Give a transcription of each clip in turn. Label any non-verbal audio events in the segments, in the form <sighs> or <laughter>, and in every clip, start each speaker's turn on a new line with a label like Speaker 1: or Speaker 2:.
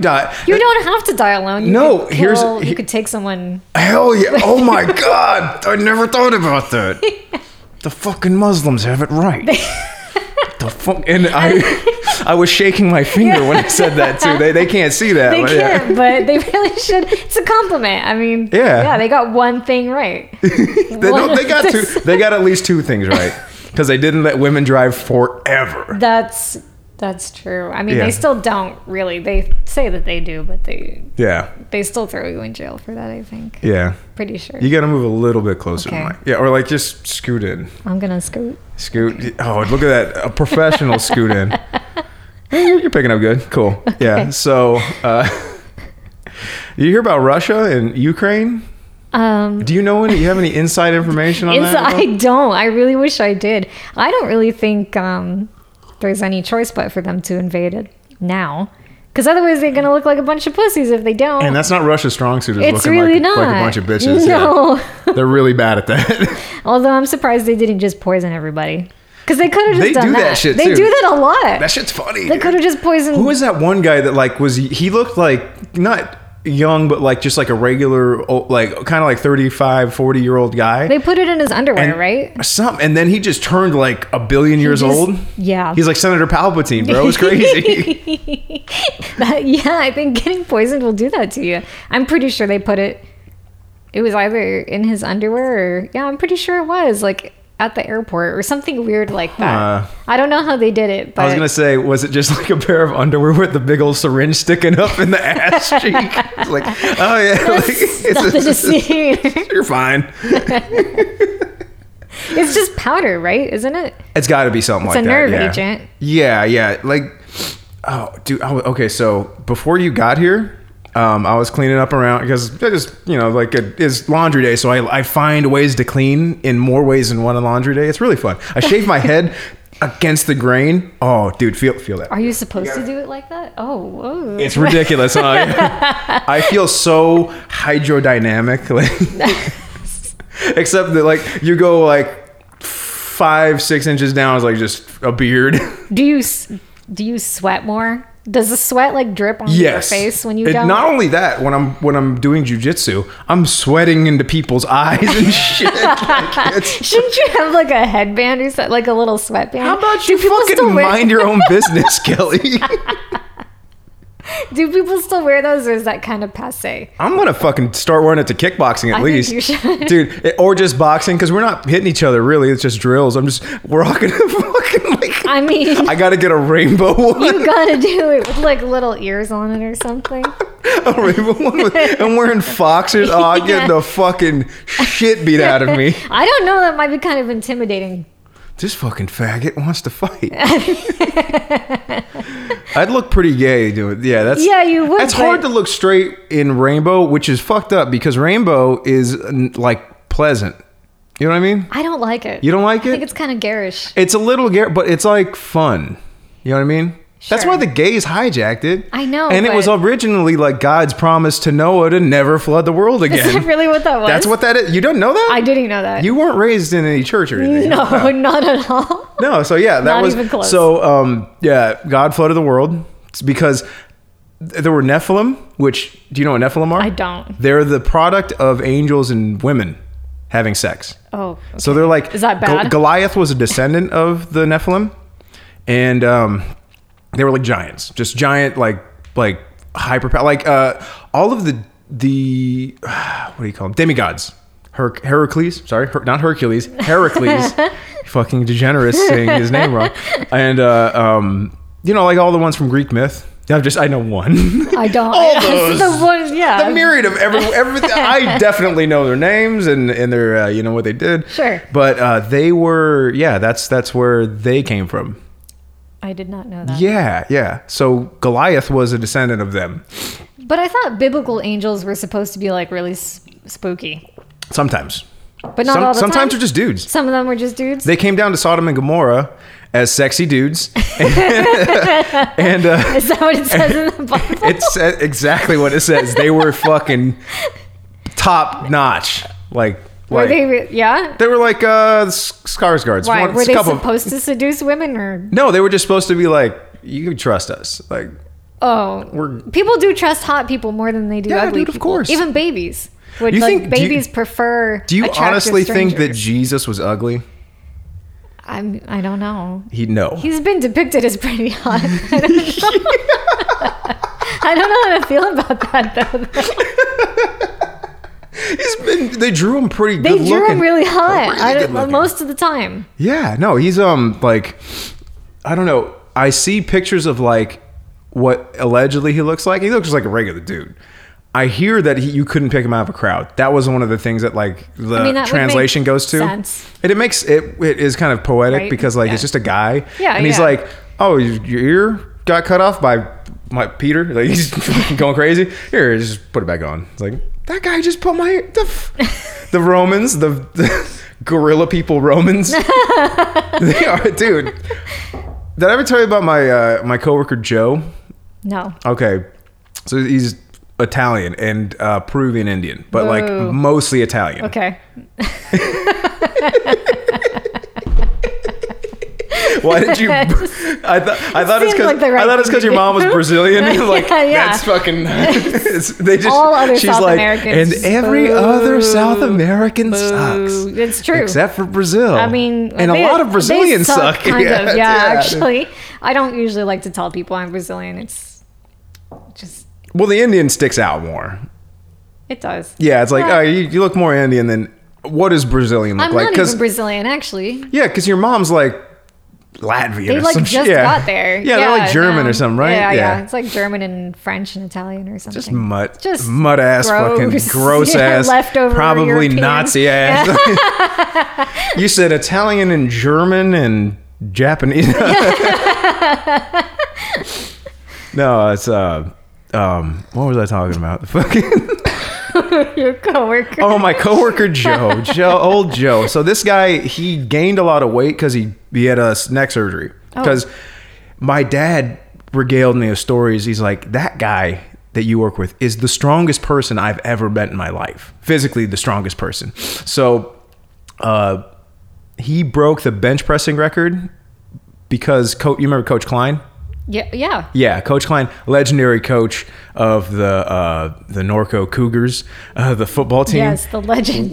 Speaker 1: die.
Speaker 2: You don't have to die alone. You
Speaker 1: No,
Speaker 2: could
Speaker 1: here's-
Speaker 2: kill-
Speaker 1: he-
Speaker 2: you could take someone.
Speaker 1: Hell yeah! Oh
Speaker 2: <laughs>
Speaker 1: my god! I never thought about that. The fucking Muslims have it right. The fuck, and I, I was shaking
Speaker 2: <laughs>
Speaker 1: my finger when I said that too. They, they can't see that.
Speaker 2: They
Speaker 1: but yeah.
Speaker 2: can't, but they really should. It's a compliment. I mean,
Speaker 1: Yeah.
Speaker 2: yeah, they got one
Speaker 1: <laughs>
Speaker 2: thing right.
Speaker 1: <laughs> They, no,
Speaker 2: One-
Speaker 1: they got two. They got at least two things right because they didn't let women drive forever.
Speaker 2: That's that's true. I mean,
Speaker 1: Yeah.
Speaker 2: they still don't really. They say that they do, but they
Speaker 1: Yeah,
Speaker 2: they still throw you in jail for that. I think.
Speaker 1: yeah.
Speaker 2: Pretty sure.
Speaker 1: You got to move a little bit closer, to
Speaker 2: Okay.
Speaker 1: Mike. Yeah, or like just scoot in,
Speaker 2: I'm gonna scoot.
Speaker 1: scoot. Oh, look at that! A professional scoot
Speaker 2: <laughs>
Speaker 1: in. Eh, You're you're picking up good. Cool. Yeah. So, uh, <laughs> you hear about Russia and Ukraine?
Speaker 2: Um,
Speaker 1: Do you know any? You have any inside information on
Speaker 2: It's,
Speaker 1: that? at all?
Speaker 2: I don't. I really wish I did. I don't really think um, there's any choice but for them to invade it now, because otherwise they're gonna look like a bunch of pussies if they don't.
Speaker 1: And that's not Russia's strong suit. Is
Speaker 2: it's
Speaker 1: looking
Speaker 2: really
Speaker 1: like,
Speaker 2: not
Speaker 1: like a bunch of bitches. Yeah.
Speaker 2: No. <laughs>
Speaker 1: They're really bad at that.
Speaker 2: Although I'm surprised they didn't just poison everybody, because they could have just
Speaker 1: They
Speaker 2: done
Speaker 1: do that shit,
Speaker 2: they
Speaker 1: too.
Speaker 2: do that a
Speaker 1: <laughs>
Speaker 2: lot.
Speaker 1: that shit's funny.
Speaker 2: they
Speaker 1: dude.
Speaker 2: could have just poisoned.
Speaker 1: Who is that one guy that like was he looked like not young but like just like a regular oh, like kind of like 35 40 year old guy
Speaker 2: they put it in his underwear,
Speaker 1: And-
Speaker 2: right? <laughs>
Speaker 1: something and then he just turned like a billion years
Speaker 2: just-
Speaker 1: old
Speaker 2: yeah.
Speaker 1: he's like senator palpatine bro it's
Speaker 2: <laughs>
Speaker 1: crazy
Speaker 2: That- yeah, I think getting poisoned will do that to you. I'm pretty sure they put it. It was either in his underwear or yeah, I'm pretty sure it was like at the airport or something weird like that.
Speaker 1: Huh.
Speaker 2: I don't know how they did it, but
Speaker 1: i was gonna say was it just like a pair of underwear with the big old syringe sticking up in the ass cheek It's like oh yeah
Speaker 2: <laughs>
Speaker 1: like, <laughs> it's-
Speaker 2: nothing to see.
Speaker 1: you're fine
Speaker 2: it's just powder, right? Isn't it?
Speaker 1: It's got to be something
Speaker 2: It's
Speaker 1: like
Speaker 2: a
Speaker 1: that.
Speaker 2: nerve
Speaker 1: yeah.
Speaker 2: agent.
Speaker 1: Yeah, yeah. Like, oh, dude. I, wa- okay, so before you got here, um, I was cleaning up around because I just, you know, like it is laundry day, so I, I find ways to clean in more ways than one on laundry day. It's really fun. I shave my
Speaker 2: <laughs>
Speaker 1: head against the grain. Oh, dude, feel feel that.
Speaker 2: Are you supposed to do it like that? Oh, whoa.
Speaker 1: It's ridiculous. huh? I feel so hydrodynamic.
Speaker 2: <laughs>
Speaker 1: Like, except that, like, you go like five, six inches down is like just a beard.
Speaker 2: do you s- do you sweat more? Does the sweat like drip on
Speaker 1: yes.
Speaker 2: your face when you
Speaker 1: It-
Speaker 2: don't?
Speaker 1: Not only that, when I'm when I'm doing jujitsu, I'm sweating into people's eyes and <laughs> shit. Like, it's-
Speaker 2: <laughs> Shouldn't you have like a headband or something, like a little sweatband?
Speaker 1: how about you
Speaker 2: people still
Speaker 1: fucking
Speaker 2: wear-
Speaker 1: mind your own business, Kelly?
Speaker 2: <laughs>
Speaker 1: <laughs>
Speaker 2: Do people still wear those, or is that kind of passe?
Speaker 1: I'm gonna fucking start wearing it to kickboxing at
Speaker 2: think
Speaker 1: least,
Speaker 2: you should.
Speaker 1: dude, it- or just boxing because we're not hitting each other really. It's just drills. I'm just we're all <laughs> gonna fucking like.
Speaker 2: I mean,
Speaker 1: I gotta get a rainbow one. <laughs>
Speaker 2: you gotta do it with like little ears on it or something.
Speaker 1: a rainbow one. With, I'm wearing foxers. Oh, I'm
Speaker 2: <laughs>
Speaker 1: getting the fucking shit beat out of me.
Speaker 2: I don't know. That might be kind
Speaker 1: <laughs>
Speaker 2: of intimidating.
Speaker 1: this fucking faggot wants to fight. I'd look pretty gay doing. Yeah, that's
Speaker 2: Yeah, you would,
Speaker 1: That's hard
Speaker 2: but-
Speaker 1: to look straight in rainbow, which is fucked up because rainbow is n- like pleasant. You know what I mean?
Speaker 2: I don't like it.
Speaker 1: You don't like
Speaker 2: I think
Speaker 1: it? It's,
Speaker 2: it's kind of garish.
Speaker 1: a little gay, but it's like fun. You know what I mean? That's
Speaker 2: Sure.
Speaker 1: why the gays hijacked it.
Speaker 2: I know,
Speaker 1: And it
Speaker 2: but-
Speaker 1: was originally like God's promise to Noah to never flood the world again.
Speaker 2: Is that really what that was?
Speaker 1: That's what that is. You don't know that?
Speaker 2: I didn't know that.
Speaker 1: You weren't raised in any church or anything.
Speaker 2: <laughs>
Speaker 1: <laughs>
Speaker 2: no, not at all.
Speaker 1: No, so yeah, that
Speaker 2: Not
Speaker 1: was
Speaker 2: even close.
Speaker 1: so. Um, yeah, God flooded the world It's because th- there were Nephilim. Which do you know what Nephilim are?
Speaker 2: I don't.
Speaker 1: They're the product of angels and women having sex.
Speaker 2: Oh,
Speaker 1: So they're like
Speaker 2: Is that
Speaker 1: Gol-
Speaker 2: bad?
Speaker 1: Goliath was a descendant of the Nephilim, and um, they were like giants, just giant like like hyper like uh, all of the the <sighs> what do you call them demigods. Her- Heracles, sorry, Her- not Hercules,
Speaker 2: <laughs>
Speaker 1: Heracles, fucking degenerate saying his name wrong, and uh, um, you know, like all the ones from Greek myth. I've just I know one. <laughs>
Speaker 2: I don't. <laughs>
Speaker 1: All
Speaker 2: It's
Speaker 1: those-
Speaker 2: the one, yeah.
Speaker 1: the myriad of every
Speaker 2: <laughs>
Speaker 1: everything. I definitely know their names and and their uh, you know what they did.
Speaker 2: Sure.
Speaker 1: But uh, they were yeah. That's that's where they came from.
Speaker 2: I did not know that.
Speaker 1: Yeah, yeah. So Goliath was a descendant of them.
Speaker 2: But I thought biblical angels were supposed to be like really s- spooky,
Speaker 1: Sometimes.
Speaker 2: but not
Speaker 1: Some-
Speaker 2: all the time.
Speaker 1: sometimes they're just dudes.
Speaker 2: Some of them were just dudes.
Speaker 1: They came down to Sodom and Gomorrah as sexy dudes, <laughs> and
Speaker 2: <laughs>
Speaker 1: uh,
Speaker 2: <laughs> Is that what it says in
Speaker 1: <laughs>
Speaker 2: the Bible?
Speaker 1: it's uh, exactly what it says. They
Speaker 2: <laughs>
Speaker 1: were fucking top notch. Like,
Speaker 2: were
Speaker 1: like
Speaker 2: they?
Speaker 1: they,
Speaker 2: Re- yeah.
Speaker 1: were like uh, Scars guards.
Speaker 2: Why were they supposed to seduce women or?
Speaker 1: No, they were just supposed to be like, you can trust us. Like,
Speaker 2: Oh,
Speaker 1: We're-
Speaker 2: people do trust hot people more than they do
Speaker 1: Yeah,
Speaker 2: ugly
Speaker 1: dude, of
Speaker 2: people.
Speaker 1: course.
Speaker 2: Even babies. Would
Speaker 1: You
Speaker 2: like
Speaker 1: think- do you-
Speaker 2: babies prefer?
Speaker 1: Do you
Speaker 2: attractive
Speaker 1: honestly think that
Speaker 2: strangers?
Speaker 1: Jesus was ugly?
Speaker 2: I'm. I don't know.
Speaker 1: He no.
Speaker 2: He's been depicted as pretty hot. <laughs> I don't know. <laughs> I don't know how to feel about that
Speaker 1: <laughs>
Speaker 2: though. <laughs>
Speaker 1: He's been. They drew him pretty.
Speaker 2: They
Speaker 1: good
Speaker 2: drew
Speaker 1: looking.
Speaker 2: him really hot.
Speaker 1: Really
Speaker 2: I
Speaker 1: good
Speaker 2: don't, uh,
Speaker 1: looking.
Speaker 2: most of the time.
Speaker 1: Yeah, no, he's um like I don't know. I see pictures of like what allegedly he looks like. He looks just like a regular dude. I hear that he, you couldn't pick him out of a crowd. That was one of the things that like the
Speaker 2: mean, that would
Speaker 1: translation
Speaker 2: make
Speaker 1: goes to.
Speaker 2: sense.
Speaker 1: And it makes it it is kind of poetic
Speaker 2: Right?
Speaker 1: because like
Speaker 2: Yeah.
Speaker 1: it's just a guy.
Speaker 2: Yeah,
Speaker 1: And he's
Speaker 2: yeah.
Speaker 1: like, "Oh, your your ear got cut off by my Peter." <laughs> Like he's going crazy. Here, just put it back on. It's like that guy just put my ear- the f-
Speaker 2: <laughs>
Speaker 1: the Romans, the, the gorilla people
Speaker 2: <laughs>
Speaker 1: Romans they are, dude. Did I ever tell you about my uh, my coworker Joe?
Speaker 2: No.
Speaker 1: Okay, so he's Italian and uh, Peruvian Indian, but
Speaker 2: Whoa.
Speaker 1: like mostly Italian.
Speaker 2: Okay.
Speaker 1: Why did
Speaker 2: <laughs>
Speaker 1: you? <laughs> I thought I thought it's
Speaker 2: seemed
Speaker 1: because
Speaker 2: like the right
Speaker 1: I thought it's
Speaker 2: thing
Speaker 1: because
Speaker 2: to
Speaker 1: your
Speaker 2: do.
Speaker 1: mom was Brazilian.
Speaker 2: <laughs>
Speaker 1: and like
Speaker 2: Yeah, yeah.
Speaker 1: that's fucking.
Speaker 2: <laughs>
Speaker 1: it's, they just
Speaker 2: All other
Speaker 1: she's
Speaker 2: South
Speaker 1: like,
Speaker 2: Americans
Speaker 1: and every other South
Speaker 2: boo,
Speaker 1: American
Speaker 2: Ooh,
Speaker 1: sucks.
Speaker 2: It's true.
Speaker 1: Except for Brazil.
Speaker 2: I mean,
Speaker 1: and
Speaker 2: they-
Speaker 1: a lot of
Speaker 2: they
Speaker 1: Brazilians suck. <laughs>
Speaker 2: Kind of, yeah,
Speaker 1: dude.
Speaker 2: actually. I don't usually like to tell people I'm Brazilian. It's just,
Speaker 1: Well, the Indian sticks out more.
Speaker 2: it does.
Speaker 1: Yeah, it's like
Speaker 2: Yeah.
Speaker 1: oh, you, you look more Indian than what does Brazilian look
Speaker 2: I'm
Speaker 1: like?
Speaker 2: not even Brazilian, actually.
Speaker 1: yeah, because your mom's like Latvian.
Speaker 2: They
Speaker 1: or
Speaker 2: like
Speaker 1: some
Speaker 2: just
Speaker 1: shit. Yeah.
Speaker 2: got there.
Speaker 1: Yeah, they're like German
Speaker 2: no.
Speaker 1: or something, right?
Speaker 2: Yeah, yeah, It's like German and French and Italian or something. <laughs>
Speaker 1: Just mud,
Speaker 2: Just
Speaker 1: mud ass,
Speaker 2: gross. <laughs>
Speaker 1: fucking gross
Speaker 2: Yeah,
Speaker 1: ass,
Speaker 2: leftover
Speaker 1: probably
Speaker 2: European.
Speaker 1: Nazi ass. <laughs>
Speaker 2: <laughs>
Speaker 1: you said Italian and German and
Speaker 2: <laughs>
Speaker 1: Japanese. <laughs> no, it's uh, um, what was I talking about? <laughs> Fucking.
Speaker 2: Your coworker.
Speaker 1: Oh, my coworker
Speaker 2: <laughs>
Speaker 1: Joe, Joe, old Joe. So this guy, he gained a lot of weight because he he had a neck surgery.
Speaker 2: Oh.
Speaker 1: Because my dad regaled me with stories. He's like, that guy that you work with is the strongest person I've ever met in my life, physically the strongest person. So, uh, he broke the bench pressing record because Co- you remember Coach Klein.
Speaker 2: Yeah, yeah.
Speaker 1: Yeah, Coach Klein, legendary coach of the uh, the Norco Cougars, uh, the football team
Speaker 2: Yes, the legends.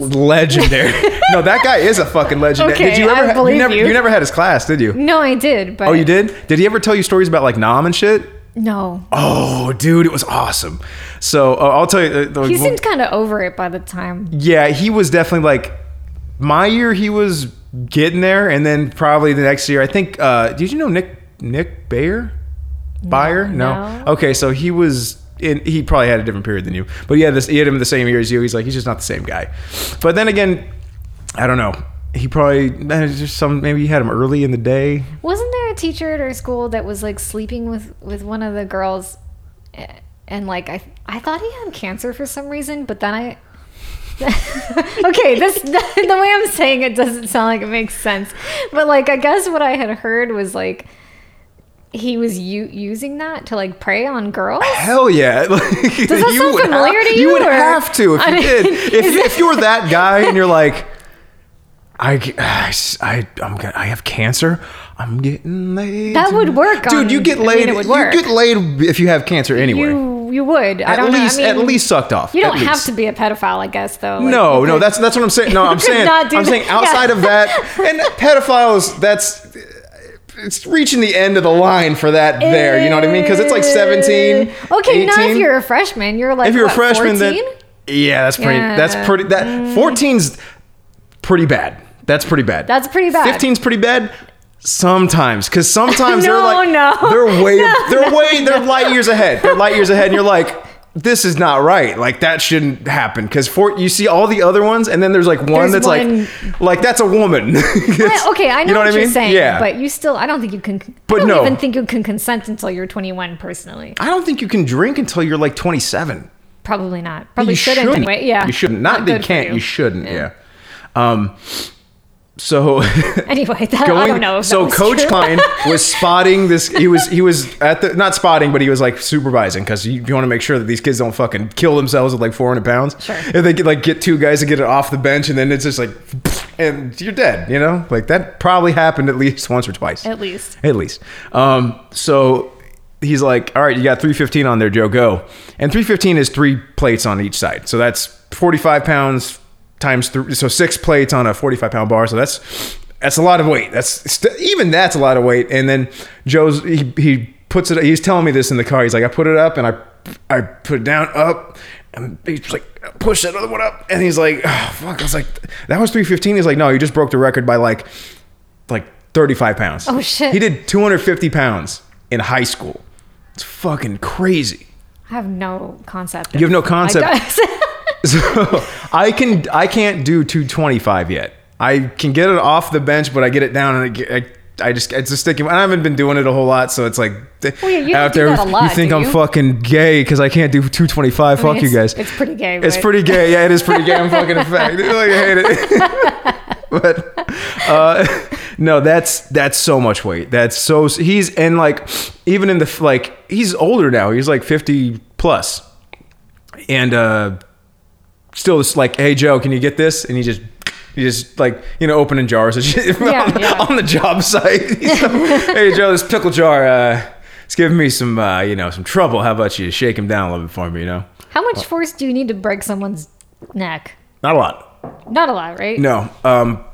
Speaker 1: <laughs> legendary. no, that guy is a fucking legendary.
Speaker 2: Okay,
Speaker 1: did you
Speaker 2: I
Speaker 1: ever?
Speaker 2: believe
Speaker 1: never,
Speaker 2: you.
Speaker 1: never had his class, did you?
Speaker 2: No, I did, but
Speaker 1: Oh, you did. Did he ever tell you stories about like Nam and shit?
Speaker 2: no.
Speaker 1: Oh, dude, it was awesome. So uh, I'll tell you. Uh, the-
Speaker 2: He seemed kind of over it by the time.
Speaker 1: yeah, he was definitely like my year. He was getting there, and then probably the next year. I think. Uh, did you know Nick Nick Bayer? Bayer? No.
Speaker 2: no.
Speaker 1: Okay, so he was. In, he probably had a different period than you, but yeah, this he had him the same year as you. He's like he's just not the same guy. But then again, I don't know. He probably eh, just some maybe he had him early in the day.
Speaker 2: Wasn't there a teacher at our school that was like sleeping with with one of the girls, eh, and like I I thought he had cancer for some reason, but then I. <laughs> okay, this <laughs> the, way I'm saying it doesn't sound like it makes sense, but like I guess what I had heard was like he was u- using that to like prey on girls.
Speaker 1: Hell yeah! <laughs> Like, Does
Speaker 2: that sound familiar to
Speaker 1: You would
Speaker 2: you, or-
Speaker 1: have to if
Speaker 2: I
Speaker 1: you
Speaker 2: mean,
Speaker 1: did. If,
Speaker 2: is
Speaker 1: you,
Speaker 2: <laughs> it-
Speaker 1: if you're that guy and you're like, I, g- <sighs> I, am gonna, I have cancer. I'm getting laid.
Speaker 2: That would work
Speaker 1: dude.
Speaker 2: on-
Speaker 1: you get
Speaker 2: I mean,
Speaker 1: laid.
Speaker 2: it would work.
Speaker 1: You get laid if you have cancer anyway.
Speaker 2: You you would. I
Speaker 1: at
Speaker 2: don't
Speaker 1: least,
Speaker 2: know. I mean,
Speaker 1: at least sucked off.
Speaker 2: You don't
Speaker 1: At
Speaker 2: have
Speaker 1: least.
Speaker 2: to be a pedophile, I guess, though. Like,
Speaker 1: no,
Speaker 2: you
Speaker 1: no,
Speaker 2: could-
Speaker 1: that's that's what I'm
Speaker 2: <laughs>
Speaker 1: saying. No, I'm
Speaker 2: could
Speaker 1: saying
Speaker 2: not do
Speaker 1: I'm
Speaker 2: that.
Speaker 1: saying outside
Speaker 2: Yeah.
Speaker 1: of that and pedophiles. That's it's reaching the end of the line for that. There, you know what I mean? Because it's like 17.
Speaker 2: Uh, Okay, now
Speaker 1: 18.
Speaker 2: if you're a freshman, you're like
Speaker 1: if you're
Speaker 2: what,
Speaker 1: a freshman,
Speaker 2: 14?
Speaker 1: then yeah, that's pretty.
Speaker 2: Yeah. Mm.
Speaker 1: That's pretty. That 14's pretty bad. That's pretty bad.
Speaker 2: That's pretty bad.
Speaker 1: 15's pretty bad. Sometimes, because
Speaker 2: <laughs>
Speaker 1: sometimes they're
Speaker 2: No,
Speaker 1: like
Speaker 2: <laughs> no.
Speaker 1: they're way they're way they're light years ahead. They're light years ahead, and you're like. This is not right. Like that shouldn't happen because for you see all the other ones, and then there's like one
Speaker 2: There's
Speaker 1: that's
Speaker 2: one-
Speaker 1: like, like that's a woman. <laughs> It's-
Speaker 2: I- okay, I know,
Speaker 1: you
Speaker 2: what,
Speaker 1: I mean?
Speaker 2: you're saying,
Speaker 1: yeah,
Speaker 2: but you still, I don't think you can.
Speaker 1: But
Speaker 2: I don't
Speaker 1: no.
Speaker 2: even think you can consent until you're 21. Personally,
Speaker 1: I don't think you can drink until you're like 27.
Speaker 2: probably not. Probably
Speaker 1: you
Speaker 2: shouldn't. Anyway. Yeah,
Speaker 1: You shouldn't. Not, that you
Speaker 2: good for
Speaker 1: can't. You. shouldn't. Yeah. Um. So <laughs>
Speaker 2: Anyway, <laughs> that,
Speaker 1: going.
Speaker 2: I don't know. if that
Speaker 1: so
Speaker 2: was
Speaker 1: Coach
Speaker 2: true. <laughs>
Speaker 1: Klein was spotting this. He was he was at the not spotting, but he was like supervising because you, you want to make sure that these kids don't fucking kill themselves with like 400 pounds.
Speaker 2: Sure.
Speaker 1: If they could like get two guys to get it off the bench, and then it's just like, <laughs> and you're dead. You know, like that probably happened at least once or twice
Speaker 2: At least.
Speaker 1: at least. Um, so he's like, all right, you got 315 on there, Joe, go. And 315 is three plates on each side. So that's 45 pounds times three. So six plates on a 45 pound bar. So that's, that's a lot of weight. That's st- even that's a lot of weight. And then Joe's, he, he puts it, he's telling me this in the car. He's like, I put it up and I, I put it down up and he's like, push that other one up. And he's like, oh, fuck. I was like, that was 315. He's like, no, you just broke the record by like, like 35 pounds.
Speaker 2: Oh, shit.
Speaker 1: He did 250 pounds in high school. It's fucking crazy.
Speaker 2: I have no concept.
Speaker 1: You have no
Speaker 2: of- I
Speaker 1: concept.
Speaker 2: <laughs> don't-
Speaker 1: <laughs> So I can I can't do 225 yet. I can get it off the bench, but I get it down and I, get- I, I just it's a sticking. I haven't been doing it a whole lot, so it's like
Speaker 2: Well, yeah, you don't do that a
Speaker 1: you
Speaker 2: lot,
Speaker 1: think
Speaker 2: do
Speaker 1: I'm
Speaker 2: you?
Speaker 1: fucking gay because I can't do 225.
Speaker 2: mean,
Speaker 1: Fuck you
Speaker 2: it's-
Speaker 1: guys.
Speaker 2: it's pretty gay,
Speaker 1: It's
Speaker 2: but-
Speaker 1: pretty gay. Yeah, it is pretty gay.
Speaker 2: <laughs>
Speaker 1: I'm fucking a fag. Like, I hate it. <laughs> but uh, no, that's that's so much weight. That's so he's and like even in the like he's older now. He's like 50 plus, and uh, still just like, hey Joe, can you get this? And he just he just like you know opening jars and shit <laughs>
Speaker 2: Yeah,
Speaker 1: on,
Speaker 2: yeah.
Speaker 1: on the job site. <laughs> He's like, hey Joe, this pickle jar, uh, it's giving me some uh, you know some trouble. How about you shake him down a little bit for me? You know,
Speaker 2: How much force do you need to break someone's neck?
Speaker 1: not a lot.
Speaker 2: Not a lot, right?
Speaker 1: No. Um,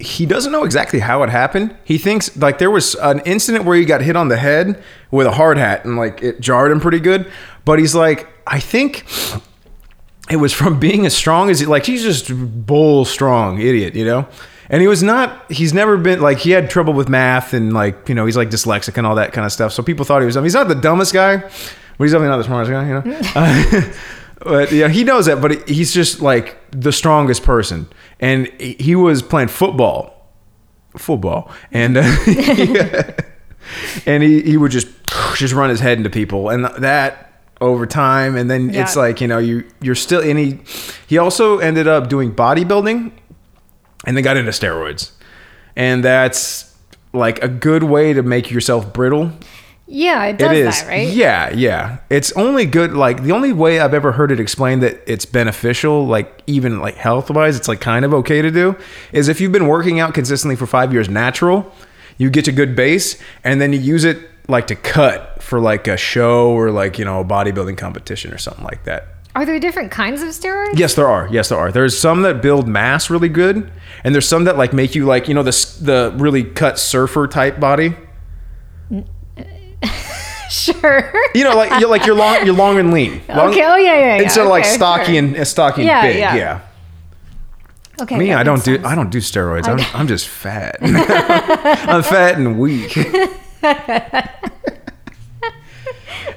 Speaker 1: he doesn't know exactly how it happened. He thinks like there was an incident where he got hit on the head with a hard hat and like it jarred him pretty good. But he's like, I think it was from being as strong as he like he's just bull strong idiot, you know. And he was not. He's never been like he had trouble with math and like you know he's like dyslexic and all that kind of stuff. So people thought he was. I mean, he's not the dumbest guy, but he's definitely not the smartest guy, you know. Uh, <laughs> but yeah, he knows that. But he's just like the strongest person. And he he was playing football football and uh, <laughs> and he, he would just just run his head into people and that over time and then
Speaker 2: Yeah.
Speaker 1: it's like you know you you're still and he he also ended up doing bodybuilding and then got into steroids and that's like a good way to make yourself brittle
Speaker 2: Yeah, it
Speaker 1: it
Speaker 2: does
Speaker 1: is
Speaker 2: that, right?
Speaker 1: yeah yeah it's only good like the only way i've ever heard it explained that it's beneficial like even like health wise it's like kind of okay to do is if you've been working out consistently for five years natural you get a good base and then you use it like to cut for like a show or like you know a bodybuilding competition or something like that
Speaker 2: Are there different kinds of steroids?
Speaker 1: Yes, there are. Yes, there are. There's some that build mass really good, and there's some that like make you like you know the s- the really cut surfer type body.
Speaker 2: <laughs> Sure.
Speaker 1: You know, like you're like you're long, you're long and lean. Long,
Speaker 2: <laughs> okay. Oh yeah, yeah, yeah.
Speaker 1: Instead of like
Speaker 2: okay,
Speaker 1: stocky
Speaker 2: sure.
Speaker 1: and uh, stocky
Speaker 2: Yeah,
Speaker 1: and big. Yeah.
Speaker 2: yeah. Okay.
Speaker 1: Me,
Speaker 2: that
Speaker 1: I don't
Speaker 2: makes
Speaker 1: do
Speaker 2: sense.
Speaker 1: I don't do steroids. I'm, I'm just
Speaker 2: <laughs>
Speaker 1: fat. <laughs> I'm fat and weak.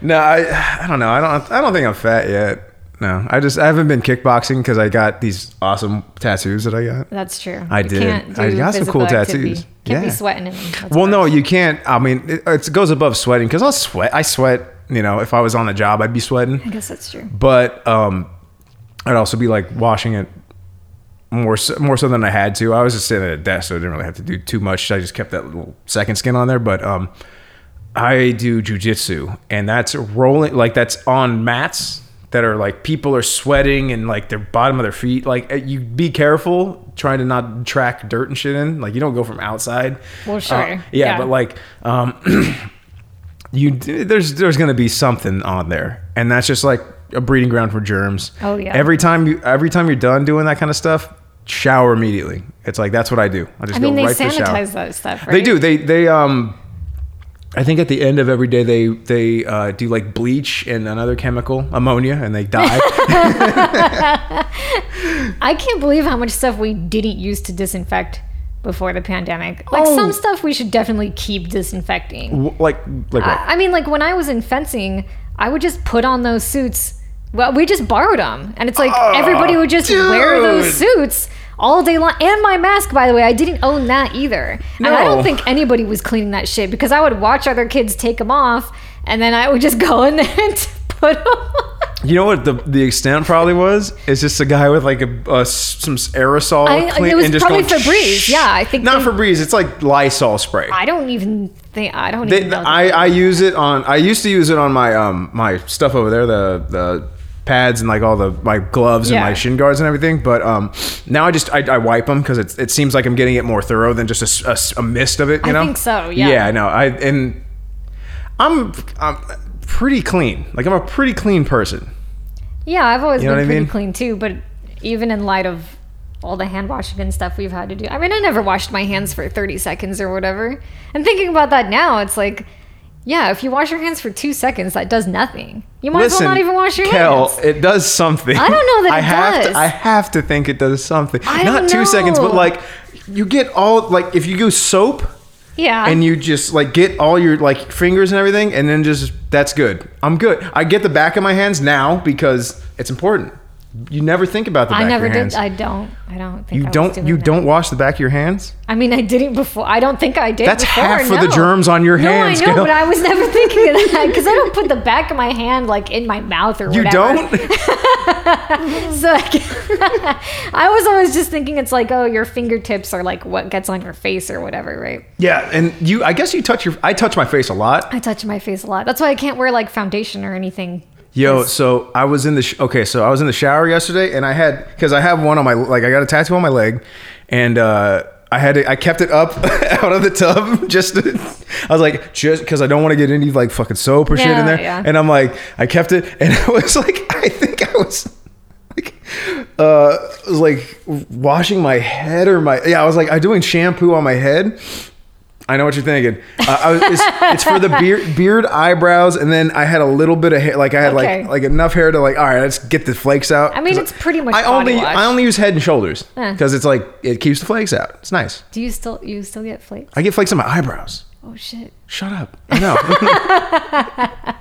Speaker 1: no, I I don't know. I don't I don't think I'm fat yet. No, I just I haven't been kickboxing because I got these awesome tattoos that I got.
Speaker 2: That's true.
Speaker 1: I
Speaker 2: You
Speaker 1: did.
Speaker 2: can't do
Speaker 1: I got some
Speaker 2: physical
Speaker 1: cool
Speaker 2: activity.
Speaker 1: tattoos.
Speaker 2: Can't
Speaker 1: Yeah.
Speaker 2: be sweating in them. That's
Speaker 1: Well,
Speaker 2: gross.
Speaker 1: no, you can't. I mean, it, it goes above sweating because I'll sweat. I sweat. You know, if I was on the job, I'd be sweating.
Speaker 2: I guess that's true.
Speaker 1: but um, I'd also be like washing it more so, more so than I had to. I was just sitting at a desk, so I didn't really have to do too much. I just kept that little second skin on there, but um, I do jujitsu, and that's rolling like that's on mats that are like people are sweating and like their bottom of their feet. Like eh, you be careful trying to not track dirt and shit in. Like you don't go from outside. Uh,
Speaker 2: Well, sure.
Speaker 1: yeah,
Speaker 2: Yeah.
Speaker 1: but like um, you there's there's gonna be something on there, and that's just like a breeding ground for germs.
Speaker 2: Oh, yeah.
Speaker 1: Every time you every time you're done doing that kind of stuff, shower immediately. It's like that's what I do. I just
Speaker 2: I mean,
Speaker 1: go
Speaker 2: they
Speaker 1: right to the shower.
Speaker 2: sanitize that stuff, right?
Speaker 1: They do. They they um. I think at the end of every day they they uh, do like bleach and another chemical, ammonia, and they
Speaker 2: <laughs>
Speaker 1: die.
Speaker 2: I can't believe how much stuff we didn't use to disinfect before the pandemic. Like
Speaker 1: Oh.
Speaker 2: some stuff we should definitely keep disinfecting.
Speaker 1: W- like like what?
Speaker 2: I I mean, like when I was in fencing, I would just put on those suits. Well, we just borrowed them, and it's like everybody would just wear those
Speaker 1: Oh, dude.
Speaker 2: suits all day long. And my mask, by the way, I didn't own that either. And I
Speaker 1: No.
Speaker 2: don't think anybody was cleaning that shit because I would watch other kids take them off, and then I would just <laughs> go in there and put them. On.
Speaker 1: You know what the the extent probably was? It's just a guy with like a, a s- some s- aerosol
Speaker 2: I-
Speaker 1: clean
Speaker 2: it was
Speaker 1: and just
Speaker 2: probably
Speaker 1: going,
Speaker 2: Febreze.
Speaker 1: "Shh."
Speaker 2: Yeah, I think
Speaker 1: not
Speaker 2: they-
Speaker 1: Febreze. It's like Lysol spray.
Speaker 2: I don't even think I don't
Speaker 1: They-
Speaker 2: even know.
Speaker 1: I, I use it on I used to use it on my um my stuff over there the the pads and like all the my gloves and
Speaker 2: Yeah.
Speaker 1: my shin guards and everything but um now I just I, I wipe them because it it seems like I'm getting it more thorough than just a s- a, s- a mist of it you
Speaker 2: I
Speaker 1: know
Speaker 2: think so, yeah.
Speaker 1: yeah I know I and I'm I'm pretty clean. Like I'm a pretty clean person.
Speaker 2: Yeah, I've always
Speaker 1: You know
Speaker 2: been
Speaker 1: what I
Speaker 2: pretty
Speaker 1: mean?
Speaker 2: clean too, but even in light of all the hand washing and stuff we've had to do, I mean, I never washed my hands for 30 seconds or whatever. And thinking about that now, it's like, yeah, if you wash your hands for two seconds, that does nothing. You might as
Speaker 1: Listen,
Speaker 2: well not even wash your
Speaker 1: Kel,
Speaker 2: hands.
Speaker 1: it does something.
Speaker 2: I don't know
Speaker 1: <laughs>
Speaker 2: that
Speaker 1: I
Speaker 2: it
Speaker 1: have
Speaker 2: does.
Speaker 1: To, I have to think it does something.
Speaker 2: I
Speaker 1: Not
Speaker 2: don't
Speaker 1: two seconds, but
Speaker 2: know.
Speaker 1: like you get all like if you use soap
Speaker 2: Yeah.
Speaker 1: and you just like get all your like fingers and everything, and then just that's good. I'm good. I get the back of my hands now because it's important. You never think about the back
Speaker 2: I never
Speaker 1: of your
Speaker 2: did.
Speaker 1: hands.
Speaker 2: I don't. I don't think I
Speaker 1: you
Speaker 2: was
Speaker 1: don't.
Speaker 2: doing
Speaker 1: You
Speaker 2: that.
Speaker 1: don't wash the back of your hands.
Speaker 2: I mean, I didn't before. I don't think I did.
Speaker 1: That's
Speaker 2: before,
Speaker 1: half of the
Speaker 2: no.
Speaker 1: germs on your
Speaker 2: No,
Speaker 1: hands,
Speaker 2: I know,
Speaker 1: Gail.
Speaker 2: but I was never <laughs> thinking of that because I don't put the back of my hand like in my mouth or
Speaker 1: You
Speaker 2: whatever.
Speaker 1: don't. <laughs>
Speaker 2: <laughs> So like, I was always just thinking it's like, oh, your fingertips are like what gets on your face or whatever, right?
Speaker 1: yeah, and you. I guess you touch your. I touch my face a lot.
Speaker 2: I touch my face a lot. That's why I can't wear like foundation or anything.
Speaker 1: Yo, so I was in the sh- okay, so I was in the shower yesterday, and I had because I have one on my like I got a tattoo on my leg, and uh, I had it, I kept it up <laughs> out of the tub <laughs> just to, I was like just because I don't want to get any like fucking soap or shit
Speaker 2: Yeah,
Speaker 1: in there,
Speaker 2: yeah.
Speaker 1: and I'm like I kept it, and <laughs> I was like I think I was like uh it was like washing my head or my yeah I was like I'm doing shampoo on my head. I know what you're thinking. Uh, I was, it's, it's for
Speaker 2: <laughs>
Speaker 1: the beard, beard, eyebrows, and then I had a little bit of hair. Like I had
Speaker 2: Okay.
Speaker 1: like like enough hair to like. All right, let's get the flakes out.
Speaker 2: I mean,
Speaker 1: 'Cause
Speaker 2: it's pretty much
Speaker 1: I
Speaker 2: body
Speaker 1: only
Speaker 2: wash.
Speaker 1: I only use head and shoulders
Speaker 2: Eh.
Speaker 1: because it's like it keeps the flakes out. It's nice.
Speaker 2: Do you still you still get flakes?
Speaker 1: I get flakes on my eyebrows.
Speaker 2: Oh shit!
Speaker 1: Shut up. I know.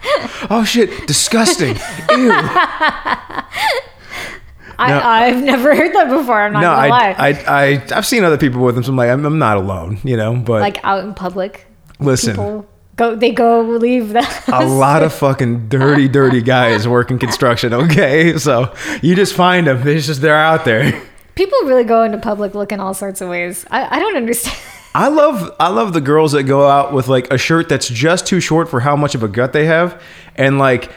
Speaker 1: <laughs> oh shit! Disgusting.
Speaker 2: <laughs>
Speaker 1: Ew.
Speaker 2: I,
Speaker 1: No.
Speaker 2: I've never <laughs> heard that before. I'm not
Speaker 1: No,
Speaker 2: gonna
Speaker 1: I,
Speaker 2: lie.
Speaker 1: I I I've seen other people with them, so I'm like I'm, I'm not alone. You know, but
Speaker 2: like out in public,
Speaker 1: listen.
Speaker 2: people go they go leave the
Speaker 1: a
Speaker 2: house.
Speaker 1: lot of fucking dirty, dirty guys working construction. <laughs> Okay, so you just find them. They just they're out there.
Speaker 2: People really go into public looking all sorts of ways. I, I don't understand. <laughs>
Speaker 1: I love I love the girls that go out with like a shirt that's just too short for how much of a gut they have, and like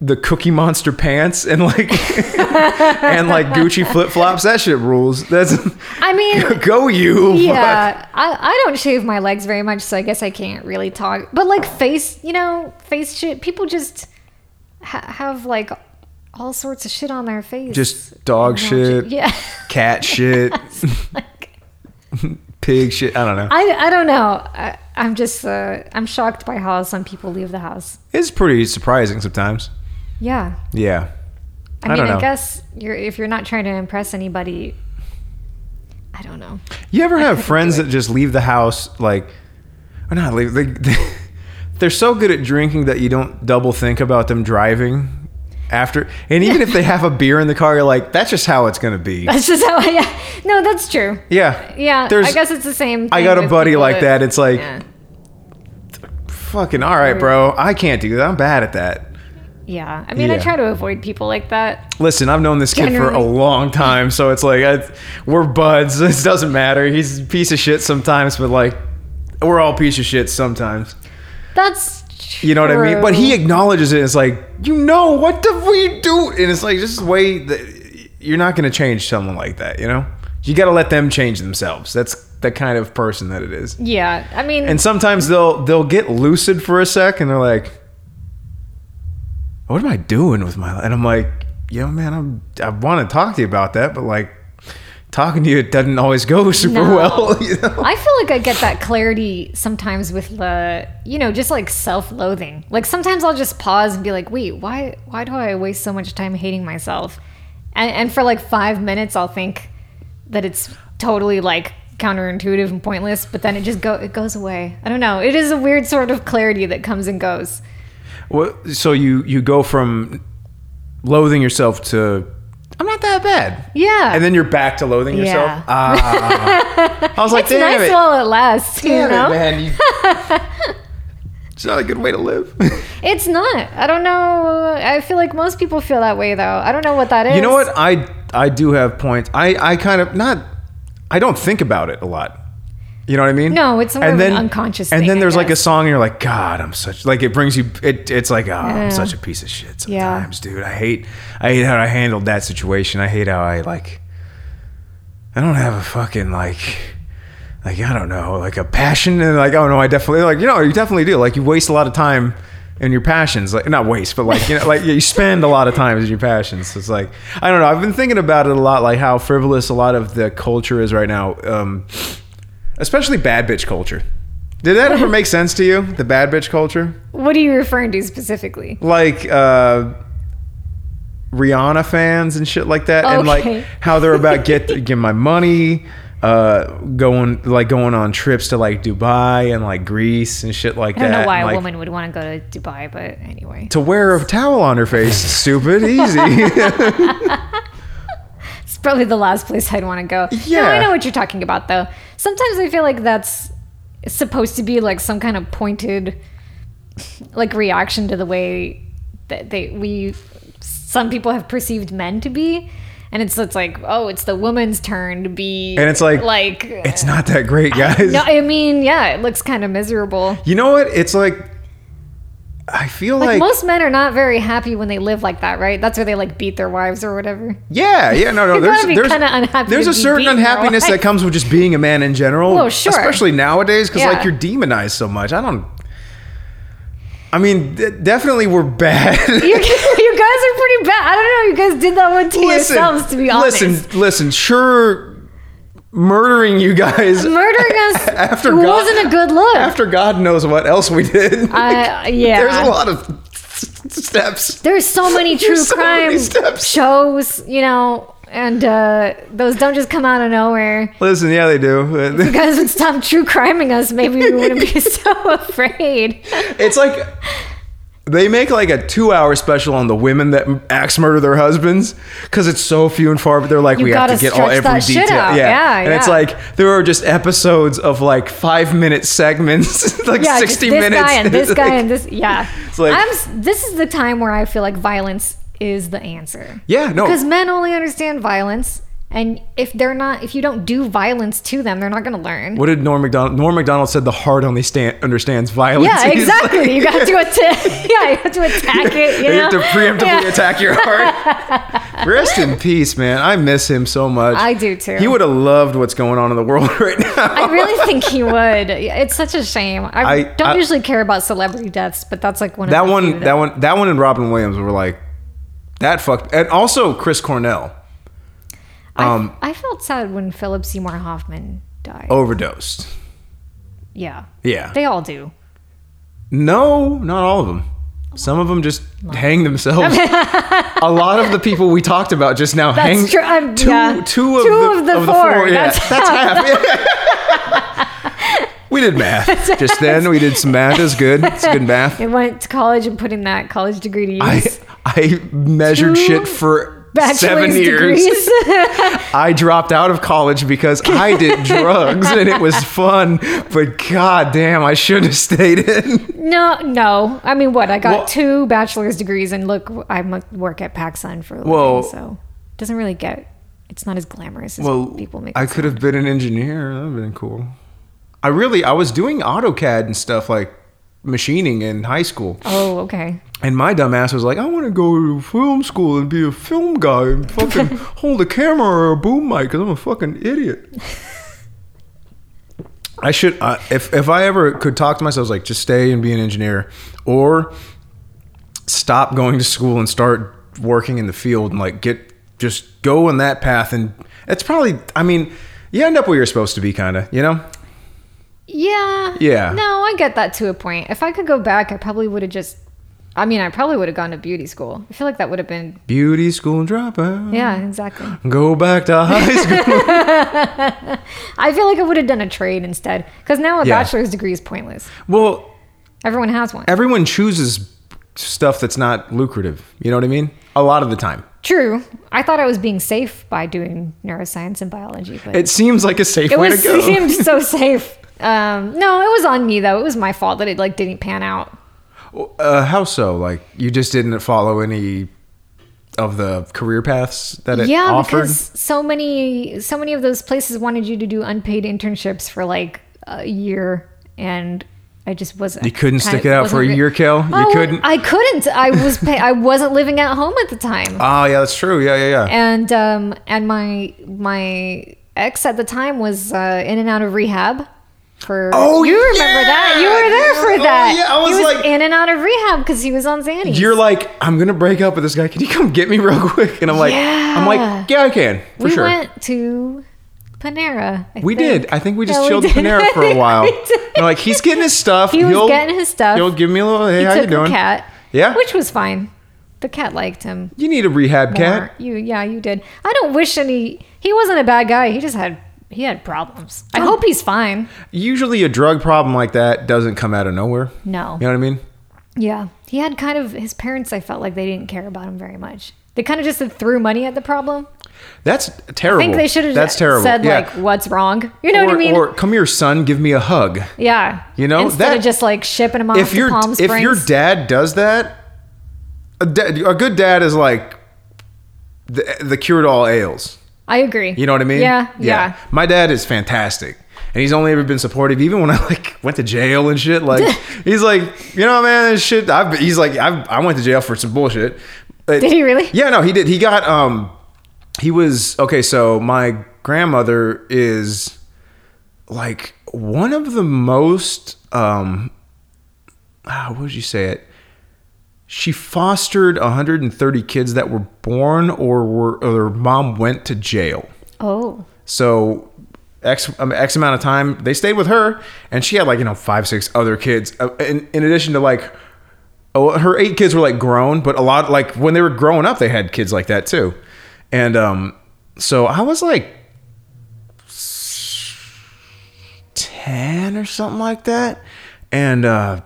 Speaker 1: the Cookie Monster pants and like <laughs> and like Gucci flip flops. That shit rules. That's
Speaker 2: I mean,
Speaker 1: <laughs> go you.
Speaker 2: Yeah, I, I don't shave my legs very much, so I guess I can't really talk. But like face, you know, face shit. People just ha- have like all sorts of shit on their face.
Speaker 1: Just dog shit,
Speaker 2: Yeah. <laughs>
Speaker 1: cat shit,
Speaker 2: like,
Speaker 1: <laughs> pig shit. I don't know.
Speaker 2: I, I don't know. I, I'm just uh, I'm shocked by how some people leave the house.
Speaker 1: It's pretty surprising sometimes.
Speaker 2: Yeah.
Speaker 1: Yeah.
Speaker 2: I
Speaker 1: I
Speaker 2: mean,
Speaker 1: don't
Speaker 2: I,
Speaker 1: know.
Speaker 2: guess you're if you're not trying to impress anybody. I don't know. <laughs>
Speaker 1: You ever have
Speaker 2: couldn't
Speaker 1: friends
Speaker 2: do
Speaker 1: that just leave the house like, or not leave? They, they, <laughs> they're so good at drinking that you don't double think about them driving after. And even if they have a beer in the car, you're like, that's just how it's gonna
Speaker 2: <laughs>
Speaker 1: be.
Speaker 2: That's just how. I, yeah. No, that's true.
Speaker 1: Yeah.
Speaker 2: Yeah.
Speaker 1: There's,
Speaker 2: I guess it's the same.
Speaker 1: I
Speaker 2: thing
Speaker 1: got a
Speaker 2: with
Speaker 1: buddy
Speaker 2: people
Speaker 1: like that. It's like,
Speaker 2: yeah.
Speaker 1: fucking, all right, bro. I can't do that. I'm bad at that.
Speaker 2: Yeah. I mean, I
Speaker 1: Yeah.
Speaker 2: try to avoid people like that.
Speaker 1: Listen, I've known this kid for a
Speaker 2: Generally.
Speaker 1: long time, so it's like I, we're buds. <laughs> It doesn't matter. He's a piece of shit sometimes, but like we're all piece of shit sometimes.
Speaker 2: That's
Speaker 1: You know what I mean? But he
Speaker 2: true.
Speaker 1: acknowledges it. It's like, you know, what do we do? And it's like, just the way that you're not going to change someone like that, you know? You got to let them change themselves. That's the kind of person that it is.
Speaker 2: Yeah. I mean,
Speaker 1: And sometimes they'll they'll get lucid for a sec and they're like, "What am I doing with my?" life? And I'm like, "Yo, man, I'm I want to talk to you about that, but like, talking to you it doesn't always go <laughs> super
Speaker 2: No.
Speaker 1: well." You know?
Speaker 2: I feel like I get that clarity sometimes with the, you know, just like self-loathing. Like sometimes I'll just pause and be like, "Wait, why? Why do I waste so much time hating myself?" And, and for like five minutes, I'll think that it's totally like counterintuitive and pointless. But then it just go, it goes away. I don't know. It is a weird sort of clarity that comes and goes.
Speaker 1: What, so you you go from loathing yourself to I'm not that bad,
Speaker 2: Yeah.
Speaker 1: and then you're back to loathing yourself.
Speaker 2: Yeah.
Speaker 1: Ah.
Speaker 2: <laughs>
Speaker 1: I was like,
Speaker 2: it's
Speaker 1: damn
Speaker 2: nice
Speaker 1: it,
Speaker 2: while it lasts. you
Speaker 1: damn
Speaker 2: know?
Speaker 1: it, man. You,
Speaker 2: <laughs>
Speaker 1: it's not a good way to live. <laughs>
Speaker 2: It's not. I don't know. I feel like most people feel that way, though. I don't know what that is.
Speaker 1: you know what? I I do have points. I I kind of not. I don't think about it a lot. You know what I mean?
Speaker 2: No, it's more of an unconscious
Speaker 1: And
Speaker 2: thing,
Speaker 1: then
Speaker 2: I
Speaker 1: there's like a
Speaker 2: guess.
Speaker 1: song, and you're like, God, I'm such like it brings you. It, it's like, oh,
Speaker 2: Yeah.
Speaker 1: I'm such a piece of shit
Speaker 2: Yeah.
Speaker 1: sometimes, dude. I hate, I hate how I handled that situation. I hate how I like. I don't have a fucking like. like I don't know, like a passion, and like oh no, I definitely like you know you definitely do. Like you waste a lot of time in your passions, like not waste, but like you know, like you spend a lot of time in your passions. So it's like I don't know. I've been thinking about it a lot, like how frivolous a lot of the culture is right now, um, especially bad bitch culture. Did that ever make sense to you? The bad bitch culture,
Speaker 2: What are you referring to specifically?
Speaker 1: like. uh Rihanna fans and shit like that, and
Speaker 2: Okay.
Speaker 1: like how they're about
Speaker 2: <laughs>
Speaker 1: get get my money, uh, going like going on trips to like Dubai and like Greece and shit like
Speaker 2: I don't
Speaker 1: that.
Speaker 2: know why
Speaker 1: and,
Speaker 2: a
Speaker 1: like,
Speaker 2: woman would want to go to Dubai, but anyway.
Speaker 1: to wear a towel on her face.
Speaker 2: <laughs>
Speaker 1: Stupid, easy.
Speaker 2: It's probably the last place I'd want to go.
Speaker 1: Yeah.
Speaker 2: No, I know what you're talking about, though. Sometimes I feel like that's supposed to be like some kind of pointed, like reaction to the way that they we some people have perceived men to be, and it's it's like oh, it's the woman's turn to be,
Speaker 1: And it's like-
Speaker 2: like
Speaker 1: it's not that great, guys.
Speaker 2: no, I mean yeah, it looks kind of miserable.
Speaker 1: You know what? It's like I feel
Speaker 2: Like,
Speaker 1: like,
Speaker 2: most men are not very happy when they live like that, right? That's where they like beat their wives or whatever. <laughs>
Speaker 1: yeah, yeah, no, no.
Speaker 2: You
Speaker 1: There's
Speaker 2: gotta be
Speaker 1: there's
Speaker 2: kinda unhappy
Speaker 1: there's
Speaker 2: to
Speaker 1: a
Speaker 2: be
Speaker 1: certain
Speaker 2: beaten in
Speaker 1: unhappiness
Speaker 2: real
Speaker 1: that
Speaker 2: life.
Speaker 1: comes with just being a man in general.
Speaker 2: Well, sure.
Speaker 1: especially nowadays because
Speaker 2: Yeah.
Speaker 1: like you're demonized so much. I don't. I mean, d- definitely we're
Speaker 2: <laughs>
Speaker 1: bad.
Speaker 2: you,
Speaker 1: <laughs>
Speaker 2: you guys are pretty bad. I don't know. You guys did that one to yourselves, to be honest.
Speaker 1: Listen, listen, sure murdering you guys
Speaker 2: <laughs> Murdering
Speaker 1: <laughs>
Speaker 2: us
Speaker 1: After God-
Speaker 2: wasn't a good look.
Speaker 1: after God knows what else we did.
Speaker 2: uh,
Speaker 1: <laughs>
Speaker 2: yeah.
Speaker 1: There's a lot of steps. <laughs>
Speaker 2: There's so many true
Speaker 1: so
Speaker 2: crime
Speaker 1: many steps.
Speaker 2: shows, you know, and uh, those don't just come out of nowhere.
Speaker 1: Listen, yeah, they do.
Speaker 2: You guys would stop true criming us. Maybe we wouldn't be <laughs> so afraid.
Speaker 1: It's like they make like a two-hour special on the women that axe murder their husbands because it's so few and far. But they're like, we have to
Speaker 2: gotta
Speaker 1: get all
Speaker 2: stretch
Speaker 1: every
Speaker 2: that shit
Speaker 1: detail.
Speaker 2: out. Yeah,
Speaker 1: and it's
Speaker 2: yeah.
Speaker 1: like there are just episodes of like five-minute segments, <laughs> like
Speaker 2: Yeah, just
Speaker 1: sixty
Speaker 2: this
Speaker 1: minutes.
Speaker 2: guy
Speaker 1: <laughs>
Speaker 2: and this
Speaker 1: It's
Speaker 2: guy
Speaker 1: like-
Speaker 2: and this. Yeah.
Speaker 1: like-
Speaker 2: I'm, s- this is the time where I feel like violence is the answer.
Speaker 1: yeah, no,
Speaker 2: because men only understand violence and if they're not if you don't do violence to them they're not going to learn
Speaker 1: What did Norm Macdonald? Norm Macdonald said the heart only stand, understands violence.
Speaker 2: yeah
Speaker 1: <laughs> He's like-
Speaker 2: exactly you got to
Speaker 1: <laughs>
Speaker 2: attack <laughs> yeah you have to attack it you
Speaker 1: They have to
Speaker 2: know?
Speaker 1: preemptively
Speaker 2: Yeah.
Speaker 1: attack
Speaker 2: <laughs>
Speaker 1: your heart. Rest in peace, man. I miss him so much.
Speaker 2: I do, too.
Speaker 1: He would have loved what's going on in the world <laughs> right now.
Speaker 2: i really think he would it's such a shame i,
Speaker 1: I-
Speaker 2: don't
Speaker 1: I-
Speaker 2: usually care about celebrity deaths but that's like one
Speaker 1: <laughs>
Speaker 2: of
Speaker 1: that
Speaker 2: my
Speaker 1: one,
Speaker 2: favorite.
Speaker 1: that one, that one, and Robin Williams were like that fucked. And also Chris Cornell
Speaker 2: I,
Speaker 1: um,
Speaker 2: I felt sad when philip seymour hoffman died
Speaker 1: overdosed.
Speaker 2: yeah
Speaker 1: Yeah.
Speaker 2: they all do
Speaker 1: No, not all of them. Some of them just hang themselves.
Speaker 2: <laughs>
Speaker 1: a lot of the people we talked about just now hang.
Speaker 2: true. I'm-
Speaker 1: two,
Speaker 2: yeah.
Speaker 1: two of
Speaker 2: Two
Speaker 1: the,
Speaker 2: of the
Speaker 1: four.
Speaker 2: four.
Speaker 1: Yeah, that's,
Speaker 2: That's <laughs>
Speaker 1: half. Yeah. we did math just then. We did some math. It was good. It's good math.
Speaker 2: i went to college and put in that college degree to
Speaker 1: I
Speaker 2: use
Speaker 1: I measured
Speaker 2: Two
Speaker 1: shit for
Speaker 2: bachelor's
Speaker 1: seven years.
Speaker 2: <laughs> degrees
Speaker 1: <laughs> I dropped out of college because I did drugs and it was fun, but god damn, I should have stayed in.
Speaker 2: No, no. I mean, what? I got
Speaker 1: Well-
Speaker 2: two bachelor's degrees, and look, I mu- work at PacSun for a living,
Speaker 1: Well-
Speaker 2: so doesn't really get. It's not as glamorous as people make.
Speaker 1: I
Speaker 2: it
Speaker 1: could have been an engineer. That would have been cool. I really, I was doing AutoCAD and stuff like machining in high school.
Speaker 2: sound. Oh, okay.
Speaker 1: And my dumb ass was like, I want to go to film school and be a film guy and fucking hold a camera or a boom mic because I'm a fucking idiot. I should, uh, if, if I ever could talk to myself, I was like, just stay and be an engineer or stop going to school and start working in the field and like get, just go on that path. And it's probably, I mean, you end up where you're supposed to be, kind of, you know?
Speaker 2: Yeah.
Speaker 1: Yeah.
Speaker 2: No, I get that to a point. If I could go back, I probably would have just. I mean, I probably would have gone to beauty school. I feel like that would have been.
Speaker 1: Beauty school and drop out.
Speaker 2: Yeah, exactly.
Speaker 1: Go back to high school.
Speaker 2: I feel like I would have done a trade instead, because now a
Speaker 1: Yeah.
Speaker 2: bachelor's degree is pointless.
Speaker 1: well,
Speaker 2: Everyone has one.
Speaker 1: everyone chooses stuff that's not lucrative. You know what I mean? A lot of the time.
Speaker 2: True. I thought I was being safe by doing neuroscience and biology, but
Speaker 1: It seems like a safe
Speaker 2: it
Speaker 1: way
Speaker 2: was
Speaker 1: to go.
Speaker 2: <laughs> seemed so safe. Um, no, it was on me though. It was my fault that it like didn't pan out.
Speaker 1: <laughs> uh, how so? Like you just didn't follow any of the career paths that it
Speaker 2: yeah,
Speaker 1: offered?
Speaker 2: because so many so many of those places wanted you to do unpaid internships for like a year, and I just wasn't.
Speaker 1: You couldn't stick it out for a year, Kel? You couldn't?
Speaker 2: Oh, I couldn't. I was pay- I wasn't living
Speaker 1: Ah,
Speaker 2: at home at the time.
Speaker 1: Oh, yeah, that's true. Yeah, yeah, yeah.
Speaker 2: and um and um, my my ex at the time was uh, in and out of rehab. For
Speaker 1: Oh,
Speaker 2: you remember
Speaker 1: yeah!
Speaker 2: that you were there for
Speaker 1: Oh,
Speaker 2: that.
Speaker 1: yeah, I
Speaker 2: he
Speaker 1: was
Speaker 2: was
Speaker 1: like-
Speaker 2: in and out of rehab because he was on Xanny.
Speaker 1: You're like, I'm gonna break up with this guy. Can you come get me <laughs> real quick? And I'm like, I'm
Speaker 2: Yeah.
Speaker 1: like, yeah, I can for
Speaker 2: we
Speaker 1: sure.
Speaker 2: went to Panera. I
Speaker 1: we
Speaker 2: think.
Speaker 1: did. I think we just
Speaker 2: Yeah, we
Speaker 1: chilled at
Speaker 2: did.
Speaker 1: Panera for a while.
Speaker 2: <laughs> We did.
Speaker 1: And, like he's getting his stuff.
Speaker 2: He was
Speaker 1: He'll-
Speaker 2: getting his stuff.
Speaker 1: He'll give me a little. Hey,
Speaker 2: He
Speaker 1: how
Speaker 2: took
Speaker 1: you doing?
Speaker 2: the cat.
Speaker 1: Yeah.
Speaker 2: which was fine. The cat liked him.
Speaker 1: You need a rehab
Speaker 2: more.
Speaker 1: cat.
Speaker 2: You yeah, you did. I don't wish any. He wasn't a bad guy. He just had he had problems.
Speaker 1: Oh.
Speaker 2: I hope he's fine.
Speaker 1: Usually, a drug problem like that doesn't come out of nowhere.
Speaker 2: No.
Speaker 1: You know what I mean?
Speaker 2: Yeah. He had kind of his parents. I felt like they didn't care about him very much. They kind of just threw money at the problem.
Speaker 1: That's terrible.
Speaker 2: I think they should have
Speaker 1: Oh, That's
Speaker 2: just
Speaker 1: terrible.
Speaker 2: said
Speaker 1: yeah.
Speaker 2: like, "What's wrong?" You know
Speaker 1: or,
Speaker 2: what I mean?
Speaker 1: or come here, son, give me a hug.
Speaker 2: yeah.
Speaker 1: You know,
Speaker 2: instead
Speaker 1: that-
Speaker 2: of just like shipping him off
Speaker 1: if
Speaker 2: to
Speaker 1: your
Speaker 2: Palm Springs.
Speaker 1: if your dad does that, a, da- a good dad is like the, the cure to all ails.
Speaker 2: I agree.
Speaker 1: You know what I mean?
Speaker 2: Yeah. Yeah.
Speaker 1: My dad is fantastic. And he's only ever been supportive, even when I like went to jail and shit.
Speaker 2: <laughs>
Speaker 1: Like he's like, you know, man, this shit. I've, been- he's like, I've, I went to jail for some bullshit. Did
Speaker 2: he really?
Speaker 1: Yeah, no, he did. He got um, he was okay. So my grandmother is like one of the most um, how would you say it? She fostered 130 kids that were born or were or their mom went to jail.
Speaker 2: Oh.
Speaker 1: So X, um, X amount of time they stayed with her, and she had like you know five six other kids. Uh, in, in addition to like, oh, her eight kids were like grown, but a lot like when they were growing up, they had kids like that too. And um, so I was like ten or something like that, and uh,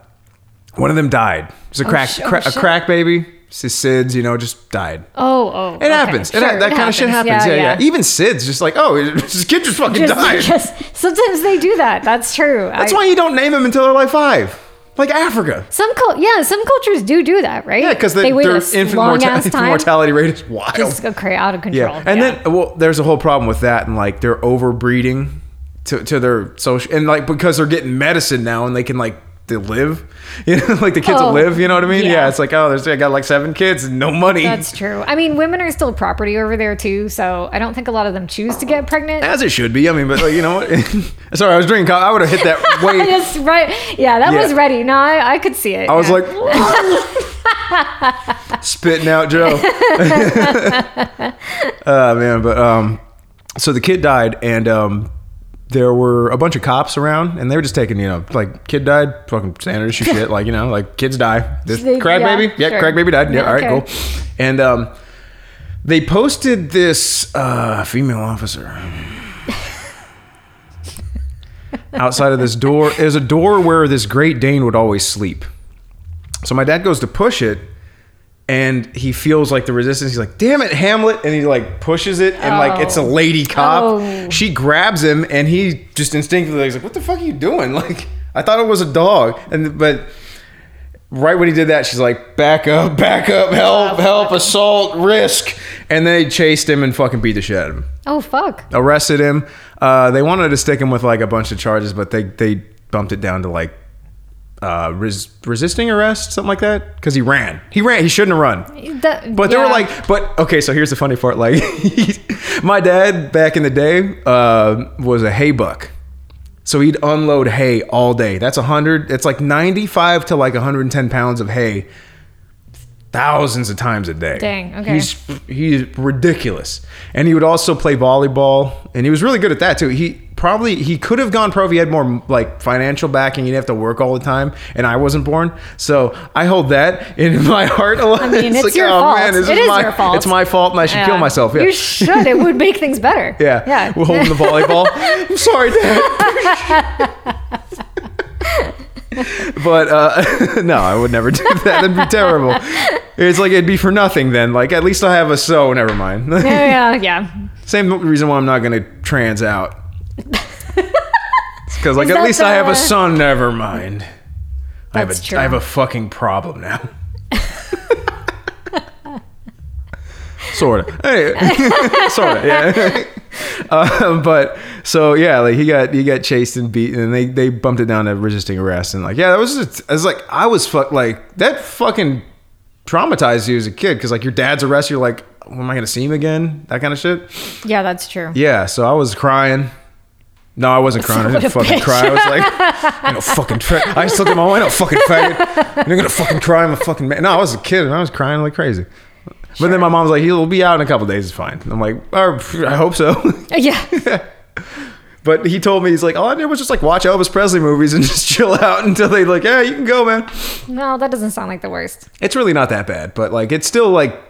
Speaker 1: one of them died. It was a crack
Speaker 2: sh- oh,
Speaker 1: cra- a
Speaker 2: shit.
Speaker 1: crack baby. SIDS, you know, just died.
Speaker 2: Oh. Oh.
Speaker 1: It happens. It, ha- that kind of shit happens. Yeah, yeah, Even Sid's just like, oh, <laughs> this kid just fucking died.
Speaker 2: <laughs> Just, just- sometimes they do that. That's true.
Speaker 1: That's
Speaker 2: I-
Speaker 1: why you don't name them until they're like five, like Africa.
Speaker 2: Some cult, yeah, some cultures do do that, right?
Speaker 1: Yeah, because
Speaker 2: they,
Speaker 1: they,
Speaker 2: wait
Speaker 1: their
Speaker 2: a
Speaker 1: infant,
Speaker 2: long
Speaker 1: morta-
Speaker 2: ass
Speaker 1: <laughs> infant
Speaker 2: time.
Speaker 1: mortality rate is wild.
Speaker 2: Just go crazy, out of control.
Speaker 1: yeah, and then well, there's a whole problem with that, and like they're overbreeding to to their social, and like because they're getting medicine now, and they can like they live, <laughs> you know, like the kids
Speaker 2: Oh,
Speaker 1: will live. You know what I mean? Yeah.
Speaker 2: yeah.
Speaker 1: it's like oh, there's I got like seven kids and no money.
Speaker 2: that's true. I mean, women are still property over there too, so I don't think a lot of them choose to get pregnant. <laughs>
Speaker 1: as it should be. I mean, but like, you know what? <laughs> Sorry, I was drinking. co- I would have hit
Speaker 2: <laughs>
Speaker 1: that way.
Speaker 2: That's right. Yeah, that
Speaker 1: Yeah.
Speaker 2: was ready. No, I, I could see it.
Speaker 1: I was like <laughs> spitting out Joe. uh, man, but um, so the kid died, and um, there were a bunch of cops around, and they were just taking you know like kid died, fucking standard issue shit, like you know like kids die. This
Speaker 2: They-
Speaker 1: crack
Speaker 2: yeah,
Speaker 1: baby, yeah,
Speaker 2: sure.
Speaker 1: crack baby died. Yeah,
Speaker 2: Yeah,
Speaker 1: all right,
Speaker 2: okay.
Speaker 1: cool. And um, they posted this uh, female officer. Outside of this door is a door where this Great Dane would always sleep. So my dad goes to push it, and he feels like the resistance. He's like, "Damn it, Hamlet!" And he like pushes it, and like it's a lady cop.
Speaker 2: Oh.
Speaker 1: She grabs him, and he just instinctively is like, "What the fuck are you doing?" <laughs> Like I thought it was a dog, and but right when he did that, she's like, "Back up, back up, help, help, assault, risk!" And they chased him and fucking beat the shit out of him
Speaker 2: oh fuck.
Speaker 1: arrested him. Uh, they wanted to stick him with like a bunch of charges, but they they bumped it down to like uh, res- resisting arrest, something like that, because he ran. He ran. He shouldn't have run.
Speaker 2: That-
Speaker 1: But they were
Speaker 2: yeah.
Speaker 1: like, but okay. So here's the funny part. Like, <laughs> my dad back in the day uh, was a hay buck. So he'd unload hay all day. That's 100, it's like 95 to like 110 pounds of hay thousands of times a day.
Speaker 2: Dang, okay.
Speaker 1: He's he's ridiculous. And he would also play volleyball and he was really good at that too. He probably he could have gone pro if he had more like financial backing. He didn't have to work all the time and I wasn't born. So I hold that in <laughs> my heart a lot. I
Speaker 2: mean, it's your
Speaker 1: oh,
Speaker 2: fault. It is
Speaker 1: my,
Speaker 2: your fault.
Speaker 1: It's my fault and I should
Speaker 2: Yeah.
Speaker 1: kill myself. Yeah.
Speaker 2: You should. It would make things better.
Speaker 1: <laughs> yeah.
Speaker 2: Yeah.
Speaker 1: We're holding the
Speaker 2: <laughs>
Speaker 1: volleyball. I'm sorry, Dad. but uh, <laughs> no, I would never do that. That'd be terrible. It's like it'd be for nothing then. Like at least I have a so. Never mind.
Speaker 2: yeah. Yeah. Yeah.
Speaker 1: Same reason why I'm not gonna trans
Speaker 2: <laughs>
Speaker 1: out. Because like
Speaker 2: Is
Speaker 1: at
Speaker 2: that
Speaker 1: least I have a
Speaker 2: the- uh,
Speaker 1: son. Never mind. I have a I
Speaker 2: That's true.
Speaker 1: have a fucking problem
Speaker 2: <laughs>
Speaker 1: now. sort of. Hey, <laughs> sort of. Yeah. Uh, but so yeah, like he got he got chased and beaten, and they they bumped it down to resisting arrest, and like yeah, that was just, I was like I was fuck like that fucking traumatized you as a kid because like your dad's arrest, you're like when am I going to see him again? That kind of shit.
Speaker 2: Yeah, that's true.
Speaker 1: Yeah, so I was crying. No, I wasn't crying. I
Speaker 2: What a
Speaker 1: didn't fucking
Speaker 2: bitch.
Speaker 1: cry. I was like, I don't fucking. Tra-. I just looked at my wife. I don't fucking faggot. I'm gonna fucking cry. I'm a fucking man. No, I was a kid and I was crying like crazy. But then my mom's like, he'll be out in a couple days. It's fine. I'm like, "Oh, pff, I hope so. <laughs>
Speaker 2: Yeah. <laughs>
Speaker 1: But he told me he's like, all I did was just like watch Elvis Presley movies and just <laughs> chill out until they like, yeah, you can go, man.
Speaker 2: No, that doesn't sound like the worst.
Speaker 1: It's really not that bad, but like it's still like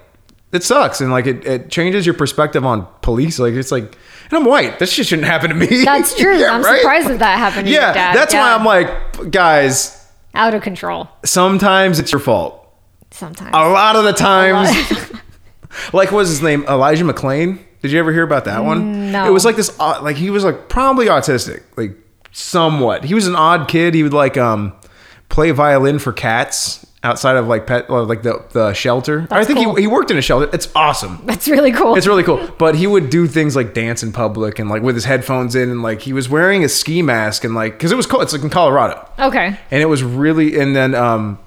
Speaker 1: it sucks and like it, it changes your perspective on police. Like it's like, and I'm white. This shit shouldn't happen to me. <laughs>
Speaker 2: That's true.
Speaker 1: Yeah,
Speaker 2: I'm
Speaker 1: right?
Speaker 2: surprised that that happened to
Speaker 1: yeah,
Speaker 2: your dad.
Speaker 1: that's
Speaker 2: Yeah.
Speaker 1: why I'm like, guys.
Speaker 2: out of control
Speaker 1: Sometimes it's your fault.
Speaker 2: sometimes.
Speaker 1: A lot of the times, like what was his name elijah mcclain did you ever hear about that one
Speaker 2: no.
Speaker 1: it was like this au- like he was like probably autistic like somewhat he was an odd kid he would like um play violin for cats outside of like pet or, like the the shelter i think
Speaker 2: cool.
Speaker 1: he, he worked in a shelter it's awesome
Speaker 2: that's really cool.
Speaker 1: it's really cool but he would do things like dance in public and like with his headphones in and like he was wearing a ski mask and like because it was cold it's like in colorado
Speaker 2: okay.
Speaker 1: and it was really and then um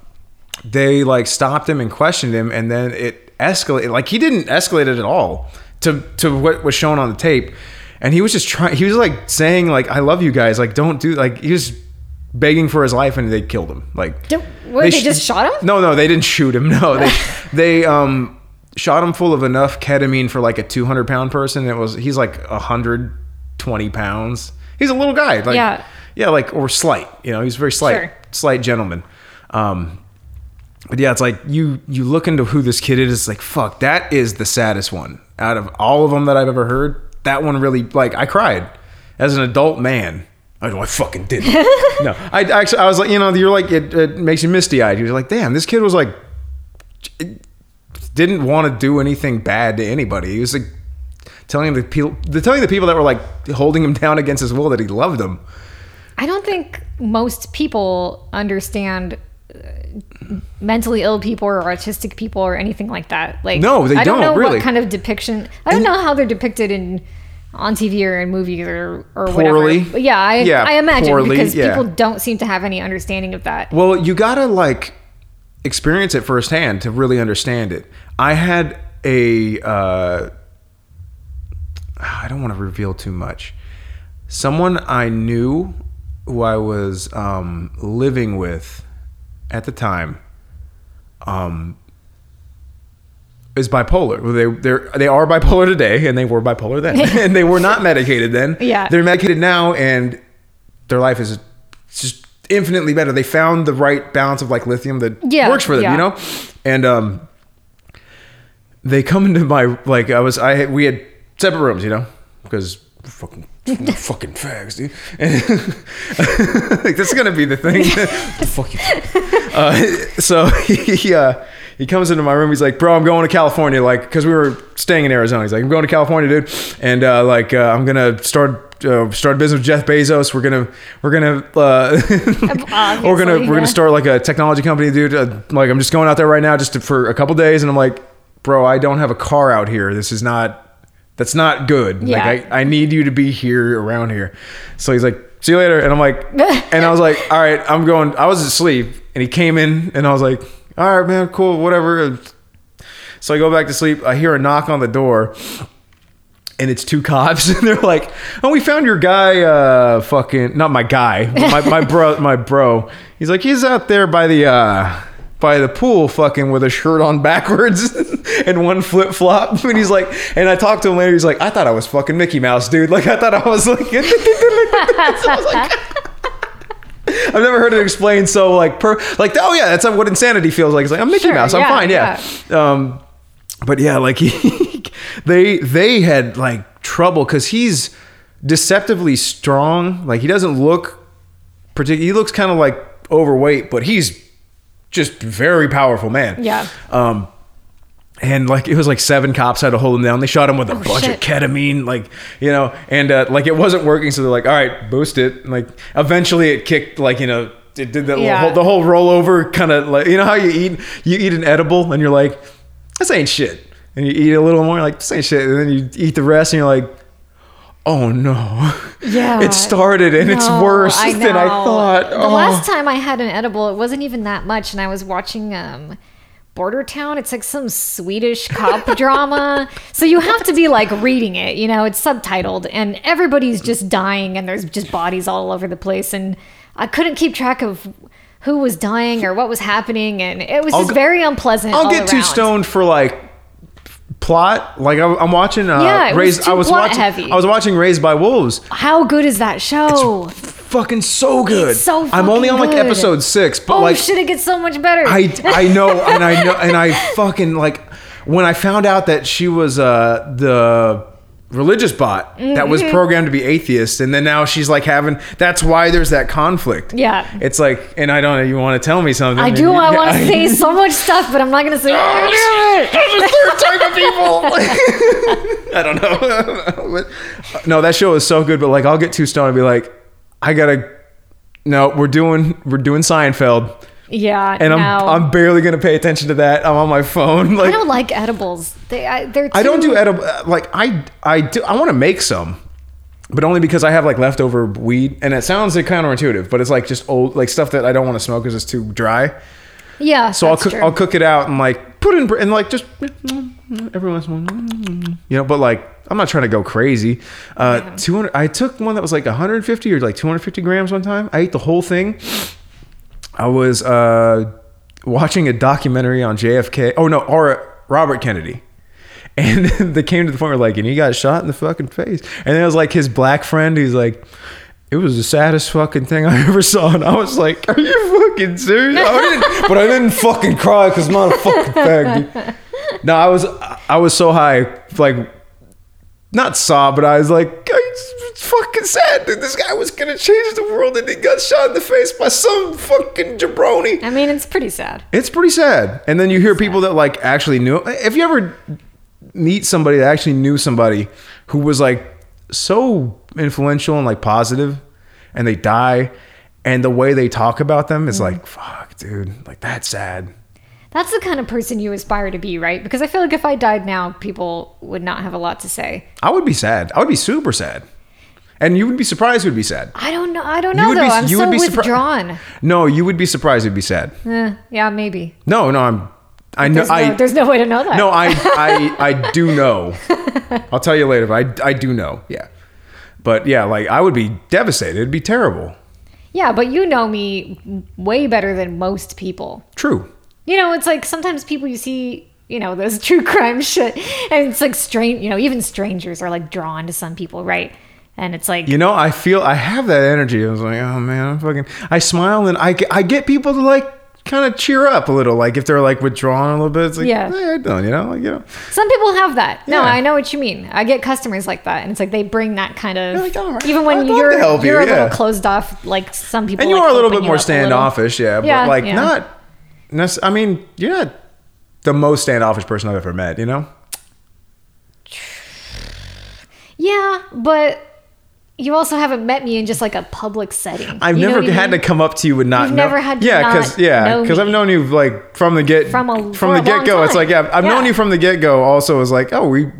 Speaker 1: they like stopped him and questioned him and then it escalated like he didn't escalate it at all to to what was shown on the tape and he was just trying he was like saying like i love you guys like don't do like he was begging for his life and they killed him like
Speaker 2: Did- what, they just shot him?
Speaker 1: no no they didn't shoot him <laughs> no
Speaker 2: <laughs>
Speaker 1: they they um shot him full of enough ketamine for like a 200 pound person it was he's like 120 pounds he's a little guy like
Speaker 2: Yeah.
Speaker 1: yeah, like or slight. You know, he's a very slight,
Speaker 2: Sure.
Speaker 1: slight gentleman. Um, but yeah, it's like you you look into who this kid is. It's like fuck, that is the saddest one out of all of them that I've ever heard. That one really like I cried as an adult man. I know I fucking did. no, I actually I was like you know you're like it, it makes you misty eyed. You're like damn, this kid was like didn't want to do anything bad to anybody. He was like telling the people, telling the people that were like holding him <laughs> down against his will that he loved them.
Speaker 2: I don't think most people understand uh, mentally ill people or autistic people or anything like that. Like
Speaker 1: No, they
Speaker 2: I don't,
Speaker 1: don't,
Speaker 2: know
Speaker 1: really.
Speaker 2: what kind of depiction. I don't know how they're depicted in on TV or in movies or or
Speaker 1: Poorly.
Speaker 2: whatever. But yeah, I
Speaker 1: Yeah,
Speaker 2: I imagine
Speaker 1: poorly,
Speaker 2: because
Speaker 1: yeah.
Speaker 2: people don't seem to have any understanding of that.
Speaker 1: Well, you gotta like experience it firsthand to really understand it. I had a uh, I don't want to reveal too much. Someone I knew who I was um, living with at the time um, is bipolar. Well, They they they are bipolar today, and they were bipolar
Speaker 2: <laughs>
Speaker 1: then, and they were not medicated then.
Speaker 2: Yeah.
Speaker 1: they're medicated now, and their life is just infinitely better. They found the right balance of like lithium that
Speaker 2: Yeah,
Speaker 1: works for them,
Speaker 2: yeah.
Speaker 1: you know, and um, they come into my like I was I we had separate rooms, you know, because fucking <laughs> fucking fags, dude. And like that's gonna be the thing. <laughs> Fuck you. Uh, so <laughs> he he, uh, he comes into my room. He's like, bro, I'm going to California, like because we were staying in Arizona. He's like, I'm going to California, dude, and uh, like uh, I'm gonna start. Uh, start a business with Jeff Bezos. We're gonna, we're gonna, uh, <laughs> we're gonna,
Speaker 2: Obviously,
Speaker 1: we're
Speaker 2: yeah.
Speaker 1: gonna start like a technology company, dude. Uh, like I'm just going out there right now, just to, for a couple days, and I'm like, bro, I don't have a car out here. This is not, that's not good.
Speaker 2: Yeah.
Speaker 1: Like I, I need you to be here around here. So he's like, see you later, and I'm like, and I was like, all right, I'm going. I was asleep, and he came in, and I was like, all right, man, cool, whatever. So I go back to sleep. I hear a knock on the door and it's two cops <laughs> and they're like oh we found your guy uh fucking not my guy but my, my
Speaker 2: <laughs>
Speaker 1: bro my bro he's like he's out there by the uh by the pool fucking with a shirt on backwards <laughs> and one flip-flop <laughs> and he's like and i talked to him later he's like i thought i was fucking mickey mouse dude like i thought i was like, <laughs> I was like I've never heard it explained so like per like oh yeah that's what insanity feels like it's like I'm Mickey
Speaker 2: Sure,
Speaker 1: Mouse I'm
Speaker 2: yeah,
Speaker 1: fine yeah, um but yeah like <laughs> he, they they had like trouble because he's deceptively strong like he doesn't look particular he looks kind of like overweight but he's just very powerful man
Speaker 2: Yeah.
Speaker 1: um and like it was like seven cops had to hold him down. They shot him with a bunch
Speaker 2: Oh, shit.
Speaker 1: of ketamine, like you know, and uh, like it wasn't working. So they're like, "All right, boost it." And, like eventually, it kicked. Like you know, it did that
Speaker 2: Yeah.
Speaker 1: whole, the whole rollover kind of like you know how you eat you eat an edible and you're like, "This ain't shit," and you eat a little more, like this ain't shit, and then you eat the rest and you're like, "Oh no, <laughs>
Speaker 2: Yeah.
Speaker 1: it started and it's
Speaker 2: No,
Speaker 1: worse than I
Speaker 2: know.
Speaker 1: thought."
Speaker 2: The
Speaker 1: oh.
Speaker 2: last time I had an edible, it wasn't even that much, and I was watching um border town. It's like some
Speaker 1: <laughs>
Speaker 2: Swedish cop drama. So you have to be like reading it, you know, it's subtitled and everybody's just dying and there's just bodies all over the place. And I couldn't keep track of who was dying or what was happening. And it was just
Speaker 1: go-
Speaker 2: very unpleasant.
Speaker 1: I'll
Speaker 2: all
Speaker 1: get too
Speaker 2: around.
Speaker 1: stoned for like plot. Like I'm, I'm watching. Uh,
Speaker 2: Yeah, it was
Speaker 1: Raised,
Speaker 2: too
Speaker 1: I was
Speaker 2: plot
Speaker 1: watching.
Speaker 2: heavy.
Speaker 1: I was watching Raised by Wolves.
Speaker 2: How good is that show?
Speaker 1: Fucking so good.
Speaker 2: so
Speaker 1: I'm only
Speaker 2: fucking
Speaker 1: on like
Speaker 2: good.
Speaker 1: episode six, but
Speaker 2: Oh
Speaker 1: like
Speaker 2: shit, it gets so much better.
Speaker 1: I I know and I know and I fucking like when I found out that she was uh the religious bot that
Speaker 2: Mm-hmm.
Speaker 1: was programmed to be atheist and then now she's like having that's why there's that conflict.
Speaker 2: Yeah.
Speaker 1: It's like and I don't know you want to tell me something.
Speaker 2: I
Speaker 1: and
Speaker 2: do.
Speaker 1: you- <laughs>
Speaker 2: I want to say so much stuff, but I'm not
Speaker 1: Oh,
Speaker 2: going to say. <laughs>
Speaker 1: third type of people. I don't know. <laughs> But- uh, no, that show is so good, but like I'll get too stoned and be like, I gotta. No, we're doing we're doing Seinfeld,
Speaker 2: yeah,
Speaker 1: and I'm
Speaker 2: no.
Speaker 1: I'm barely gonna pay attention to that. I'm on my phone. <laughs>
Speaker 2: I
Speaker 1: Like
Speaker 2: don't like edibles. They, I, they're. Too,
Speaker 1: I don't do edible. uh, Like I I do. I want to make some. But only because I have like leftover weed, and it sounds like counterintuitive, but it's like just old, like stuff that I don't want to smoke because it's too dry.
Speaker 2: Yeah.
Speaker 1: So I'll
Speaker 2: that's
Speaker 1: cook,
Speaker 2: true.
Speaker 1: I'll cook it out and like put in br- and like just every once in a while, you know. But like I'm not trying to go crazy. Uh, 200. I took one that was like 150 or like 250 grams one time. I ate the whole thing. I was uh, watching a documentary on JFK. Oh no, or Robert Kennedy. <laughs> And then they came to the point where like, and he got shot in the fucking face. And then it was like his black friend who's like, it was the saddest fucking thing I <laughs> ever saw. And I was like, are you fucking serious? I didn't, but I didn't fucking cry because I'm not a fucking fag. dude. No, I was I was so high, like not sob, but I was like, it's it's fucking sad that this guy was gonna change the world and he got shot in the face by some fucking jabroni.
Speaker 2: I mean, it's pretty sad.
Speaker 1: It's pretty sad. And then you hear people that like actually knew. If you ever meet somebody that actually knew somebody who was like so influential and like positive, and they die, and the way they talk about them is like, fuck, dude, like that's sad.
Speaker 2: That's the kind of person you aspire to be, right? Because I feel like if I died now, people would not have a lot to say.
Speaker 1: I would be sad. I would be super sad. And you would be surprised you'd be sad.
Speaker 2: I don't know. I don't
Speaker 1: You
Speaker 2: know
Speaker 1: would
Speaker 2: though.
Speaker 1: be-
Speaker 2: I'm
Speaker 1: you
Speaker 2: so
Speaker 1: would be surpri-
Speaker 2: withdrawn.
Speaker 1: No, you would be surprised you'd be sad.
Speaker 2: Eh, yeah, maybe.
Speaker 1: No, no, I'm. I know.
Speaker 2: There's, no,
Speaker 1: I
Speaker 2: there's no way to know that.
Speaker 1: No, I, I,
Speaker 2: <laughs>
Speaker 1: I do know. I'll tell you later, but I, I do know. Yeah. But yeah, like I would be devastated. It'd be terrible.
Speaker 2: Yeah, but you know me way better than most people.
Speaker 1: True.
Speaker 2: You know, it's like sometimes people you see, you know, those <laughs> true crime shit, and it's like strange. You know, even strangers are like drawn to some people, right? And it's like,
Speaker 1: You know, I feel I have that energy. I was like, oh man, I'm fucking. I smile and I, get- I get people to like kind of cheer up a little. Like if they're like withdrawn a little bit, it's like,
Speaker 2: Yeah.
Speaker 1: yeah, I don't, you know, like, you know,
Speaker 2: Some people have that. No,
Speaker 1: Yeah.
Speaker 2: I know what you mean. I get customers like that, and it's like they bring that kind of
Speaker 1: like, "All right,
Speaker 2: even when
Speaker 1: I'd love
Speaker 2: you're
Speaker 1: to help you,"
Speaker 2: you're a
Speaker 1: yeah.
Speaker 2: little closed off, like some people.
Speaker 1: and you
Speaker 2: like,
Speaker 1: are a little
Speaker 2: open
Speaker 1: bit
Speaker 2: you
Speaker 1: more
Speaker 2: up a little.
Speaker 1: standoffish, yeah, but
Speaker 2: Yeah,
Speaker 1: like
Speaker 2: yeah.
Speaker 1: not. nec- I mean, you're not the most standoffish person I've ever met. You know,
Speaker 2: Yeah, but you also haven't met me in just like a public setting.
Speaker 1: I've
Speaker 2: You know
Speaker 1: never
Speaker 2: what I
Speaker 1: had
Speaker 2: mean?
Speaker 1: to come up to you and not.
Speaker 2: You've
Speaker 1: know.
Speaker 2: never had to
Speaker 1: yeah,
Speaker 2: not
Speaker 1: yeah,
Speaker 2: know
Speaker 1: because
Speaker 2: me.
Speaker 1: I've known you like from the get
Speaker 2: From a- for
Speaker 1: from
Speaker 2: a
Speaker 1: the
Speaker 2: long
Speaker 1: get go. It's
Speaker 2: time.
Speaker 1: like yeah, I've
Speaker 2: Yeah.
Speaker 1: known you from the get go. Also, is like oh we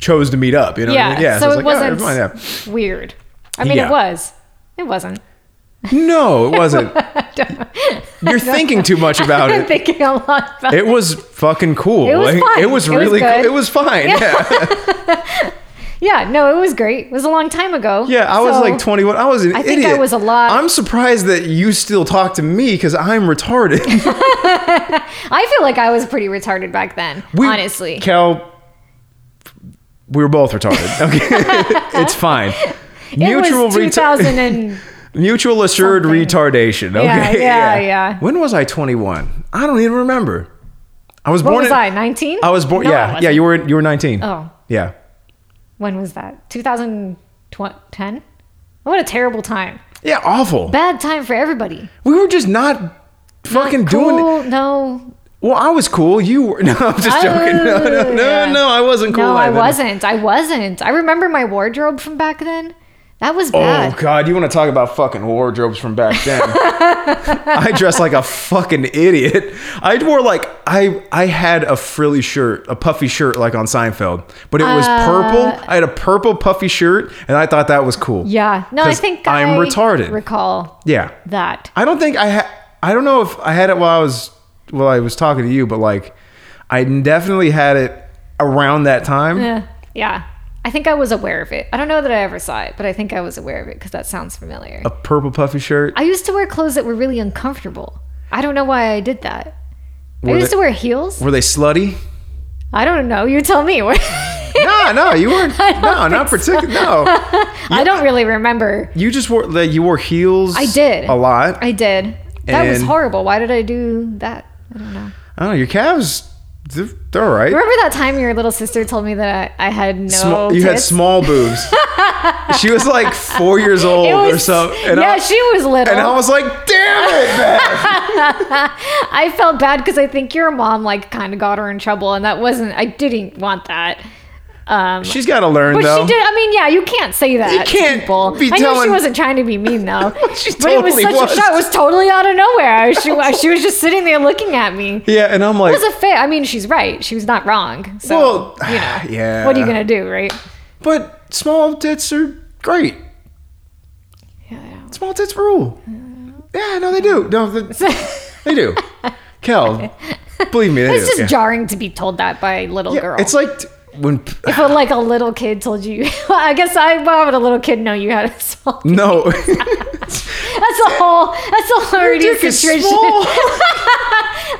Speaker 1: chose to meet up. You know, what I
Speaker 2: Yeah,
Speaker 1: mean?
Speaker 2: so,
Speaker 1: it's
Speaker 2: it
Speaker 1: like, oh,
Speaker 2: wasn't
Speaker 1: never mind, yeah.
Speaker 2: weird. I mean,
Speaker 1: Yeah.
Speaker 2: it was. It wasn't.
Speaker 1: No,
Speaker 2: <laughs>
Speaker 1: it wasn't. You're thinking too much about
Speaker 2: I'm
Speaker 1: it.
Speaker 2: thinking a lot about it.
Speaker 1: It was fucking cool.
Speaker 2: It was fun.
Speaker 1: it was
Speaker 2: It was
Speaker 1: really cool.
Speaker 2: good.
Speaker 1: It was fine.
Speaker 2: <laughs>
Speaker 1: Yeah.
Speaker 2: Yeah, no, it was great. It was a long time ago.
Speaker 1: Yeah, I was
Speaker 2: so-
Speaker 1: like 21. I was an
Speaker 2: I
Speaker 1: idiot.
Speaker 2: think I was a lot-
Speaker 1: I'm surprised that you still talk to me because I'm
Speaker 2: <laughs>
Speaker 1: retarded.
Speaker 2: I feel like I was pretty retarded back then.
Speaker 1: We-
Speaker 2: honestly,
Speaker 1: Cal, we were both
Speaker 2: <laughs>
Speaker 1: retarded. Okay, <laughs> it's fine.
Speaker 2: it was
Speaker 1: reta-
Speaker 2: 2000 and.
Speaker 1: <laughs> mutual assured
Speaker 2: something.
Speaker 1: retardation. Okay,
Speaker 2: Yeah, yeah, yeah.
Speaker 1: When was I 21? I don't even remember. I was
Speaker 2: What
Speaker 1: born.
Speaker 2: was
Speaker 1: in-
Speaker 2: I? Nineteen.
Speaker 1: I was born.
Speaker 2: No, I
Speaker 1: yeah, yeah.
Speaker 2: wasn't.
Speaker 1: You were you were 19.
Speaker 2: Oh,
Speaker 1: Yeah.
Speaker 2: when was that? 2010. What a terrible time.
Speaker 1: Yeah, awful.
Speaker 2: Bad time for everybody.
Speaker 1: we were just not fucking doing it.
Speaker 2: Cool. No.
Speaker 1: Well, I was cool. You were. <laughs> No, I'm just joking. No, no, no,
Speaker 2: Oh, yeah.
Speaker 1: no. I wasn't cool.
Speaker 2: no, I
Speaker 1: either.
Speaker 2: wasn't. I wasn't. I remember my wardrobe from back then. That was
Speaker 1: Oh
Speaker 2: bad.
Speaker 1: God! You want to talk about fucking wardrobes from back
Speaker 2: <laughs>
Speaker 1: then? I dressed like a fucking idiot. I wore like I I had a frilly shirt, a puffy shirt, like on Seinfeld, but it was purple. I had a purple puffy shirt, and I thought that was cool.
Speaker 2: Uh, yeah. No, I
Speaker 1: 'Cause
Speaker 2: think
Speaker 1: I'm
Speaker 2: I
Speaker 1: retarded.
Speaker 2: Recall
Speaker 1: yeah,
Speaker 2: that.
Speaker 1: I don't think I had. I don't know if I had it while I was while I was talking to you, but like I definitely had it around that time.
Speaker 2: Eh, yeah. I think I was aware of it. I don't know that I ever saw it, but I think I was aware of it because that sounds familiar.
Speaker 1: A purple puffy shirt.
Speaker 2: I used to wear clothes that were really uncomfortable. I don't know why I did that. I
Speaker 1: Were
Speaker 2: used
Speaker 1: they-
Speaker 2: to wear heels.
Speaker 1: Were they slutty?
Speaker 2: I don't know. You tell me. <laughs>
Speaker 1: No, no, you weren't.
Speaker 2: I don't
Speaker 1: No, not
Speaker 2: think so.
Speaker 1: particular.
Speaker 2: <laughs>
Speaker 1: No,
Speaker 2: I don't really remember.
Speaker 1: you just wore like you wore heels.
Speaker 2: I did.
Speaker 1: a lot. I,
Speaker 2: I did. That was
Speaker 1: And-
Speaker 2: horrible. Why did I do that? I don't know.
Speaker 1: don't know. Your calves, they're, they're all right.
Speaker 2: Remember that time your little sister told me that I, I had no
Speaker 1: Small- you had
Speaker 2: tits?
Speaker 1: small
Speaker 2: <laughs>
Speaker 1: boobs. she was like four years
Speaker 2: It
Speaker 1: old
Speaker 2: was,
Speaker 1: or so, and
Speaker 2: yeah,
Speaker 1: I,
Speaker 2: she was little.
Speaker 1: and I was like, "Damn it,
Speaker 2: <laughs>
Speaker 1: man!"
Speaker 2: I felt bad because I think your mom like kind of got her in trouble, and that wasn't. I didn't want that. Um,
Speaker 1: She's got to learn
Speaker 2: but
Speaker 1: though.
Speaker 2: she did. I mean, yeah, you can't say that.
Speaker 1: You can't
Speaker 2: to people.
Speaker 1: be
Speaker 2: I know she
Speaker 1: telling-
Speaker 2: wasn't trying to be mean though.
Speaker 1: <laughs> She
Speaker 2: but it was
Speaker 1: totally
Speaker 2: such
Speaker 1: was.
Speaker 2: a shock. It was totally out
Speaker 1: <laughs>
Speaker 2: of nowhere. She she was just sitting there looking at me.
Speaker 1: Yeah, and I'm like,
Speaker 2: It was a fit. I mean, she's right. She was not wrong. So
Speaker 1: Well,
Speaker 2: you know,
Speaker 1: <sighs> yeah.
Speaker 2: What are you gonna do, right?
Speaker 1: but small tits are great.
Speaker 2: Yeah, I don't-
Speaker 1: Small tits rule. Yeah, no, they do. No,
Speaker 2: <laughs>
Speaker 1: they, they do. Kel, believe me, they
Speaker 2: it's
Speaker 1: do.
Speaker 2: just
Speaker 1: Yeah.
Speaker 2: jarring to be told that by a little
Speaker 1: Yeah,
Speaker 2: girl.
Speaker 1: It's like t- when
Speaker 2: if a, like a little kid told you, <laughs> well, I guess I, why would a little kid know you had a <laughs> small?
Speaker 1: <laughs> no,
Speaker 2: That's a whole. That's a whole already
Speaker 1: dick is
Speaker 2: situation.
Speaker 1: small.
Speaker 2: <laughs>
Speaker 1: <laughs>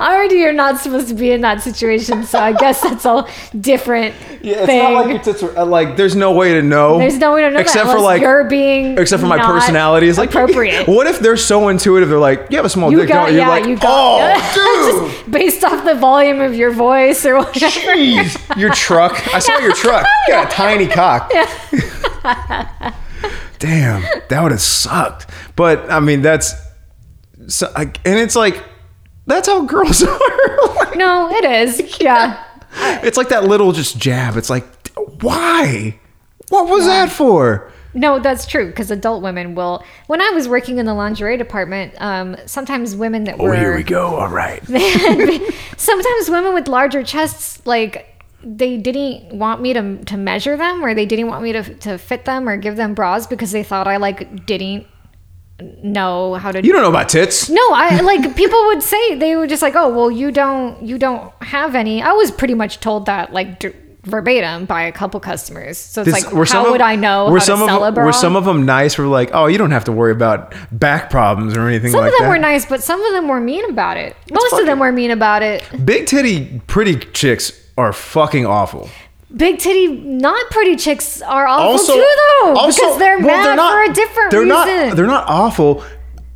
Speaker 2: Already, you're not supposed to be in that situation. So I guess that's a different
Speaker 1: Yeah, it's
Speaker 2: thing.
Speaker 1: not like your tits are uh, like. There's no way to know.
Speaker 2: There's no way to know
Speaker 1: except
Speaker 2: that
Speaker 1: for
Speaker 2: unless
Speaker 1: like
Speaker 2: you're being
Speaker 1: except for my
Speaker 2: not
Speaker 1: personality is like <laughs>
Speaker 2: appropriate.
Speaker 1: What if they're so intuitive? They're like, you have a small
Speaker 2: You
Speaker 1: dick,
Speaker 2: got
Speaker 1: don't you?
Speaker 2: yeah,
Speaker 1: You're like,
Speaker 2: you got
Speaker 1: oh,
Speaker 2: <laughs> just based off the volume of your voice or whatever.
Speaker 1: dude, jeez, your truck. I saw your truck. You got a tiny cock. <laughs> Damn, that would have sucked. But I mean, that's so, I- and it's like that's how girls <laughs> are. Like,
Speaker 2: <laughs> No, it
Speaker 1: <laughs>
Speaker 2: is. Yeah.
Speaker 1: it's like that little just jab. It's like, why? What was that for?
Speaker 2: No, that's true because adult women will. When I was working in the lingerie department, um, sometimes women that were
Speaker 1: Oh, here we go. All <laughs> right.
Speaker 2: sometimes women with larger chests like they didn't want me to to measure them or they didn't want me to to fit them or give them bras because they thought I like didn't know how to
Speaker 1: You don't know about tits.
Speaker 2: No, I like people would say they were just like, "Oh, well, you don't you don't have any." I was pretty much told that like d- verbatim by a couple customers. So it's
Speaker 1: This-
Speaker 2: like, how
Speaker 1: of-
Speaker 2: would I know
Speaker 1: Were
Speaker 2: how
Speaker 1: some
Speaker 2: to
Speaker 1: of
Speaker 2: sell a
Speaker 1: them,
Speaker 2: bra?
Speaker 1: were some of them nice? Were like, oh, you don't have to worry about back problems or anything
Speaker 2: Some
Speaker 1: like
Speaker 2: of them
Speaker 1: that.
Speaker 2: were nice, but some of them were mean about it. Most of
Speaker 1: fucking-
Speaker 2: them were mean about it.
Speaker 1: Big titty, pretty chicks are fucking awful.
Speaker 2: Big titty, not pretty chicks are awful
Speaker 1: Also,
Speaker 2: too, Oh, though,
Speaker 1: also-
Speaker 2: because they're
Speaker 1: well,
Speaker 2: mad
Speaker 1: not-
Speaker 2: for a different
Speaker 1: they're
Speaker 2: reason.
Speaker 1: Not, they're not awful.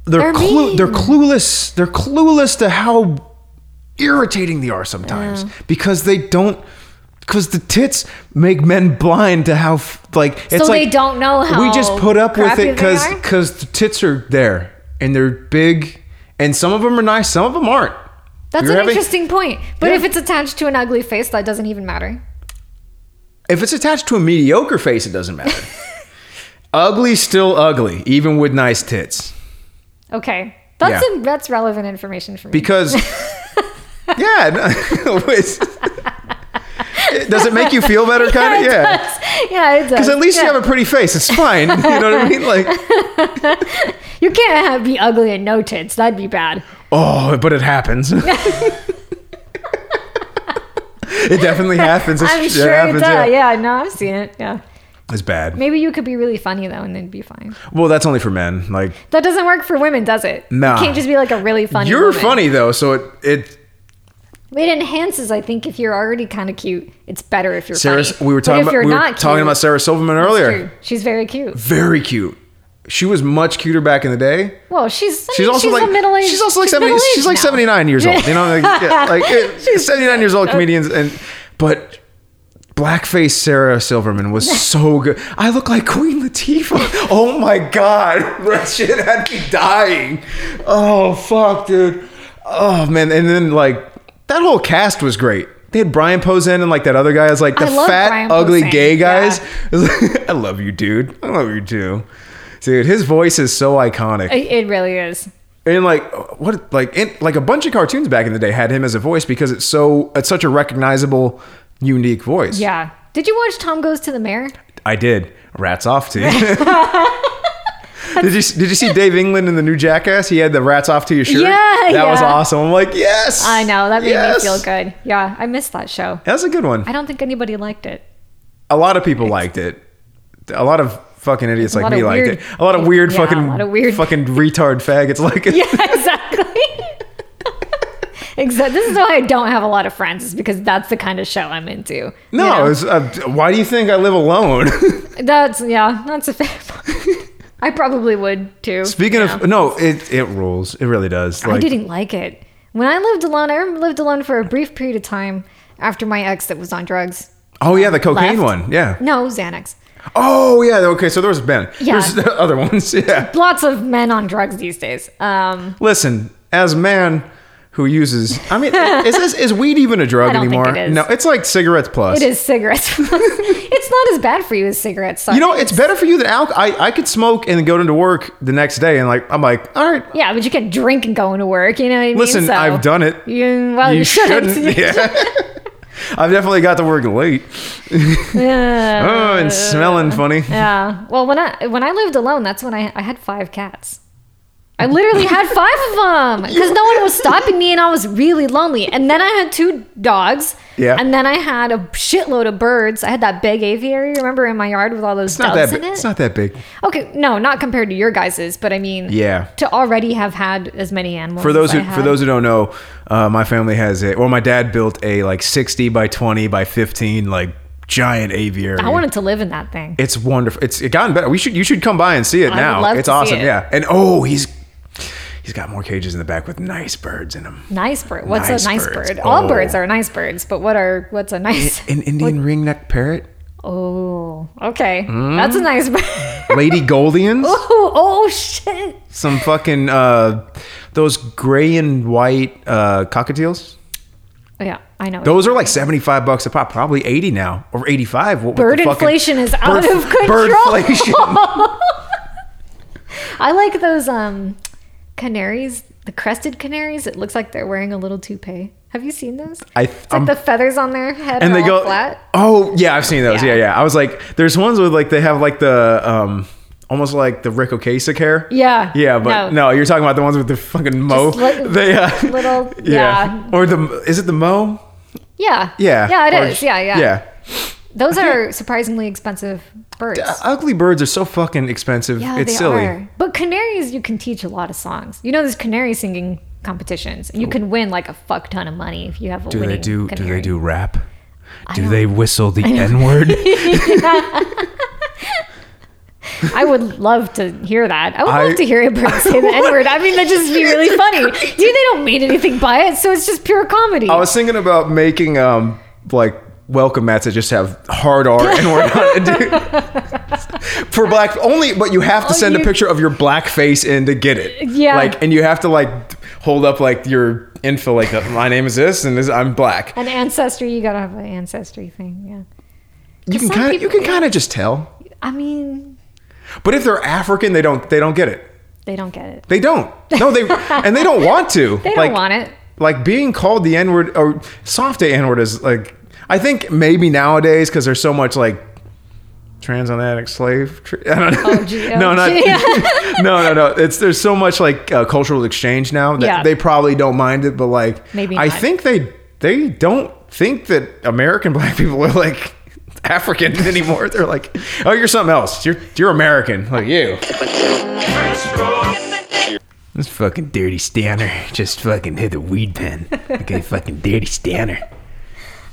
Speaker 1: They're
Speaker 2: They're
Speaker 1: clu-
Speaker 2: mean.
Speaker 1: they're clueless. They're clueless to how irritating they are sometimes because they don't. Because the tits make men blind to how f- like it's
Speaker 2: they
Speaker 1: like
Speaker 2: don't know
Speaker 1: we
Speaker 2: how
Speaker 1: just put up with
Speaker 2: crappy
Speaker 1: it
Speaker 2: they
Speaker 1: because
Speaker 2: are?
Speaker 1: because the tits are there and they're big and some of them are nice, some of them aren't.
Speaker 2: That's
Speaker 1: You're
Speaker 2: an
Speaker 1: having-
Speaker 2: interesting point. But
Speaker 1: Yeah.
Speaker 2: if it's attached to an ugly face, that doesn't even matter.
Speaker 1: If it's attached to a mediocre face, it doesn't
Speaker 2: <laughs>
Speaker 1: matter. ugly, still ugly, even with nice tits.
Speaker 2: Okay, that's
Speaker 1: Yeah.
Speaker 2: a, that's relevant information for me. <laughs>
Speaker 1: because yeah no, <laughs> it's- It- does it make you feel better kind of yeah
Speaker 2: yeah, it does.
Speaker 1: because at least
Speaker 2: yeah.
Speaker 1: you have a pretty face it's
Speaker 2: <laughs>
Speaker 1: fine you know what i mean like
Speaker 2: You can't have, be ugly and no tits. That'd be bad.
Speaker 1: oh but it happens
Speaker 2: <laughs>
Speaker 1: it definitely happens it's,
Speaker 2: I'm
Speaker 1: it
Speaker 2: sure it
Speaker 1: happens,
Speaker 2: does. Yeah. no, I've seen it. Yeah.
Speaker 1: it's bad
Speaker 2: Maybe you could be really funny though, and then be fine.
Speaker 1: well that's only for men like
Speaker 2: That doesn't work for women, does it?
Speaker 1: Nah.
Speaker 2: You can't just be like a really funny.
Speaker 1: you're
Speaker 2: woman.
Speaker 1: funny though so it it
Speaker 2: It enhances, I think, if you're already kind of cute. It's better if you're
Speaker 1: sarah
Speaker 2: funny.
Speaker 1: we were
Speaker 2: But
Speaker 1: talking
Speaker 2: if
Speaker 1: about
Speaker 2: you're
Speaker 1: we were
Speaker 2: not cute,
Speaker 1: talking about sarah silverman earlier
Speaker 2: True. She's very cute.
Speaker 1: very cute she was much cuter back in the day
Speaker 2: Well, she's I
Speaker 1: She's
Speaker 2: mean,
Speaker 1: also
Speaker 2: she's
Speaker 1: like
Speaker 2: a middle aged.
Speaker 1: She's also like seventy. She's like seventy nine years old. You know, like, yeah, like it, seventy nine years old comedians and but blackface Sarah Silverman
Speaker 2: <laughs>
Speaker 1: was so good. I look like Queen Latifah. Oh my god, that shit had me dying. Oh fuck, dude. Oh man, and then like that whole cast was great. They had Brian Posen and like that other guy. I was like the
Speaker 2: I love
Speaker 1: fat,
Speaker 2: Brian
Speaker 1: ugly,
Speaker 2: Posehn.
Speaker 1: gay guys. <laughs>
Speaker 2: Yeah.
Speaker 1: I was like, I love you, dude. I love you too, dude. His voice is so iconic.
Speaker 2: <laughs> It really is.
Speaker 1: And like what like and like a bunch of cartoons back in the day had him as a voice because it's so it's such a recognizable unique voice.
Speaker 2: Yeah. Did you watch Tom Goes to the Mayor? <laughs>
Speaker 1: I did. Rats off to you.
Speaker 2: That's
Speaker 1: <laughs> Did you did you see Dave England in the new Jackass? He had the rats off to your shirt.
Speaker 2: Yeah,
Speaker 1: that was
Speaker 2: yeah.
Speaker 1: awesome. I'm like, yes.
Speaker 2: I know that made
Speaker 1: yes.
Speaker 2: me feel good. Yeah, I missed that show.
Speaker 1: That was a good one.
Speaker 2: I don't think anybody liked it. <laughs>
Speaker 1: A lot of people liked it. A lot of fucking idiots like
Speaker 2: lot
Speaker 1: me
Speaker 2: of
Speaker 1: liked
Speaker 2: weird-
Speaker 1: it. A lot of weird
Speaker 2: Yeah, a
Speaker 1: fucking
Speaker 2: lot of weird- <laughs>
Speaker 1: fucking retard faggots like it.
Speaker 2: Yeah, exactly. <laughs> exactly. This is why I don't have a lot of friends, is because that's the kind of show I'm into. you
Speaker 1: <laughs> No,
Speaker 2: know?
Speaker 1: it's, uh, why do you think I live alone? <laughs>
Speaker 2: that's yeah, that's a fair. <laughs> point. I probably would too.
Speaker 1: Speaking
Speaker 2: you know.
Speaker 1: of no, it it rules. It really does.
Speaker 2: I
Speaker 1: Like
Speaker 2: didn't like it when I lived alone. I lived alone for a brief period of time after my ex that was on drugs.
Speaker 1: oh yeah, the cocaine
Speaker 2: Left.
Speaker 1: one. Yeah.
Speaker 2: No Xanax.
Speaker 1: Oh yeah. Okay, so there was Ben.
Speaker 2: Yeah.
Speaker 1: There's the <laughs> other ones. Yeah.
Speaker 2: Lots of men on drugs these days. Um,
Speaker 1: Listen, as a man who uses, I
Speaker 2: <laughs>
Speaker 1: mean, is this, is weed even a drug
Speaker 2: I don't think
Speaker 1: anymore?
Speaker 2: it is.
Speaker 1: No, it's like cigarettes plus.
Speaker 2: it is cigarettes. <laughs> it's not as bad for you as cigarettes. So
Speaker 1: You know, it's better for you than alcohol. I, I could smoke and go into work the next day and like I'm like, all right,
Speaker 2: yeah, but you can drink and go into work. You know what I mean?
Speaker 1: listen,
Speaker 2: So-
Speaker 1: I've done it.
Speaker 2: You, well, you,
Speaker 1: you
Speaker 2: shouldn't.
Speaker 1: shouldn't.
Speaker 2: <laughs>
Speaker 1: Yeah. <laughs> I've definitely got to work late.
Speaker 2: Yeah.
Speaker 1: Oh, and smelling funny.
Speaker 2: uh, yeah. Well, when I when I lived alone, that's when I I had five cats. I literally had five of them because no one was stopping me, and I was really lonely. And then I had two dogs.
Speaker 1: Yeah.
Speaker 2: And then I had a shitload of birds. I had that big aviary, remember, in my yard with all those
Speaker 1: It's not
Speaker 2: doves
Speaker 1: that.
Speaker 2: in
Speaker 1: Big.
Speaker 2: it.
Speaker 1: It's not that big.
Speaker 2: okay, no, not compared to your guys's, but I mean,
Speaker 1: Yeah.
Speaker 2: to already have had as many animals.
Speaker 1: For those
Speaker 2: as I
Speaker 1: who for
Speaker 2: had.
Speaker 1: those who don't know, uh, my family has a. Well, my dad built a like sixty by twenty by fifteen like giant aviary.
Speaker 2: I wanted to live in that thing.
Speaker 1: It's wonderful. It's it gotten better. We should you should come by and see it
Speaker 2: I would
Speaker 1: now.
Speaker 2: love
Speaker 1: it's
Speaker 2: to see
Speaker 1: awesome.
Speaker 2: it.
Speaker 1: Yeah. And oh, he's he's got more cages in the back with nice birds in them.
Speaker 2: Nice bird. What's
Speaker 1: Nice
Speaker 2: a nice
Speaker 1: birds.
Speaker 2: bird? All
Speaker 1: Oh.
Speaker 2: birds are nice birds, but what are what's a nice?
Speaker 1: <laughs> An Indian ringneck
Speaker 2: <laughs>
Speaker 1: parrot,
Speaker 2: Oh, okay.
Speaker 1: Hmm?
Speaker 2: That's a nice bird. <laughs>
Speaker 1: lady goldians,
Speaker 2: oh, oh shit.
Speaker 1: some fucking uh, those gray and white uh, cockatiels.
Speaker 2: Oh, yeah, I know.
Speaker 1: Those are like seventy-five bucks a pop, probably eighty now or eighty-five. What with
Speaker 2: bird
Speaker 1: the fucking-
Speaker 2: inflation is out of control.
Speaker 1: Birdflation.
Speaker 2: <laughs> I like those um canaries, the crested canaries. It looks like they're wearing a little toupee. Have you seen those?
Speaker 1: I,
Speaker 2: It's like
Speaker 1: I'm-
Speaker 2: the feathers on their head
Speaker 1: and
Speaker 2: are
Speaker 1: they
Speaker 2: all
Speaker 1: go
Speaker 2: flat.
Speaker 1: Oh yeah, I've seen those. Yeah.
Speaker 2: Yeah.
Speaker 1: yeah, I was like, there's ones with like they have like the um, almost like the Rick Ocasek hair.
Speaker 2: Yeah.
Speaker 1: Yeah, but no. you're talking about the ones with the fucking mo.
Speaker 2: Just
Speaker 1: <laughs>
Speaker 2: li-
Speaker 1: they uh, <laughs>
Speaker 2: little- yeah.
Speaker 1: Or the is it the mo?
Speaker 2: Yeah.
Speaker 1: Yeah.
Speaker 2: Yeah, it is.
Speaker 1: Or-
Speaker 2: Yeah, yeah.
Speaker 1: Yeah.
Speaker 2: Those are surprisingly expensive birds.
Speaker 1: Uh, Ugly birds are so fucking expensive.
Speaker 2: Yeah,
Speaker 1: it's
Speaker 2: they
Speaker 1: silly.
Speaker 2: are. But canaries, you can teach a lot of songs. You know, there's canary singing competitions, and you can win like a fuck ton of money if you have a
Speaker 1: Do they
Speaker 2: winning
Speaker 1: do? Do
Speaker 2: canary.
Speaker 1: they do rap? Do
Speaker 2: don't-
Speaker 1: they whistle the N
Speaker 2: <laughs>
Speaker 1: word?
Speaker 2: I would love to hear that. I would
Speaker 1: I-
Speaker 2: love to hear a bird say
Speaker 1: <laughs>
Speaker 2: the N word. I mean, that'd just be really funny. Dude, they don't mean anything by it, so it's just pure comedy.
Speaker 1: I was thinking about making um like welcome mats that just have hard R and we're not
Speaker 2: <laughs>
Speaker 1: for black only, but you have to
Speaker 2: Oh,
Speaker 1: send a
Speaker 2: you-
Speaker 1: picture of your black face in to get it.
Speaker 2: Yeah.
Speaker 1: like and you have to like hold up like your info like uh, my name is this and this, I'm black.
Speaker 2: an ancestry, you gotta have an ancestry thing. Yeah.
Speaker 1: You can
Speaker 2: some
Speaker 1: kind of you
Speaker 2: people-
Speaker 1: can kind of just tell.
Speaker 2: I mean,
Speaker 1: But if they're African, they don't they don't get it.
Speaker 2: they don't get it.
Speaker 1: They don't. No,
Speaker 2: <laughs>
Speaker 1: they and they don't want to.
Speaker 2: They don't
Speaker 1: like,
Speaker 2: want it.
Speaker 1: like being called the N word or soft A N word is like I think maybe nowadays because there's so much like transatlantic slave. Tra- I don't know.
Speaker 2: Oh,
Speaker 1: <laughs>
Speaker 2: gee, oh,
Speaker 1: no, not <laughs>
Speaker 2: gee.
Speaker 1: no, no, no. It's there's so much like uh, cultural exchange now that
Speaker 2: Yeah.
Speaker 1: they probably don't mind it, but like
Speaker 2: Maybe
Speaker 1: I
Speaker 2: not.
Speaker 1: think they they don't think that American <laughs> black people are like. African <laughs> anymore? They're like, oh, you're something else. You're you're American, like you. This fucking dirty stanner just fucking hit the weed pen. Okay, fucking dirty
Speaker 2: <laughs>
Speaker 1: stanner.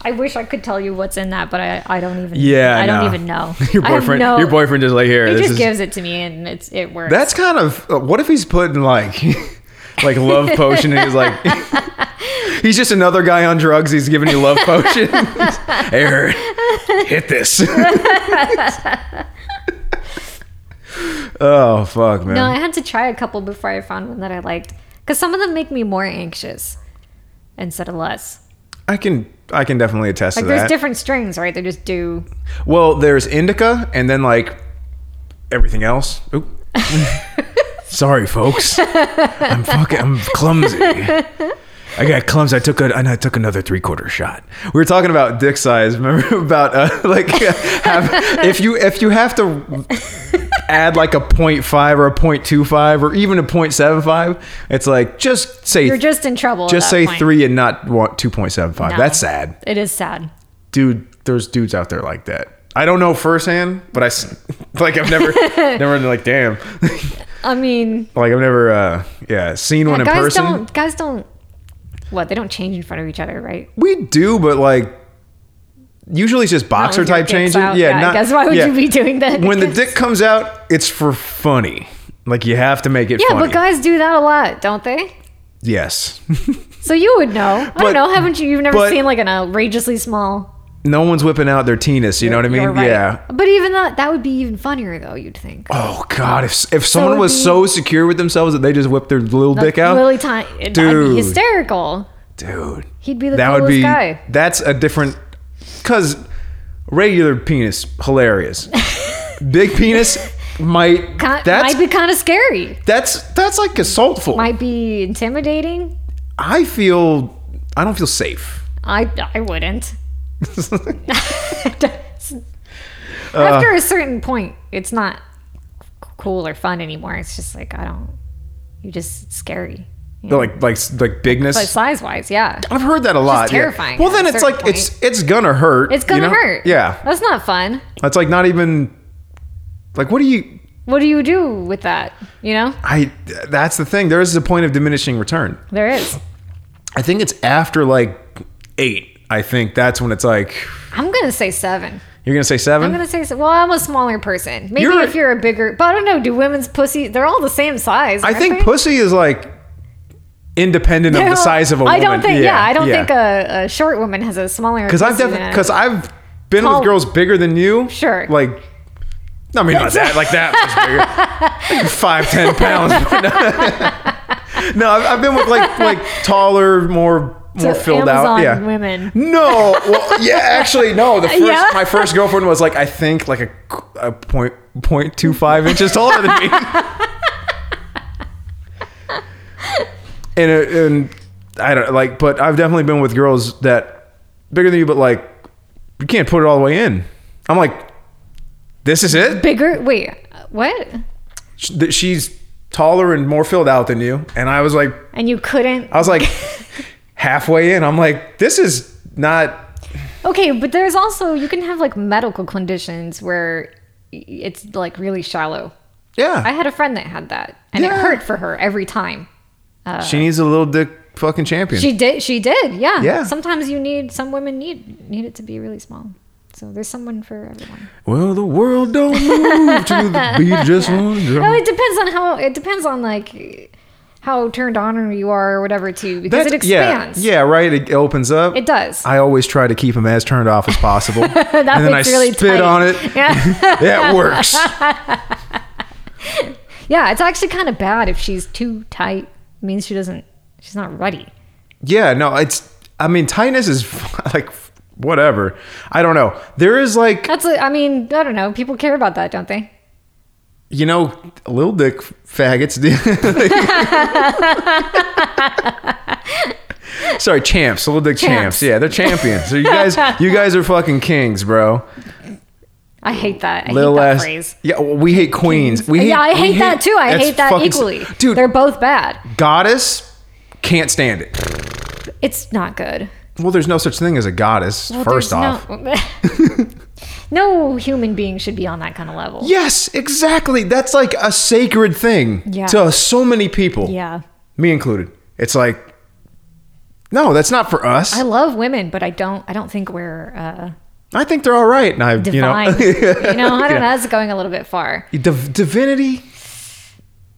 Speaker 2: I wish I could tell you what's in that, but I, I don't even.
Speaker 1: Yeah,
Speaker 2: I don't
Speaker 1: no.
Speaker 2: even know.
Speaker 1: <laughs> Your
Speaker 2: I have
Speaker 1: boyfriend,
Speaker 2: no-
Speaker 1: your boyfriend is like here.
Speaker 2: He
Speaker 1: this
Speaker 2: just
Speaker 1: is
Speaker 2: gives it to me, and it's it works.
Speaker 1: that's kind of uh, what if he's putting like <laughs> like love potion and he's like <laughs> he's just another guy on drugs. He's giving
Speaker 2: <laughs>
Speaker 1: you love potion. Here, hit
Speaker 2: <laughs>
Speaker 1: this. oh fuck, man.
Speaker 2: No, I had to try a couple before I found one that I liked. Because some of them make me more anxious instead of less.
Speaker 1: I can I can definitely attest
Speaker 2: Like
Speaker 1: to
Speaker 2: there's
Speaker 1: that.
Speaker 2: different strings, right? They just do.
Speaker 1: Well, there's indica, and then like everything else.
Speaker 2: <laughs>
Speaker 1: Oop. Sorry, folks. I'm fucking. I'm clumsy. I got clumsy. I took a. And I took another three quarter shot. We were talking about <laughs> dick size. Remember about uh, like uh, have, if you if you have to add like a 0.5 or a 0.25 or even a 0.75. It's like just say
Speaker 2: You're just in trouble. at
Speaker 1: just
Speaker 2: that
Speaker 1: say
Speaker 2: point.
Speaker 1: three and not want 2.75.
Speaker 2: No.
Speaker 1: That's sad,
Speaker 2: It is sad.
Speaker 1: dude. There's dudes out there like that. I don't know firsthand, but I s- <laughs> like I've
Speaker 2: <laughs>
Speaker 1: never never been like damn, <laughs>
Speaker 2: I mean,
Speaker 1: like I've never uh yeah seen one in
Speaker 2: guys
Speaker 1: person.
Speaker 2: don't guys don't what they don't change in front of each other, right?
Speaker 1: We do, but like usually it's just boxer
Speaker 2: with your
Speaker 1: type
Speaker 2: dicks
Speaker 1: changing.
Speaker 2: out.
Speaker 1: Yeah,
Speaker 2: Yeah, I
Speaker 1: not,
Speaker 2: guess why would
Speaker 1: yeah.
Speaker 2: you be doing that? <laughs>
Speaker 1: When the dick comes out, it's for funny. Like you have to make it
Speaker 2: Yeah,
Speaker 1: funny.
Speaker 2: but guys do that a lot, don't they?
Speaker 1: yes. <laughs>
Speaker 2: So you would know. I
Speaker 1: But-
Speaker 2: don't know. Haven't you? You've never
Speaker 1: but-
Speaker 2: seen like an outrageously small.
Speaker 1: no one's whipping out their penis. You know what I mean?
Speaker 2: You're right.
Speaker 1: Yeah.
Speaker 2: But even that, that would be even funnier though. You'd think.
Speaker 1: Oh God! If if someone
Speaker 2: it'd
Speaker 1: was
Speaker 2: be-
Speaker 1: so secure with themselves that they just whipped their little dick out,
Speaker 2: Really tiny. It'd
Speaker 1: Dude.
Speaker 2: be hysterical.
Speaker 1: dude,
Speaker 2: He'd be the
Speaker 1: that would
Speaker 2: coolest
Speaker 1: be.
Speaker 2: guy.
Speaker 1: That's a different. Cause regular penis hilarious,
Speaker 2: <laughs>
Speaker 1: big penis might.
Speaker 2: Ki-
Speaker 1: that's
Speaker 2: might be kind of scary.
Speaker 1: that's that's like assaultful.
Speaker 2: Might be intimidating.
Speaker 1: I feel I don't feel
Speaker 2: <laughs>
Speaker 1: safe. <laughs>
Speaker 2: I I wouldn't. <laughs>
Speaker 1: Uh,
Speaker 2: After a certain point, it's not c- cool or fun anymore. It's just like I don't. You just it's scary.
Speaker 1: like like like bigness.
Speaker 2: But size wise, yeah,
Speaker 1: I've heard that a lot. yeah.
Speaker 2: terrifying
Speaker 1: Well,
Speaker 2: at a
Speaker 1: then it's
Speaker 2: certain
Speaker 1: like it's it's gonna hurt.
Speaker 2: it's gonna
Speaker 1: you know?
Speaker 2: hurt.
Speaker 1: Yeah,
Speaker 2: that's not fun.
Speaker 1: it's like not even like what do you?
Speaker 2: What do you do with that? You know,
Speaker 1: I that's the thing. There is a point of diminishing return.
Speaker 2: there is.
Speaker 1: I think it's after like eight. I think that's when it's like
Speaker 2: I'm gonna say seven.
Speaker 1: you're gonna say 7
Speaker 2: I'm gonna say se- well, I'm a smaller person. Maybe
Speaker 1: You're-
Speaker 2: if you're a bigger, but I don't know. Do women's pussy? They're all the same size.
Speaker 1: I
Speaker 2: aren't
Speaker 1: think
Speaker 2: they?
Speaker 1: pussy is like independent of the
Speaker 2: <laughs> They're all-
Speaker 1: size of a
Speaker 2: I
Speaker 1: woman.
Speaker 2: don't think. Yeah, I don't think a, a short woman has a smaller.
Speaker 1: because I've
Speaker 2: pussy
Speaker 1: definitely
Speaker 2: than-
Speaker 1: because I've been
Speaker 2: Tall-
Speaker 1: with girls bigger than you.
Speaker 2: Sure.
Speaker 1: Like, I mean, not that like that much
Speaker 2: <laughs>
Speaker 1: bigger. Like Five ten pounds. <laughs> no, I've, I've been with like like taller, more more
Speaker 2: So
Speaker 1: filled out.
Speaker 2: Amazon
Speaker 1: Yeah.
Speaker 2: women.
Speaker 1: No, well, yeah, actually, no. The first,
Speaker 2: Yeah.
Speaker 1: my first girlfriend was like I think like a, a point point two five inches taller than me. <laughs> and it- and I don't like, but I've definitely been with girls that bigger than you, but like you can't put it all the way in. I'm like, this is it.
Speaker 2: bigger. Wait, what?
Speaker 1: Sh- that She's taller and more filled out than you, and I was like,
Speaker 2: And you couldn't?
Speaker 1: I was like <laughs> halfway in. I'm like, this is not.
Speaker 2: <laughs> okay, but there's also you can have like medical conditions where y- it's like really shallow.
Speaker 1: Yeah,
Speaker 2: I had a friend that had that, and it
Speaker 1: Yeah.
Speaker 2: hurt for her every time.
Speaker 1: She needs a little dick fucking champion.
Speaker 2: She did. She did. Yeah.
Speaker 1: Yeah.
Speaker 2: Sometimes you need. Some women need need it to be really small. So there's someone for everyone.
Speaker 1: well, the world don't move to
Speaker 2: <laughs>
Speaker 1: the beat just one
Speaker 2: No,
Speaker 1: drum.
Speaker 2: Oh, it depends on how. It depends on like how turned on you are or whatever too, because it expands.
Speaker 1: Yeah, yeah, right. It opens up.
Speaker 2: It does.
Speaker 1: I always try to keep them as turned off as
Speaker 2: <laughs>
Speaker 1: possible, and then
Speaker 2: that
Speaker 1: I
Speaker 2: looks really
Speaker 1: spit
Speaker 2: tight. <laughs>
Speaker 1: on it.
Speaker 2: Yeah.
Speaker 1: <laughs> That works.
Speaker 2: Yeah, it's actually kind of bad if she's too tight. It means she doesn't. She's not ready.
Speaker 1: Yeah, no, it's. I mean, tightness is <laughs> like whatever. I don't know. There is like
Speaker 2: That's. A, I mean, I don't know. People care about that, don't they?
Speaker 1: you know, little dick faggots. Sorry, champs, little dick champs.
Speaker 2: Champs.
Speaker 1: Yeah, they're champions. So you guys, you guys are fucking kings, bro.
Speaker 2: I hate that. I
Speaker 1: Little
Speaker 2: hate that
Speaker 1: ass.
Speaker 2: phrase.
Speaker 1: Yeah, well, we hate queens. We hate,
Speaker 2: yeah, I
Speaker 1: we
Speaker 2: hate that too. I
Speaker 1: that's
Speaker 2: hate that
Speaker 1: fucking-
Speaker 2: equally.
Speaker 1: dude.
Speaker 2: they're both bad.
Speaker 1: goddess can't stand it.
Speaker 2: It's not good.
Speaker 1: Well, there's no such thing as a goddess.
Speaker 2: Well,
Speaker 1: first
Speaker 2: there's
Speaker 1: off, <laughs>
Speaker 2: no, <laughs> no human being should be on that kind of level.
Speaker 1: yes, exactly. That's like a sacred thing
Speaker 2: Yeah.
Speaker 1: to so many people,
Speaker 2: Yeah.
Speaker 1: me included. It's like, no, that's not for us.
Speaker 2: I love women, but I don't. I don't think we're uh,
Speaker 1: I think they're all right. And I, you know,
Speaker 2: divine. You know, I don't know. That's going a little bit far.
Speaker 1: <laughs> Div- divinity.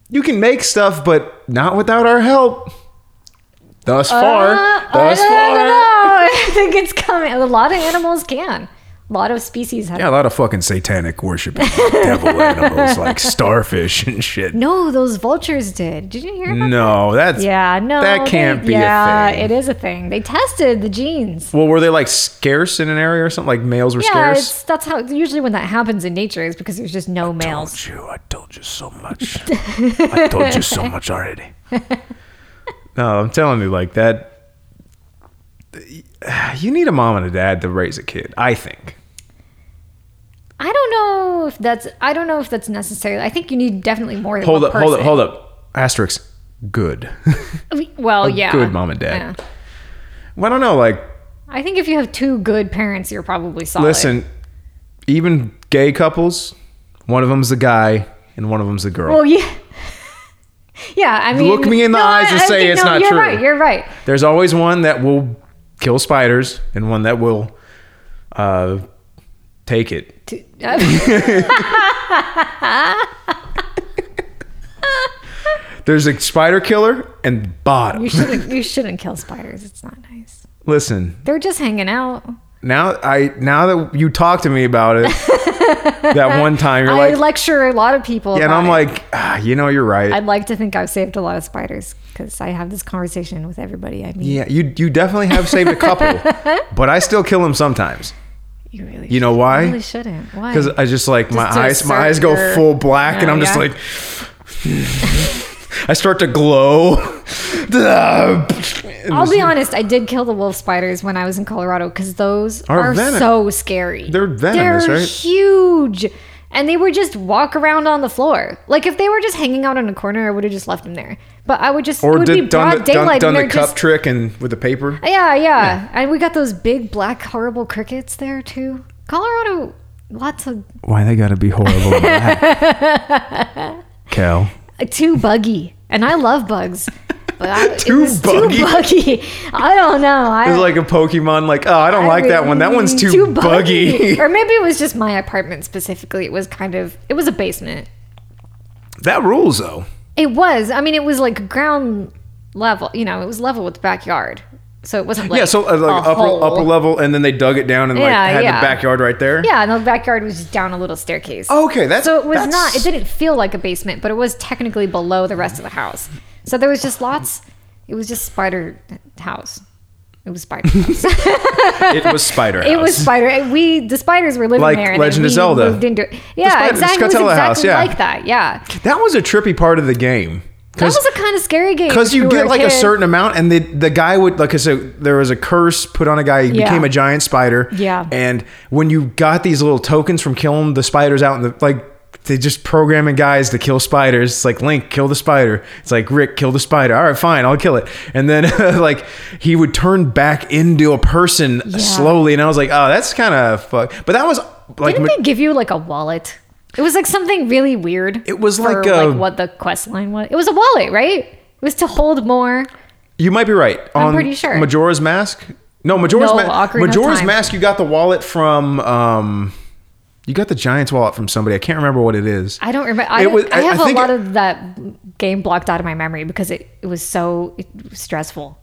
Speaker 1: You can make stuff, but not without our help. Thus far,
Speaker 2: Uh,
Speaker 1: thus
Speaker 2: I, don't
Speaker 1: far.
Speaker 2: know. <laughs> I think it's coming. A lot of animals can. A lot of species have.
Speaker 1: Yeah, a lot of fucking satanic worship, <laughs> devil animals like starfish and
Speaker 2: <laughs>
Speaker 1: shit.
Speaker 2: No, those vultures did. Did you hear about?
Speaker 1: No, that's
Speaker 2: Yeah, no,
Speaker 1: Mm. That can't be a
Speaker 2: Yeah,
Speaker 1: thing.
Speaker 2: it is a thing. They tested the genes.
Speaker 1: Well, were they like scarce in an area or something? Like males were
Speaker 2: Yeah,
Speaker 1: scarce.
Speaker 2: it's, that's how. Usually, when that happens in nature, is because there's just no males.
Speaker 1: Told you, I told you so much. I told you so much already. <laughs> No, I'm telling you, like that. You need a mom and a dad to raise a kid. I think.
Speaker 2: I don't know if that's I don't know if that's necessary. I think you need definitely more than
Speaker 1: Hold
Speaker 2: one
Speaker 1: up, hold up,
Speaker 2: person.
Speaker 1: hold up. Asterisk. Good. <laughs>
Speaker 2: Well, yeah.
Speaker 1: good mom and dad.
Speaker 2: Yeah.
Speaker 1: well, I don't know. Like,
Speaker 2: I think if you have two good parents, you're probably solid.
Speaker 1: listen, even gay couples, one of them's the guy and one of them's the girl.
Speaker 2: Well, yeah. <laughs> yeah, I mean,
Speaker 1: Look me in the eyes and say
Speaker 2: think-
Speaker 1: it's not
Speaker 2: you're
Speaker 1: true.
Speaker 2: Right, you're right.
Speaker 1: There's always one that will kill spiders and one that will uh, take it.
Speaker 2: T- uh, <laughs>
Speaker 1: There's a spider killer and bottom.
Speaker 2: you shouldn't. You shouldn't kill spiders. It's not nice.
Speaker 1: Listen,
Speaker 2: They're just hanging out.
Speaker 1: now I now that you talk to me about
Speaker 2: <laughs>
Speaker 1: it that one time, you're
Speaker 2: I
Speaker 1: like,
Speaker 2: lecture a lot of people,
Speaker 1: and
Speaker 2: about
Speaker 1: I'm
Speaker 2: it.
Speaker 1: like, ah, you know, you're right.
Speaker 2: I'd like to think I've saved a lot of spiders because I have this conversation with everybody I meet.
Speaker 1: yeah, you you definitely have saved a
Speaker 2: <laughs>
Speaker 1: couple, but I still kill them sometimes.
Speaker 2: You really,
Speaker 1: You know why?
Speaker 2: really shouldn't. Why?
Speaker 1: because I just like my
Speaker 2: Just to
Speaker 1: eyes, my
Speaker 2: assert
Speaker 1: eyes go
Speaker 2: your-
Speaker 1: full black, and
Speaker 2: Oh,
Speaker 1: I'm just
Speaker 2: yeah.
Speaker 1: like, <laughs> I start to glow. And
Speaker 2: <laughs> I'll be honest, I did kill the wolf spiders when I was in Colorado because those
Speaker 1: Are
Speaker 2: are,
Speaker 1: venom-
Speaker 2: so scary.
Speaker 1: They're venomous,
Speaker 2: They're
Speaker 1: right?
Speaker 2: huge. And they would just walk around on the floor. Like if they were just hanging out in a corner, I would have just left them there. But I would just it
Speaker 1: or
Speaker 2: would be
Speaker 1: did,
Speaker 2: broad
Speaker 1: done the, done,
Speaker 2: daylight
Speaker 1: done
Speaker 2: and
Speaker 1: the
Speaker 2: they're
Speaker 1: cup
Speaker 2: just
Speaker 1: trick and with the
Speaker 2: <laughs>
Speaker 1: paper.
Speaker 2: yeah, yeah, And we got those big black horrible crickets there too. Colorado, lots of
Speaker 1: Why they gotta be horrible? like that?
Speaker 2: <laughs>
Speaker 1: Cal,
Speaker 2: uh, too buggy. And I love bugs. But I,
Speaker 1: Too
Speaker 2: it was
Speaker 1: buggy?
Speaker 2: too buggy. I don't know. I
Speaker 1: it's like a Pokemon. Like, oh, I don't like that one. That one's too, buggy.
Speaker 2: <laughs> or maybe it was just my apartment specifically. It was kind of it was a basement.
Speaker 1: that rules though.
Speaker 2: It was. I mean, it was like ground level. You know, it was level with the backyard, so it wasn't like
Speaker 1: Yeah, so uh,
Speaker 2: a
Speaker 1: like
Speaker 2: hole.
Speaker 1: upper, upper level, and then they dug it down and like
Speaker 2: Yeah,
Speaker 1: had
Speaker 2: yeah.
Speaker 1: the backyard right there.
Speaker 2: Yeah, and the backyard was just down a little staircase.
Speaker 1: Okay, that's
Speaker 2: so it was
Speaker 1: that's-
Speaker 2: not. It didn't feel like a basement, but it was technically below the rest of the house. So there was just lots. It was just spider house. It was spider. House.
Speaker 1: It was Spider
Speaker 2: <laughs> It was
Speaker 1: House.
Speaker 2: spider. We the spiders were living
Speaker 1: Like
Speaker 2: there.
Speaker 1: Legend
Speaker 2: and then
Speaker 1: of
Speaker 2: we
Speaker 1: Zelda.
Speaker 2: Moved into it. Yeah,
Speaker 1: spider-
Speaker 2: exactly. It was
Speaker 1: Scotella
Speaker 2: exactly
Speaker 1: house, yeah.
Speaker 2: like that. Yeah,
Speaker 1: That was a trippy part of the game.
Speaker 2: that
Speaker 1: 'Cause-
Speaker 2: was a kind of scary game
Speaker 1: because
Speaker 2: if
Speaker 1: you
Speaker 2: were
Speaker 1: get like a
Speaker 2: kid.
Speaker 1: certain amount, and the the guy would like I said, there was a curse put on a guy. He
Speaker 2: Yeah.
Speaker 1: became a giant spider.
Speaker 2: Yeah.
Speaker 1: and when you got these little tokens from killing the spiders out in the like. They just programming guys to kill spiders. It's like Link, kill the spider. It's like Rick, kill the spider. All right, fine, I'll kill it. And then <laughs> like he would turn back into a person slowly, and I was like, oh, that's kind of fuck. But that was like
Speaker 2: Didn't
Speaker 1: ma-
Speaker 2: they give you like a wallet? It was like something really weird.
Speaker 1: It was
Speaker 2: for,
Speaker 1: like um, a-
Speaker 2: like what the quest line was. It was a wallet, right? It was to hold more.
Speaker 1: You might be right.
Speaker 2: I'm pretty sure.
Speaker 1: Majora's Mask. No, Majora's
Speaker 2: No,
Speaker 1: Mask.
Speaker 2: Ocarina of
Speaker 1: Majora's
Speaker 2: Time.
Speaker 1: Mask. You got the wallet from. Um, you got the Giants wallet from somebody. I can't remember what it is.
Speaker 2: I don't remember. I,
Speaker 1: It was-
Speaker 2: I
Speaker 1: I- I
Speaker 2: have a
Speaker 1: think
Speaker 2: lot
Speaker 1: it-
Speaker 2: of that game blocked out of my memory because it, it was so it, was stressful.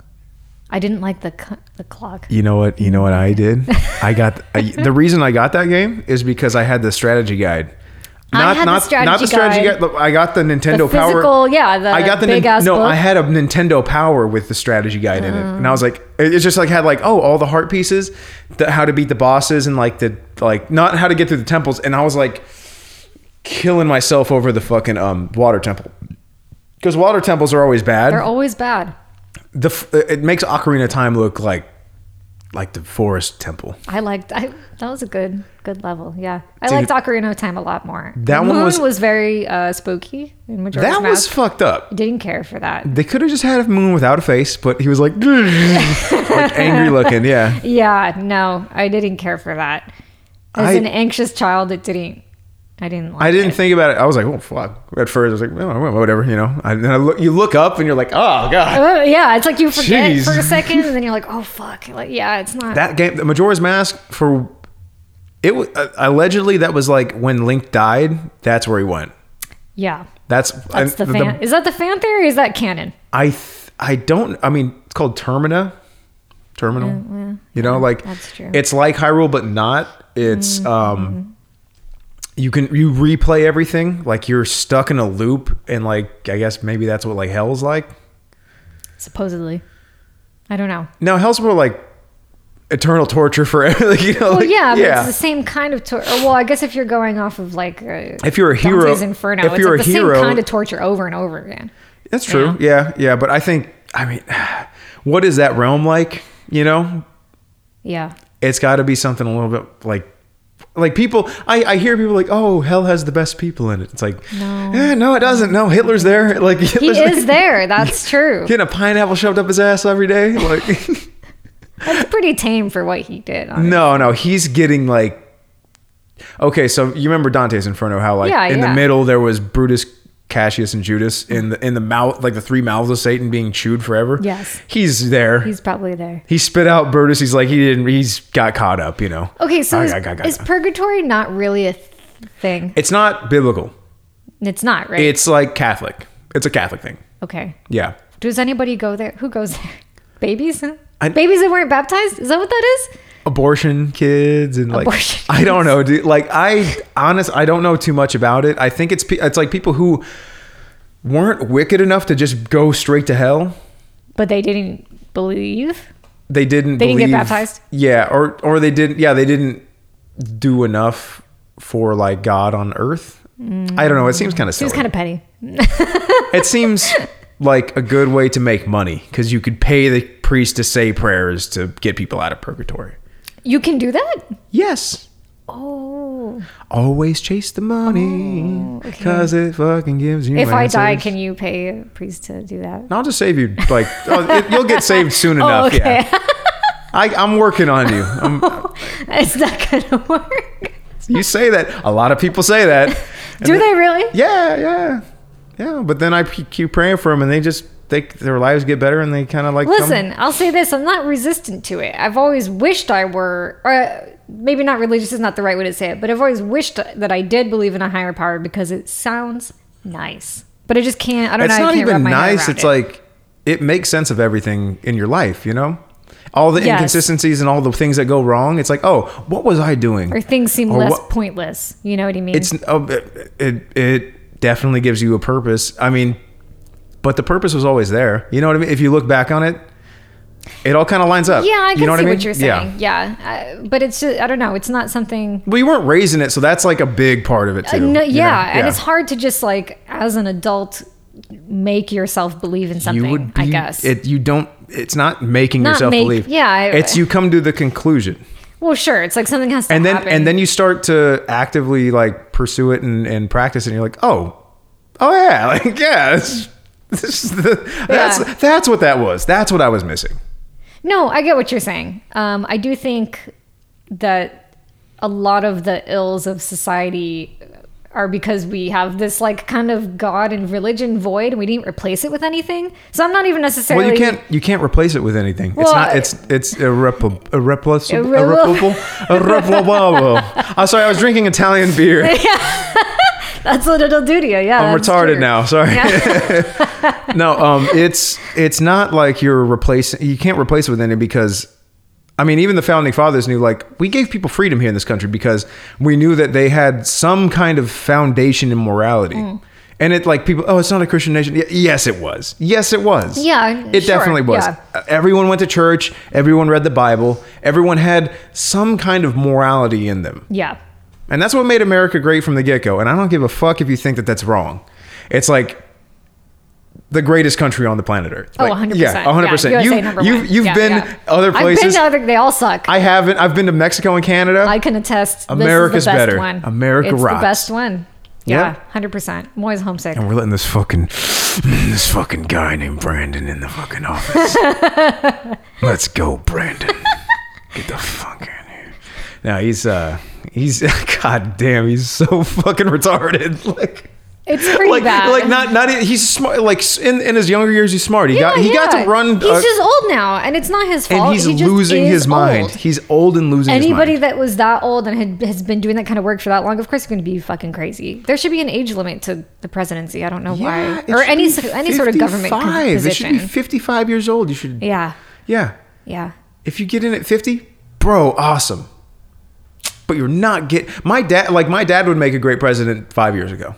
Speaker 2: I didn't like the c- the clock.
Speaker 1: You know what? You know what I did? I got I, the reason I got that game is because I had the strategy guide.
Speaker 2: I had the strategy guide.
Speaker 1: guide. I got the Nintendo
Speaker 2: The
Speaker 1: Power.
Speaker 2: physical- yeah, the
Speaker 1: I got the Nin-
Speaker 2: big-ass
Speaker 1: no.
Speaker 2: book.
Speaker 1: I had a Nintendo Power with the strategy guide in it, and I was like, it it just like had like oh all the heart pieces, the, how to beat the bosses, and like the like not how to get through the temples, and I was like killing myself over the fucking um water temple because water temples are always bad
Speaker 2: They're always bad.
Speaker 1: the f- uh, it makes Ocarina of Time look like like the forest temple.
Speaker 2: I liked I, that was a good good level. Yeah, I
Speaker 1: Dude.
Speaker 2: liked Ocarina of Time a lot more.
Speaker 1: That one
Speaker 2: Moon
Speaker 1: was-
Speaker 2: very uh, spooky. In Majora's
Speaker 1: That was
Speaker 2: Mask.
Speaker 1: fucked up.
Speaker 2: didn't care for
Speaker 1: <laughs>
Speaker 2: that.
Speaker 1: They could have just had a moon without a face, but he was like, <laughs> like angry looking. Yeah,
Speaker 2: Yeah, no, I didn't care for that. As
Speaker 1: I-
Speaker 2: an anxious child, it didn't. I didn't. Like
Speaker 1: I didn't
Speaker 2: It.
Speaker 1: think about it. I was like, oh fuck. At first, I was like, oh, well, well, whatever, you know. And then I look, you look up and you're like, oh god.
Speaker 2: Oh, yeah, it's like you forget
Speaker 1: Jeez.
Speaker 2: for a second, and
Speaker 1: <laughs>
Speaker 2: then you're like, "Oh fuck!" Like, yeah, it's not.
Speaker 1: That game, the Majora's Mask, for it wa- uh, allegedly that was like when Link died. That's where he went.
Speaker 2: yeah,
Speaker 1: That's
Speaker 2: that's
Speaker 1: and
Speaker 2: the fan. is that the fan theory? Or is that canon?
Speaker 1: I th- I don't. I mean, it's called Termina. Terminal. you know, like
Speaker 2: Mm, that's true. Mm,
Speaker 1: it's like Hyrule, but not. It's um,
Speaker 2: mm-hmm.
Speaker 1: you can you replay everything. Like you're stuck in a loop, and like I guess maybe that's what like Hell's like.
Speaker 2: Supposedly, I don't know.
Speaker 1: No, Hell's more like eternal torture for <laughs> like, you know.
Speaker 2: Well,
Speaker 1: like,
Speaker 2: yeah, but it's the same kind of torture. Well, I guess if you're going off of like, uh,
Speaker 1: If you're a hero-
Speaker 2: Dante's Inferno,
Speaker 1: if
Speaker 2: it's
Speaker 1: you're
Speaker 2: like
Speaker 1: a
Speaker 2: the
Speaker 1: hero-
Speaker 2: same kind of torture over and over again.
Speaker 1: That's true. Yeah. yeah, But I think I mean, <sighs> what is that realm like? You know,
Speaker 2: Yeah,
Speaker 1: it's got to be something a little bit like like people I, I hear people like oh hell has the best people in it it's like
Speaker 2: No.
Speaker 1: eh, no it doesn't no hitler's there <laughs> like
Speaker 2: He
Speaker 1: hitler's
Speaker 2: is
Speaker 1: like, <laughs>
Speaker 2: there. That's true.
Speaker 1: getting a pineapple shoved up his ass every day like <laughs>
Speaker 2: That's pretty tame for what he did. honestly.
Speaker 1: no no he's getting like okay so you remember dante's inferno how like
Speaker 2: Yeah,
Speaker 1: in the
Speaker 2: yeah.
Speaker 1: middle there was brutus cassius and judas in the in the mouth like the three mouths of satan being chewed forever
Speaker 2: Yes.
Speaker 1: he's there
Speaker 2: He's probably there.
Speaker 1: he spit out brutus he's like he didn't he's got caught up you know
Speaker 2: Okay, so
Speaker 1: I-
Speaker 2: is,
Speaker 1: I- I- I-
Speaker 2: is purgatory not really a th- thing?
Speaker 1: it's not biblical
Speaker 2: It's not, right?
Speaker 1: it's like catholic it's a catholic thing
Speaker 2: okay.
Speaker 1: yeah
Speaker 2: Does anybody go there? Who goes there? <laughs> Babies?
Speaker 1: I-
Speaker 2: Babies that weren't baptized? Is that what that is?
Speaker 1: abortion kids and like
Speaker 2: Abortion
Speaker 1: <laughs> I don't know, dude. Like I honest, I don't know too much about it. I think it's pe- it's like people who weren't wicked enough to just go straight to hell.
Speaker 2: But they didn't believe.
Speaker 1: They didn't.
Speaker 2: They didn't get
Speaker 1: believe-
Speaker 2: baptized?
Speaker 1: Yeah, or or they didn't. Yeah, they didn't do enough for like God on Earth. I don't know. It seems kind of
Speaker 2: She
Speaker 1: silly.
Speaker 2: was kind of petty.
Speaker 1: it seems like a good way to make money because you could pay the priest to say prayers to get people out of purgatory.
Speaker 2: You can do that?
Speaker 1: Yes.
Speaker 2: Oh.
Speaker 1: Always chase the money
Speaker 2: Oh, okay.
Speaker 1: because it fucking gives you.
Speaker 2: If I die,
Speaker 1: answers.
Speaker 2: can you pay a priest to do that?
Speaker 1: I'll just save you. Like oh, it- you'll get saved soon
Speaker 2: <laughs>
Speaker 1: enough.
Speaker 2: Oh, okay.
Speaker 1: Yeah, I, I'm working on you. I'm,
Speaker 2: it's not going to work.
Speaker 1: you say that a lot of people say that.
Speaker 2: <laughs>
Speaker 1: And
Speaker 2: Do
Speaker 1: then-
Speaker 2: they really?
Speaker 1: Yeah, yeah, yeah. But then I p- keep praying for them, and they just they their lives get better, and they kind of like come-
Speaker 2: Listen, I'll say this I'm not resistant to it. I've always wished I were, or uh, maybe not religious is not the right way to say it, but I've always wished that I did believe in a higher power because it sounds nice. But I just can't, I don't
Speaker 1: it's
Speaker 2: know. I
Speaker 1: not
Speaker 2: can't wrap
Speaker 1: even
Speaker 2: my head
Speaker 1: nice.
Speaker 2: around
Speaker 1: It's
Speaker 2: it.
Speaker 1: like it makes sense of everything in your life. You know, all the
Speaker 2: Yes.
Speaker 1: inconsistencies and all the things that go wrong. It's like, oh, what was I doing?
Speaker 2: Or things seem
Speaker 1: Or
Speaker 2: less
Speaker 1: what-
Speaker 2: pointless. You know what I mean?
Speaker 1: it's oh, it, it it definitely gives you a purpose. I mean, but the purpose was always there. You know what I mean? If you look back on it, it all kind of lines up.
Speaker 2: yeah, I can
Speaker 1: you know
Speaker 2: see
Speaker 1: I mean?
Speaker 2: what you're saying. Yeah, Uh, but it's just, I don't know. It's not something
Speaker 1: Well, you weren't raising it, so that's like a big part of it too.
Speaker 2: Uh, no, yeah,
Speaker 1: you know?
Speaker 2: and it's hard to just like as an adult make yourself believe in something.
Speaker 1: You would be,
Speaker 2: I guess.
Speaker 1: it. You don't. It's not making
Speaker 2: Not
Speaker 1: yourself
Speaker 2: make-
Speaker 1: believe.
Speaker 2: yeah, I-
Speaker 1: it's you come to the conclusion,
Speaker 2: well, sure, it's like something has to
Speaker 1: and then
Speaker 2: happen.
Speaker 1: and then you start to actively like pursue it and, and practice, it, and you're like, oh, oh yeah, <laughs> like yeah, it's- this is the,
Speaker 2: Yeah.
Speaker 1: that's that's what that was. That's what I was missing.
Speaker 2: no, I get what you're saying. Um, I do think that a lot of the ills of society are because we have this like kind of God and religion void, and we didn't replace it with anything. So I'm not even necessarily.
Speaker 1: Well, you can't you can't replace it with anything.
Speaker 2: Well,
Speaker 1: it's not. It's it's irreparable. Irreplaceable.
Speaker 2: Irrevol-
Speaker 1: Irreparable.
Speaker 2: <laughs>
Speaker 1: Irreparable. I'm sorry. I was drinking Italian beer.
Speaker 2: That's what it'll do to you. Yeah,
Speaker 1: I'm
Speaker 2: that's
Speaker 1: retarded
Speaker 2: true.
Speaker 1: now. Sorry. <laughs>
Speaker 2: Yeah.
Speaker 1: No. Um. It's it's not like you're replacing. You can't replace it with anything because. I mean, even the founding fathers knew, like, we gave people freedom here in this country because we knew that they had some kind of foundation in morality.
Speaker 2: Mm.
Speaker 1: And it, like, people, oh, it's not a Christian nation. Y- yes, it was. Yes, it was.
Speaker 2: Yeah,
Speaker 1: It
Speaker 2: sure,
Speaker 1: definitely was. E,
Speaker 2: yeah.
Speaker 1: Everyone went to church. Everyone read the Bible. Everyone had some kind of morality in them.
Speaker 2: yeah.
Speaker 1: And that's what made America great from the get go. And I don't give a fuck if you think that that's wrong. It's like the greatest country on the planet Earth.
Speaker 2: Oh,
Speaker 1: Like,
Speaker 2: 100%.
Speaker 1: Yeah, 100%.
Speaker 2: Yeah,
Speaker 1: you,
Speaker 2: USA number
Speaker 1: you,
Speaker 2: one.
Speaker 1: you've
Speaker 2: Yeah,
Speaker 1: been
Speaker 2: yeah.
Speaker 1: other
Speaker 2: I've been
Speaker 1: places.
Speaker 2: to other, they all suck.
Speaker 1: I haven't. I've been to Mexico and Canada.
Speaker 2: I can attest. this is the
Speaker 1: America's
Speaker 2: best
Speaker 1: better.
Speaker 2: One.
Speaker 1: America
Speaker 2: it's
Speaker 1: rocks.
Speaker 2: the best one.
Speaker 1: Yeah.
Speaker 2: Yeah, hundred percent. I'm always homesick.
Speaker 1: and we're letting this fucking this fucking guy named Brandon in the fucking
Speaker 2: <laughs>
Speaker 1: office. Let's go, Brandon. Get the fuck in here. Now he's uh he's <laughs> god damn he's so fucking retarded <laughs> like.
Speaker 2: It's pretty
Speaker 1: like,
Speaker 2: bad.
Speaker 1: like not not he's smart. Like in, in his younger years, he's smart. He got he got
Speaker 2: Yeah.
Speaker 1: to run.
Speaker 2: He's
Speaker 1: uh,
Speaker 2: just old now, and it's not his fault.
Speaker 1: and he's
Speaker 2: He just
Speaker 1: losing
Speaker 2: is
Speaker 1: his mind.
Speaker 2: old.
Speaker 1: He's old and losing
Speaker 2: Anybody
Speaker 1: his mind.
Speaker 2: that was that old and had, has been doing that kind of work for that long, of course, you're going to be fucking crazy. There should be an age limit to the presidency. I don't know
Speaker 1: Yeah, it
Speaker 2: why, or
Speaker 1: should
Speaker 2: any
Speaker 1: be
Speaker 2: s- any sort of government con-
Speaker 1: 55. It should be
Speaker 2: position.
Speaker 1: fifty-five years old. You should. Yeah.
Speaker 2: yeah, yeah.
Speaker 1: If you get in at fifty, bro, awesome. But you're not get my dad. Like my dad would make a great president five years ago.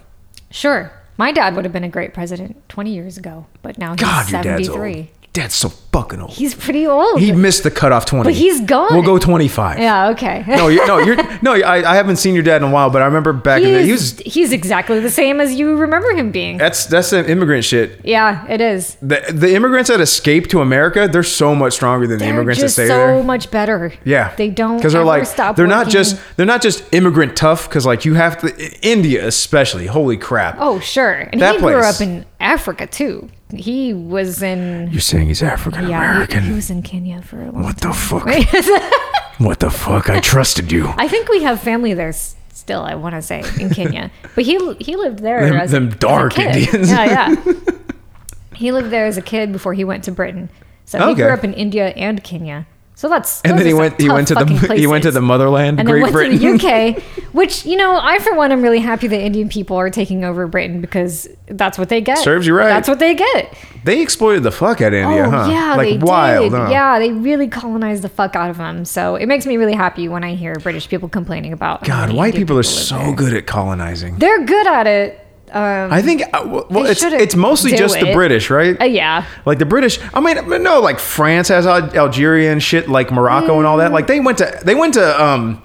Speaker 2: Sure. My dad would have been a great president 20 years ago, but now he's
Speaker 1: God, your dad's
Speaker 2: 73.
Speaker 1: Dad's so fucking old.
Speaker 2: He's pretty old.
Speaker 1: He missed the cutoff twenty.
Speaker 2: But he's gone.
Speaker 1: We'll go twenty five.
Speaker 2: yeah, okay.
Speaker 1: No,
Speaker 2: <laughs>
Speaker 1: you're, no, you're no. I, I haven't seen your dad in a while, but I remember back in the day, he
Speaker 2: he's,
Speaker 1: was.
Speaker 2: he's exactly the same as you remember him being.
Speaker 1: That's that's the immigrant shit.
Speaker 2: Yeah, it is.
Speaker 1: The, the immigrants that escape to America, they're so much stronger than the
Speaker 2: They're
Speaker 1: immigrants
Speaker 2: just
Speaker 1: that stay
Speaker 2: so
Speaker 1: there.
Speaker 2: much better.
Speaker 1: Yeah,
Speaker 2: they don't
Speaker 1: because they're
Speaker 2: ever
Speaker 1: like
Speaker 2: stop
Speaker 1: they're not
Speaker 2: working.
Speaker 1: just they're not just immigrant tough because like you have to I- India especially holy crap
Speaker 2: Oh sure, and
Speaker 1: That
Speaker 2: he grew
Speaker 1: place.
Speaker 2: up in Africa too. He was in
Speaker 1: you're saying he's African
Speaker 2: yeah, he-
Speaker 1: American
Speaker 2: he, was in Kenya for a long.
Speaker 1: what the fuck <laughs>
Speaker 2: <laughs>
Speaker 1: what the fuck I trusted you
Speaker 2: I think we have family there s- still. I want to say
Speaker 1: <laughs>
Speaker 2: in Kenya, but he he lived there.
Speaker 1: Them-
Speaker 2: as,
Speaker 1: them
Speaker 2: as a
Speaker 1: dark
Speaker 2: kid.
Speaker 1: Indians.
Speaker 2: Yeah,
Speaker 1: <laughs>
Speaker 2: yeah. he lived there as a kid before he went to Britain. So he
Speaker 1: Okay.
Speaker 2: grew up in India and Kenya. So that's
Speaker 1: and
Speaker 2: those
Speaker 1: then he
Speaker 2: are some
Speaker 1: went he
Speaker 2: tough
Speaker 1: went to the <laughs>
Speaker 2: fucking
Speaker 1: he went to
Speaker 2: places.
Speaker 1: the motherland
Speaker 2: and then
Speaker 1: Great
Speaker 2: went
Speaker 1: Britain
Speaker 2: to the UK, which you know, I for one, I'm really happy that Indian people are taking over Britain because that's what they get.
Speaker 1: Serves you right.
Speaker 2: That's what they get.
Speaker 1: <laughs> they exploited the fuck out of India
Speaker 2: oh
Speaker 1: huh
Speaker 2: yeah,
Speaker 1: like
Speaker 2: they
Speaker 1: wild
Speaker 2: did.
Speaker 1: huh?
Speaker 2: Yeah, they really colonized the fuck out of them. So it makes me really happy when I hear British people complaining about. how
Speaker 1: God
Speaker 2: many
Speaker 1: white
Speaker 2: Indian
Speaker 1: people are
Speaker 2: live
Speaker 1: so
Speaker 2: there.
Speaker 1: good at colonizing
Speaker 2: They're good at it. Um,
Speaker 1: I think uh, well well, it's
Speaker 2: shouldn't
Speaker 1: it's mostly
Speaker 2: do
Speaker 1: just the
Speaker 2: it.
Speaker 1: British right
Speaker 2: uh, yeah,
Speaker 1: Like the British, I mean, no, like France has Al- Algeria and shit, like Morocco and all
Speaker 2: Mm.
Speaker 1: that. Like they went to they went to um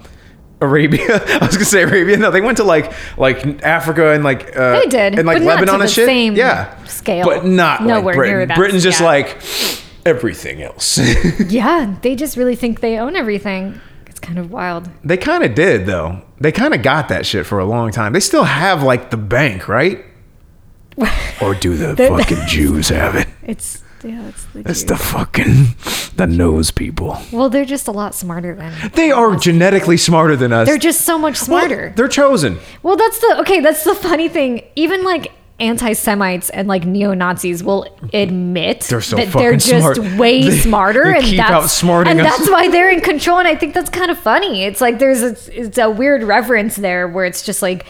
Speaker 1: Arabia. <laughs> I was gonna say Arabia. No, they went to like like Africa and like uh,
Speaker 2: They did,
Speaker 1: and like
Speaker 2: but not
Speaker 1: Lebanon
Speaker 2: to
Speaker 1: and
Speaker 2: the
Speaker 1: shit.
Speaker 2: same
Speaker 1: yeah,
Speaker 2: scale.
Speaker 1: but not
Speaker 2: Nowhere
Speaker 1: like Britain.
Speaker 2: near that,
Speaker 1: Britain's just
Speaker 2: yeah.
Speaker 1: like everything else. <laughs>
Speaker 2: yeah, they just really think they own everything. It's kind of wild.
Speaker 1: they kind of did though. They kind of got that shit for a long time. They still have like the bank,
Speaker 2: <laughs>
Speaker 1: right? or do the fucking Jews have it?
Speaker 2: It's yeah, it's the
Speaker 1: It's
Speaker 2: Jews.
Speaker 1: the fucking the nose people.
Speaker 2: well, they're just a lot smarter than
Speaker 1: They are genetically smarter than us.
Speaker 2: they're just so much smarter.
Speaker 1: They're chosen.
Speaker 2: Well, that's the okay. That's the funny thing. Even like anti Semites and like neo Nazis will admit
Speaker 1: They're so
Speaker 2: that
Speaker 1: fucking
Speaker 2: they're just
Speaker 1: smart.
Speaker 2: way
Speaker 1: <laughs> They-
Speaker 2: smarter,
Speaker 1: they
Speaker 2: and
Speaker 1: keep
Speaker 2: that's
Speaker 1: outsmarting
Speaker 2: and
Speaker 1: us.
Speaker 2: that's why they're in control. And I think that's kind of funny. It's like there's a it's a weird reference there where it's just like.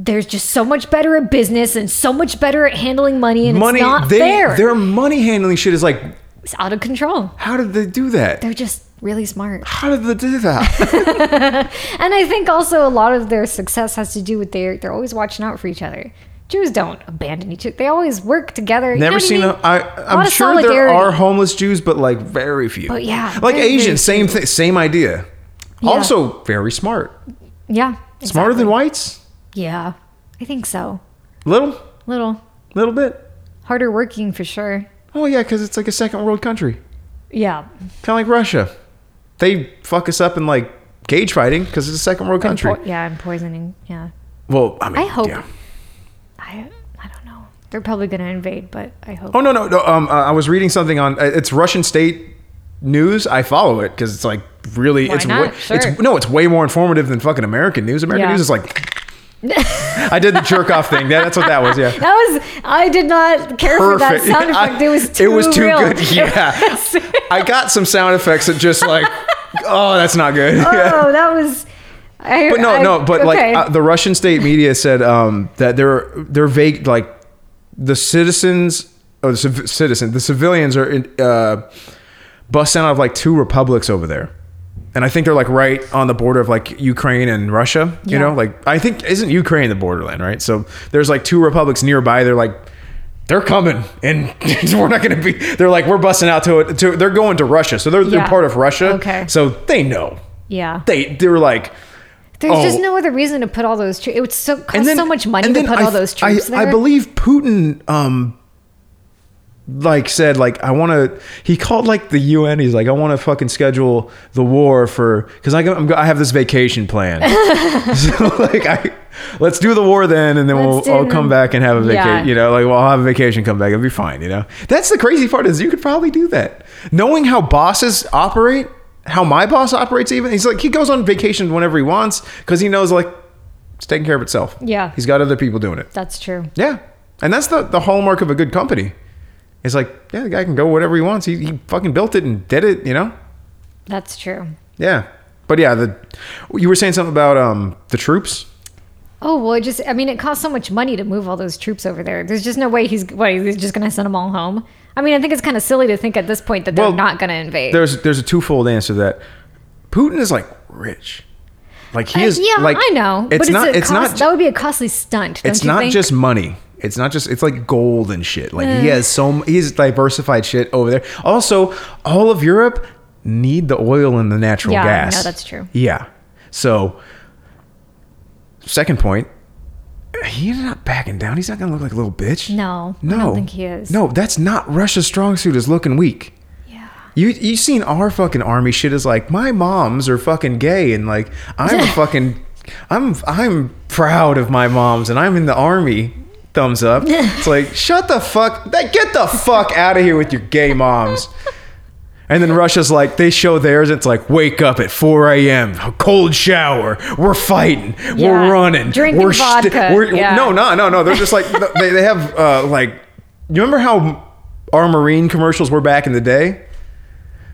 Speaker 2: There's just so much better at business and so much better at handling money, and
Speaker 1: Money.
Speaker 2: it's not
Speaker 1: They,
Speaker 2: fair.
Speaker 1: Their money handling shit is like,
Speaker 2: It's out of control.
Speaker 1: how did they do that?
Speaker 2: They're just really smart.
Speaker 1: How did they do
Speaker 2: <laughs>
Speaker 1: that?
Speaker 2: And I think also a lot of their success has to do with their they're always watching out for each other. Jews don't abandon each other. They always work together. You know
Speaker 1: Never
Speaker 2: what I
Speaker 1: seen.
Speaker 2: mean?
Speaker 1: a I, I'm
Speaker 2: lot of
Speaker 1: sure there
Speaker 2: solidarity.
Speaker 1: are homeless Jews, but like very few.
Speaker 2: But yeah,
Speaker 1: like
Speaker 2: very, very
Speaker 1: Asians, same thing, same idea.
Speaker 2: Yeah.
Speaker 1: Also very smart,
Speaker 2: yeah,
Speaker 1: smarter
Speaker 2: exactly.
Speaker 1: than whites.
Speaker 2: yeah. I think so.
Speaker 1: Little,
Speaker 2: Little
Speaker 1: little bit.
Speaker 2: harder working for sure.
Speaker 1: Oh yeah, because it's like a second world country,
Speaker 2: Yeah,
Speaker 1: kind of like Russia. They fuck us up in like cage fighting because it's a second world
Speaker 2: And
Speaker 1: country.
Speaker 2: po- yeah, and poisoning. Yeah,
Speaker 1: Well, I mean,
Speaker 2: I hope-
Speaker 1: yeah.
Speaker 2: I I don't know. They're probably gonna invade, but I hope.
Speaker 1: Oh no no no! Um, uh, I was reading something on uh, it's Russian state news. I follow it because it's like really
Speaker 2: Why
Speaker 1: it's
Speaker 2: not?
Speaker 1: way,
Speaker 2: Sure.
Speaker 1: it's no it's way more informative than fucking American news. American
Speaker 2: Yeah.
Speaker 1: news is
Speaker 2: <laughs>
Speaker 1: like I did the jerk off thing. That, that's what that was. Yeah.
Speaker 2: That was I did not care
Speaker 1: Perfect.
Speaker 2: for that sound effect.
Speaker 1: I-
Speaker 2: it was too.
Speaker 1: it was too
Speaker 2: real. <laughs>
Speaker 1: good. <laughs> Yeah. I got some sound effects that just like, oh, that's not good. <laughs> Yeah.
Speaker 2: Oh, that was. I,
Speaker 1: But no,
Speaker 2: I-
Speaker 1: no. But
Speaker 2: okay.
Speaker 1: like uh, the Russian state media said um, that they're they're vague. Like the citizens or the civ- citizen, the civilians are in, uh, busting out of like two republics over there, and I think they're like right on the border of like Ukraine and Russia. You
Speaker 2: Yeah.
Speaker 1: know, like I think isn't Ukraine the borderland, right? So there's like two republics nearby. They're like. They're coming, and <laughs> we're not going to be. They're like we're busting out to it. To, they're going to Russia, so they're, they're
Speaker 2: Yeah.
Speaker 1: part of Russia.
Speaker 2: Okay.
Speaker 1: so they know.
Speaker 2: yeah.
Speaker 1: They they were like,
Speaker 2: There's
Speaker 1: Oh.
Speaker 2: just no other reason to put all those troops. It would so cost so much money
Speaker 1: and
Speaker 2: to
Speaker 1: then
Speaker 2: put
Speaker 1: I-
Speaker 2: all those troops
Speaker 1: I,
Speaker 2: there.
Speaker 1: I believe Putin, um, like said, like I want to. He called like the UN. He's like, I want to fucking schedule the war for because I go- I'm, go- I have this vacation
Speaker 2: <laughs>
Speaker 1: plan. <laughs> so like, I let's do the war then, and then
Speaker 2: Let's
Speaker 1: we'll
Speaker 2: do
Speaker 1: I'll come
Speaker 2: the-
Speaker 1: back and have a vacation.
Speaker 2: Yeah.
Speaker 1: You know, like well, I'll have a vacation, come back, it'll be fine. You know, that's the crazy part is you could probably do that, knowing how bosses operate. How my boss operates, even he's like he goes on vacation whenever he wants because he knows like it's taking care of itself.
Speaker 2: Yeah.
Speaker 1: He's got other people doing it.
Speaker 2: That's true.
Speaker 1: Yeah. And that's the, the hallmark of a good company. It's like, yeah, the guy can go whatever he wants. He, he fucking built it and did it, you know?
Speaker 2: That's true.
Speaker 1: Yeah. But yeah, the you were saying something about um the troops.
Speaker 2: Oh well, it just I mean, it costs so much money to move all those troops over there. There's just no way he's what he's just going to send them all home. I mean, I think it's kind of silly to think at this point that they're
Speaker 1: Well,
Speaker 2: not going to invade.
Speaker 1: There's there's a twofold answer to that. Putin is like rich. Like he
Speaker 2: Uh,
Speaker 1: is
Speaker 2: yeah,
Speaker 1: like
Speaker 2: I know,
Speaker 1: It's
Speaker 2: but
Speaker 1: not
Speaker 2: it's, a
Speaker 1: it's
Speaker 2: cost,
Speaker 1: not
Speaker 2: that would be a costly stunt. Don't
Speaker 1: it's
Speaker 2: you
Speaker 1: not
Speaker 2: think?
Speaker 1: just money. It's not just it's like gold and shit. Like he has so m- he's diversified shit over there. Also, all of Europe need the oil and the natural
Speaker 2: Yeah,
Speaker 1: gas.
Speaker 2: no, that's true.
Speaker 1: Yeah. So second point, he's not backing down. He's not gonna look like a little bitch.
Speaker 2: No, I
Speaker 1: No.
Speaker 2: don't think he is.
Speaker 1: No, that's not Russia's strong suit is looking weak.
Speaker 2: Yeah.
Speaker 1: You you seen our fucking army shit is like my moms are fucking gay and like I'm a
Speaker 2: <laughs>
Speaker 1: fucking I'm I'm proud of my moms and I'm in the army. Thumbs up.
Speaker 2: <laughs>
Speaker 1: It's like shut the fuck that get the fuck out of here with your gay moms. And then Russia's like, they show theirs. It's like, wake up at 4 a.m. Cold shower. We're fighting.
Speaker 2: Yeah.
Speaker 1: We're running.
Speaker 2: Drinking
Speaker 1: we're st-
Speaker 2: vodka.
Speaker 1: we're-
Speaker 2: Yeah.
Speaker 1: No, no, no, no. They're just like <laughs> they, they have uh, like. You remember how our Marine commercials were back in the day?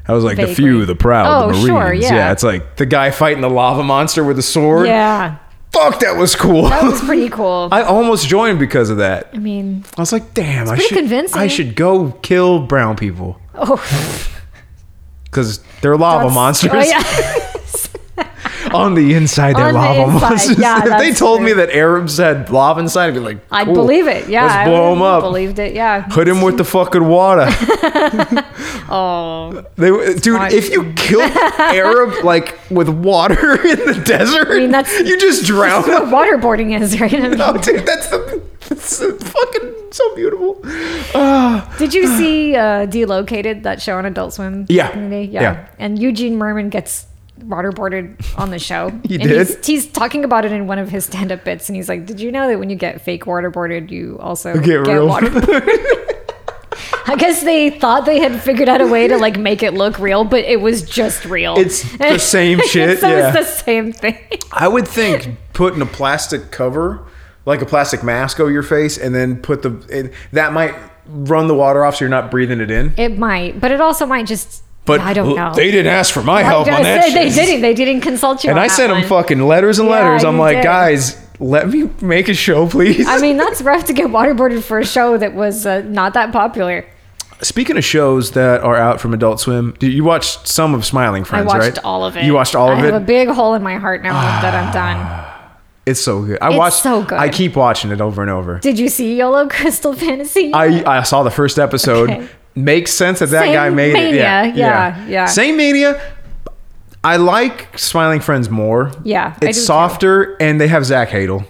Speaker 1: I was like the
Speaker 2: Vaguely.
Speaker 1: few, the proud,
Speaker 2: Oh,
Speaker 1: the Marines.
Speaker 2: sure, yeah.
Speaker 1: it's like the guy fighting the lava monster with a sword.
Speaker 2: Yeah,
Speaker 1: Fuck, that was cool.
Speaker 2: that was pretty cool. I,
Speaker 1: <laughs> I almost joined because of that.
Speaker 2: mean,
Speaker 1: I was like, damn, I
Speaker 2: pretty
Speaker 1: should
Speaker 2: convincing.
Speaker 1: I should go kill brown people
Speaker 2: oh,
Speaker 1: because they're lava
Speaker 2: that's-
Speaker 1: monsters.
Speaker 2: Oh, yeah.
Speaker 1: <laughs>
Speaker 2: <laughs>
Speaker 1: On the inside, they're
Speaker 2: On the
Speaker 1: lava
Speaker 2: inside,
Speaker 1: monsters. <laughs>
Speaker 2: yeah,
Speaker 1: if they
Speaker 2: that's
Speaker 1: told
Speaker 2: true.
Speaker 1: me that Arabs had lava inside, I'd be like,
Speaker 2: I
Speaker 1: cool.
Speaker 2: believe it. Yeah,
Speaker 1: let's
Speaker 2: I
Speaker 1: blow
Speaker 2: would've
Speaker 1: them up.
Speaker 2: Believed it. Yeah.
Speaker 1: Put him with the fucking
Speaker 2: <laughs>
Speaker 1: water.
Speaker 2: Oh,
Speaker 1: They, dude,
Speaker 2: smart.
Speaker 1: if you
Speaker 2: <laughs>
Speaker 1: kill Arab like with water <laughs> in the desert,
Speaker 2: mean, that's-
Speaker 1: you just
Speaker 2: <laughs>
Speaker 1: drown
Speaker 2: that's what
Speaker 1: them.
Speaker 2: waterboarding
Speaker 1: <laughs>
Speaker 2: is, right? I mean,
Speaker 1: Oh, dude, that's the that's so fucking so beautiful. Ah.
Speaker 2: Did you see uh, Delocated, that show on Adult Swim?
Speaker 1: Yeah.
Speaker 2: Community? Yeah.
Speaker 1: Yeah.
Speaker 2: And Eugene Merman gets waterboarded on the show.
Speaker 1: <laughs> He
Speaker 2: and
Speaker 1: did?
Speaker 2: He's, he's talking about it in one of his stand up bits, and he's like, Did you know that when you get fake waterboarded, you also
Speaker 1: get
Speaker 2: get,
Speaker 1: real. <laughs>
Speaker 2: water? <laughs> I guess they thought they had figured out a way to like make it look real, but it was just real.
Speaker 1: It's
Speaker 2: <laughs>
Speaker 1: the same shit,
Speaker 2: so
Speaker 1: yeah.
Speaker 2: it's the same thing. <laughs>
Speaker 1: I would think putting a plastic cover, like a plastic mask over your face, and then put the and that might run the water off, so you're not breathing it in.
Speaker 2: It might, but it also might just.
Speaker 1: But
Speaker 2: I don't know.
Speaker 1: They didn't ask for my
Speaker 2: I
Speaker 1: help on
Speaker 2: just
Speaker 1: that.
Speaker 2: said they
Speaker 1: shit.
Speaker 2: didn't. They didn't consult you.
Speaker 1: And
Speaker 2: on
Speaker 1: I
Speaker 2: that
Speaker 1: sent them
Speaker 2: one.
Speaker 1: fucking letters and
Speaker 2: Yeah,
Speaker 1: letters. I'm
Speaker 2: you
Speaker 1: like,
Speaker 2: did.
Speaker 1: guys, let me make a show, please.
Speaker 2: I mean, that's rough to get waterboarded for a show that was uh, not that popular.
Speaker 1: Speaking of shows that are out from Adult Swim, did you watched some of Smiling
Speaker 2: I
Speaker 1: Friends,
Speaker 2: watched
Speaker 1: right?
Speaker 2: all of it.
Speaker 1: You watched all of
Speaker 2: I
Speaker 1: it. Ah.
Speaker 2: have a big hole in my heart now that I'm done.
Speaker 1: it's so good. I
Speaker 2: It's
Speaker 1: watched.
Speaker 2: so good.
Speaker 1: I keep watching it over and over.
Speaker 2: Did you see Yellow Crystal Fantasy?
Speaker 1: I I saw the first episode.
Speaker 2: Okay.
Speaker 1: Makes sense that that
Speaker 2: Same
Speaker 1: guy made it. Yeah,
Speaker 2: mania. Yeah, yeah.
Speaker 1: Same mania. I like Smiling Friends more.
Speaker 2: Yeah, I
Speaker 1: it's
Speaker 2: do too.
Speaker 1: softer, and they have Zach Hadel.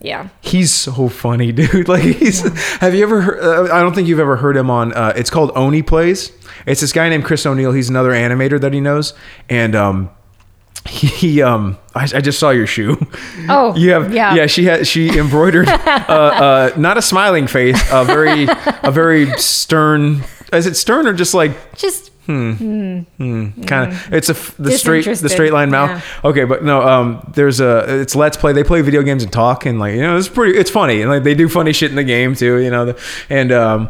Speaker 2: yeah.
Speaker 1: He's so funny, <laughs> dude. Like he's. Have you ever? Heard, uh, I don't think you've ever heard him on. Uh, it's called Oni Plays. It's this guy named Chris O'Neill. He's another animator that he knows, and um, he, he um, I, I just saw your shoe. <laughs>
Speaker 2: Oh,
Speaker 1: you have
Speaker 2: yeah.
Speaker 1: yeah. she had she embroidered uh, uh, not a smiling face, a very a very stern. Is it stern or just like
Speaker 2: Just
Speaker 1: kind of it's a f- the straight the
Speaker 2: Mm. Disinterested,
Speaker 1: straight line mouth
Speaker 2: yeah.
Speaker 1: okay but no um there's a it's let's play they play video games and talk and like you know it's pretty it's funny and like they do funny shit in the game too you know the, and um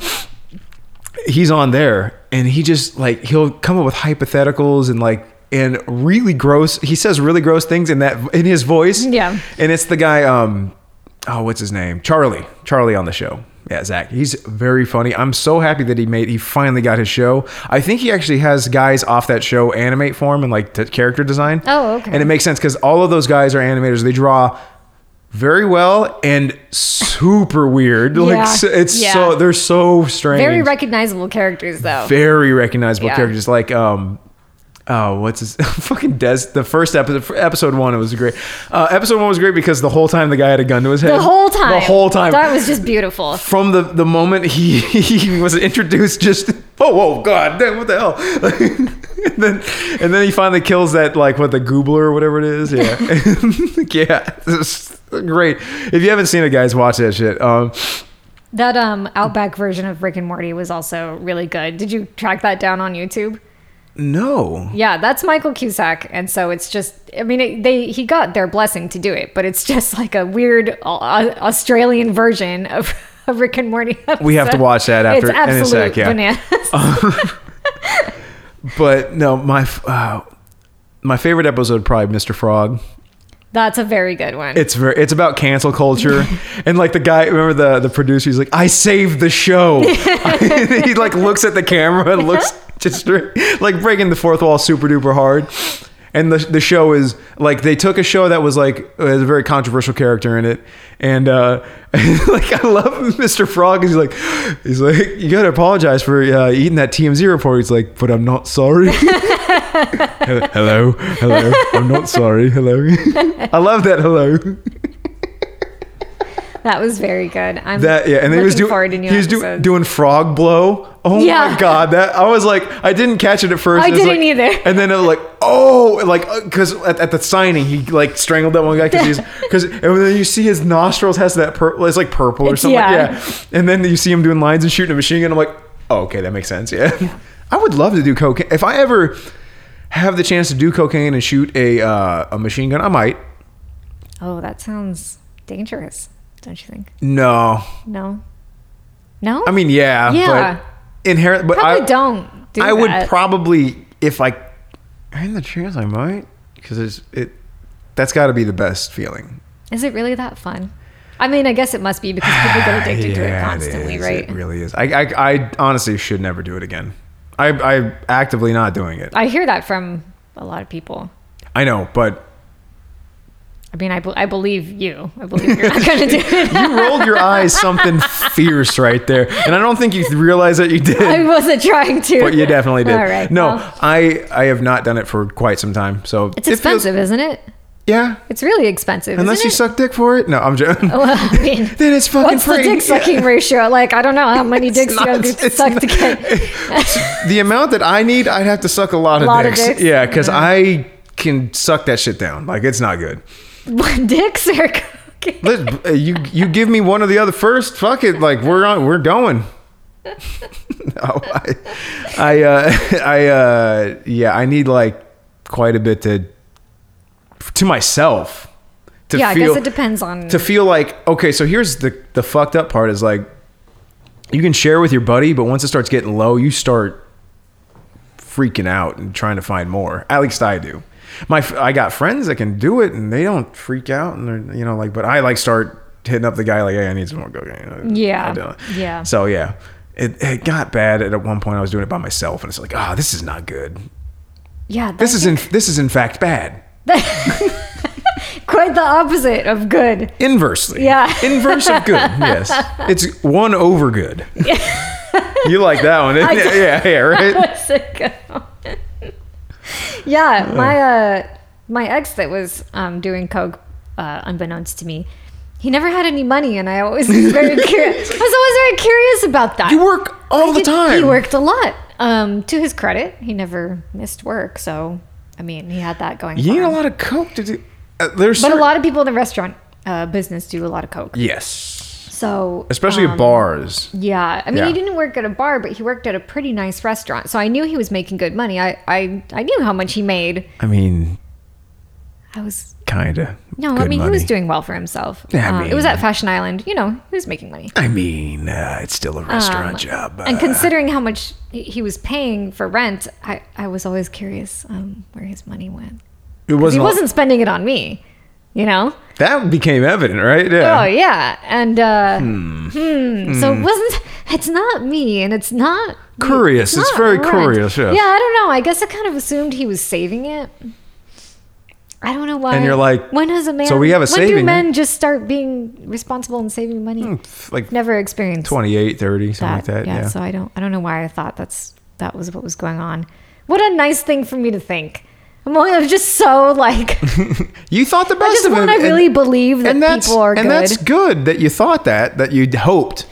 Speaker 1: he's on there and he just like he'll come up with hypotheticals and like and really gross he says really gross things in that in his voice
Speaker 2: Yeah.
Speaker 1: and it's the guy um oh what's his name charlie charlie on the show yeah zach he's very funny i'm so happy that he made he finally got his show i think he actually has guys off that show animate for him and like t- character design
Speaker 2: Oh, okay.
Speaker 1: and it makes sense because all of those guys are animators they draw very well and super weird like
Speaker 2: Yeah.
Speaker 1: s- it's
Speaker 2: Yeah.
Speaker 1: so they're so strange
Speaker 2: very recognizable characters, though.
Speaker 1: very recognizable
Speaker 2: Oh. Yeah.
Speaker 1: characters like um oh what's his <laughs> fucking des the first episode episode one it was great uh, episode one was great because the whole time the guy had a gun to his head
Speaker 2: the whole time.
Speaker 1: the whole time
Speaker 2: That was just beautiful.
Speaker 1: from the the moment he <laughs> he was introduced just <laughs> whoa whoa god damn what the hell <laughs> and then and then he finally kills that like what the goobler or whatever it is
Speaker 2: <laughs>
Speaker 1: yeah <laughs> yeah <laughs> it's great if you haven't seen it guys watch that shit um
Speaker 2: That um Outback version of Rick and Morty was also really good. Did you track that down on YouTube?
Speaker 1: no
Speaker 2: Yeah, that's Michael Cusack, and so it's just. I mean, it, they he got their blessing to do it, but it's <laughs> just like a weird uh, Australian version of, of Rick and Morty. <laughs>
Speaker 1: We have to
Speaker 2: episode.
Speaker 1: watch that after
Speaker 2: It's
Speaker 1: in a
Speaker 2: absolute
Speaker 1: sec, yeah.
Speaker 2: bananas. <laughs>
Speaker 1: but no my f- uh, my favorite episode probably mr frog
Speaker 2: that's a very good one.
Speaker 1: It's ver it's about cancel culture, and like the guy, remember the the producer? He's like, "I saved the show." <laughs> he like looks at the camera and looks just straight- like breaking the fourth wall super duper hard. And the, the show is like they took a show that was like uh, has a very controversial character in it, and uh, <laughs> like I love Mr. Frog. He's like, he's like, you gotta apologize for uh, eating that TMZ report. He's like, but I'm not sorry. hello, hello, I'm not sorry. Hello, I love that. Hello.
Speaker 2: That was very good. I'm
Speaker 1: That yeah, and then he was
Speaker 2: looking forward to
Speaker 1: doing
Speaker 2: new
Speaker 1: he was do-
Speaker 2: episodes.
Speaker 1: doing frog blow. Oh
Speaker 2: Yeah.
Speaker 1: my god, that I was like, I didn't catch it at first.
Speaker 2: I
Speaker 1: It was
Speaker 2: didn't
Speaker 1: like-
Speaker 2: either.
Speaker 1: And then I was like, oh, and like because at, at the signing he like strangled that one guy because he's
Speaker 2: <laughs>
Speaker 1: because and then you see his nostrils has that purple. It's like purple or
Speaker 2: It's-
Speaker 1: something.
Speaker 2: yeah.
Speaker 1: Yeah. And then you see him doing lines and shooting a machine gun. I'm like, oh, okay, that makes sense. Yeah. <laughs> I would love to do cocaine if I ever have the chance to do cocaine and shoot a uh, a machine gun. I might.
Speaker 2: oh, that sounds dangerous, don't you think?
Speaker 1: No,
Speaker 2: No, no.
Speaker 1: I mean, yeah,
Speaker 2: Yeah.
Speaker 1: but inherent. But
Speaker 2: probably
Speaker 1: I,
Speaker 2: don't. Do
Speaker 1: I would
Speaker 2: that.
Speaker 1: probably if I had the chance, I might because it's it. That's got to be the best feeling.
Speaker 2: Is it really that fun? I mean, I guess it must be because people get addicted
Speaker 1: <sighs>
Speaker 2: to it constantly,
Speaker 1: is.
Speaker 2: right?
Speaker 1: It really is. I, I I honestly should never do it again. I I actively not doing it.
Speaker 2: I hear that from a lot of people.
Speaker 1: I know, but
Speaker 2: I mean, I, be- I believe you. I believe you're not going to do
Speaker 1: <laughs>
Speaker 2: it.
Speaker 1: you rolled your eyes
Speaker 2: <laughs>
Speaker 1: something fierce right there, and I don't think you realize that you did.
Speaker 2: I wasn't trying to.
Speaker 1: but you definitely did.
Speaker 2: <laughs> All right.
Speaker 1: no,
Speaker 2: well,
Speaker 1: I I have not done it for quite some time. So
Speaker 2: it's
Speaker 1: it feels-
Speaker 2: expensive, isn't it?
Speaker 1: yeah,
Speaker 2: It's really expensive.
Speaker 1: unless
Speaker 2: isn't
Speaker 1: you
Speaker 2: it? Oh,
Speaker 1: suck dick for it. No, I'm joking.
Speaker 2: <laughs> Well, I
Speaker 1: <laughs>
Speaker 2: mean,
Speaker 1: then it's fucking
Speaker 2: what's
Speaker 1: free.
Speaker 2: the dick
Speaker 1: <laughs>
Speaker 2: sucking ratio? Like, I don't know how many dicks you have
Speaker 1: not-
Speaker 2: to
Speaker 1: it's
Speaker 2: suck
Speaker 1: not-
Speaker 2: to get. <laughs>
Speaker 1: the amount that I need, I'd have to suck a lot of,
Speaker 2: Lot of
Speaker 1: dicks.
Speaker 2: dicks?
Speaker 1: Yeah, because I can suck that shit down. Like it's not good.
Speaker 2: dicks are okay.
Speaker 1: Let, uh, you you give me one or the other first. Fuck it. Like we're on. We're going. <laughs> no, I, I, uh, <laughs> I, uh, yeah, I need like quite a bit to to myself. To
Speaker 2: Yeah, I
Speaker 1: feel,
Speaker 2: guess it depends on.
Speaker 1: to feel like okay so here's the the fucked up part is like you can share with your buddy but once it starts getting low you start freaking out and trying to find more at least i do my f- i got friends that can do it and they don't freak out and they're you know like but i like start hitting up the guy like hey i need some more cocaine
Speaker 2: Yeah.
Speaker 1: I don't.
Speaker 2: Yeah.
Speaker 1: so yeah it, it got bad at one point i was doing it by myself and it's like oh this is not good
Speaker 2: yeah,
Speaker 1: this
Speaker 2: that's
Speaker 1: is in this is in fact bad <laughs>
Speaker 2: <laughs> quite the opposite of good.
Speaker 1: Inversely.
Speaker 2: Yeah.
Speaker 1: Inverse of
Speaker 2: <laughs>
Speaker 1: good. Yes. It's one over good. you like that one? didn't you? yeah, yeah, right.
Speaker 2: What's it called? yeah, my uh, my ex that was um, doing coke, uh, unbeknownst to me, he never had any money, and I always
Speaker 1: <laughs>
Speaker 2: was very curious. I was always very curious about that.
Speaker 1: You work all the
Speaker 2: He-
Speaker 1: time.
Speaker 2: He worked a lot. Um, to his credit, he never missed work. So, I mean, he had that going.
Speaker 1: You
Speaker 2: for
Speaker 1: need a
Speaker 2: him.
Speaker 1: lot of coke to do. Uh, there's
Speaker 2: But a
Speaker 1: certain-
Speaker 2: lot of people in the restaurant uh, business do a lot of coke.
Speaker 1: Yes.
Speaker 2: So,
Speaker 1: Especially
Speaker 2: um,
Speaker 1: at bars.
Speaker 2: Yeah, I mean, he
Speaker 1: Yeah.
Speaker 2: didn't work at a bar, but he worked at a pretty nice restaurant. So I knew he was making good money. I I, I knew how much he made.
Speaker 1: I mean,
Speaker 2: I was
Speaker 1: kinda.
Speaker 2: no, I
Speaker 1: Good
Speaker 2: mean,
Speaker 1: money.
Speaker 2: he was doing well for himself.
Speaker 1: Yeah, I
Speaker 2: Um, it was
Speaker 1: mean-
Speaker 2: at Fashion Island. You know, he was making money.
Speaker 1: I mean, uh, it's still a restaurant
Speaker 2: Um,
Speaker 1: job.
Speaker 2: And
Speaker 1: uh,
Speaker 2: considering how much he- he was paying for rent, I, I was always curious um, where his money went.
Speaker 1: it
Speaker 2: 'Cause
Speaker 1: wasn't.
Speaker 2: He
Speaker 1: all-
Speaker 2: wasn't spending it on me, you know?
Speaker 1: that became evident, right? Yeah.
Speaker 2: Oh, yeah. And, uh, hmm. So it
Speaker 1: Hmm.
Speaker 2: wasn't, it's not me and it's not.
Speaker 1: Curious. It's
Speaker 2: not
Speaker 1: very
Speaker 2: rent.
Speaker 1: curious, yes.
Speaker 2: Yeah, I don't know. I guess I kind of assumed he was saving it. I don't know why.
Speaker 1: And you're like,
Speaker 2: when does a man?
Speaker 1: so we have a
Speaker 2: when do
Speaker 1: saving-
Speaker 2: men just start being responsible and saving money?
Speaker 1: Like
Speaker 2: Never experienced
Speaker 1: 28, 30, something like
Speaker 2: that.
Speaker 1: that.
Speaker 2: yeah,
Speaker 1: Yeah.
Speaker 2: So I don't I don't know why I thought that's that was what was going on. What a nice thing for me to think. I'm, only, I'm just so
Speaker 1: <laughs>
Speaker 2: like I
Speaker 1: you thought the best
Speaker 2: just
Speaker 1: of it.
Speaker 2: want to
Speaker 1: and-
Speaker 2: really believe that
Speaker 1: and that's
Speaker 2: people are
Speaker 1: and
Speaker 2: good.
Speaker 1: that's good that you thought that that you hoped.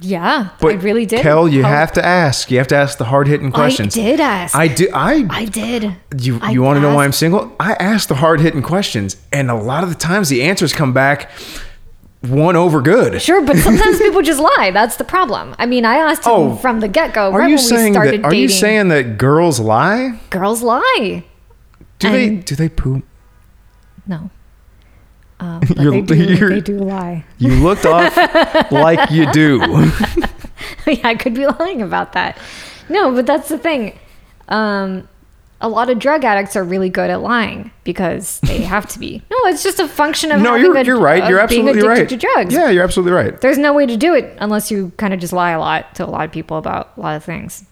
Speaker 2: yeah,
Speaker 1: But
Speaker 2: I really did.
Speaker 1: Kel, you
Speaker 2: hope-
Speaker 1: have to ask. You have to ask the hard hitting questions.
Speaker 2: I did ask.
Speaker 1: I do. I.
Speaker 2: I did.
Speaker 1: you
Speaker 2: I
Speaker 1: you want to know why I'm
Speaker 2: asked-
Speaker 1: single? I ask the hard hitting questions, and a lot of the times the answers come back one over good.
Speaker 2: Sure,
Speaker 1: <laughs>
Speaker 2: but sometimes people just lie. That's the problem. I mean, I asked him
Speaker 1: Oh.
Speaker 2: from the get go.
Speaker 1: Are
Speaker 2: Right
Speaker 1: you
Speaker 2: when we
Speaker 1: saying
Speaker 2: started
Speaker 1: that? Are
Speaker 2: dating,
Speaker 1: you saying that girls lie?
Speaker 2: girls lie?
Speaker 1: Do they?
Speaker 2: And-
Speaker 1: Do they poop? <laughs>
Speaker 2: No, um, but
Speaker 1: You're-
Speaker 2: they, do,
Speaker 1: you're-
Speaker 2: they do lie. <laughs>
Speaker 1: You looked off like you do.
Speaker 2: yeah, I could be lying about that. No, but that's the thing. Um, a lot of drug addicts are really good at lying because they have to be. No, it's just a function of
Speaker 1: No,
Speaker 2: having
Speaker 1: you're
Speaker 2: a-
Speaker 1: you're right.
Speaker 2: of
Speaker 1: You're
Speaker 2: being
Speaker 1: absolutely right.
Speaker 2: addicted to drugs.
Speaker 1: Yeah, you're absolutely right.
Speaker 2: There's no way to do it unless you kind of just lie a lot to a lot of people about a lot of things.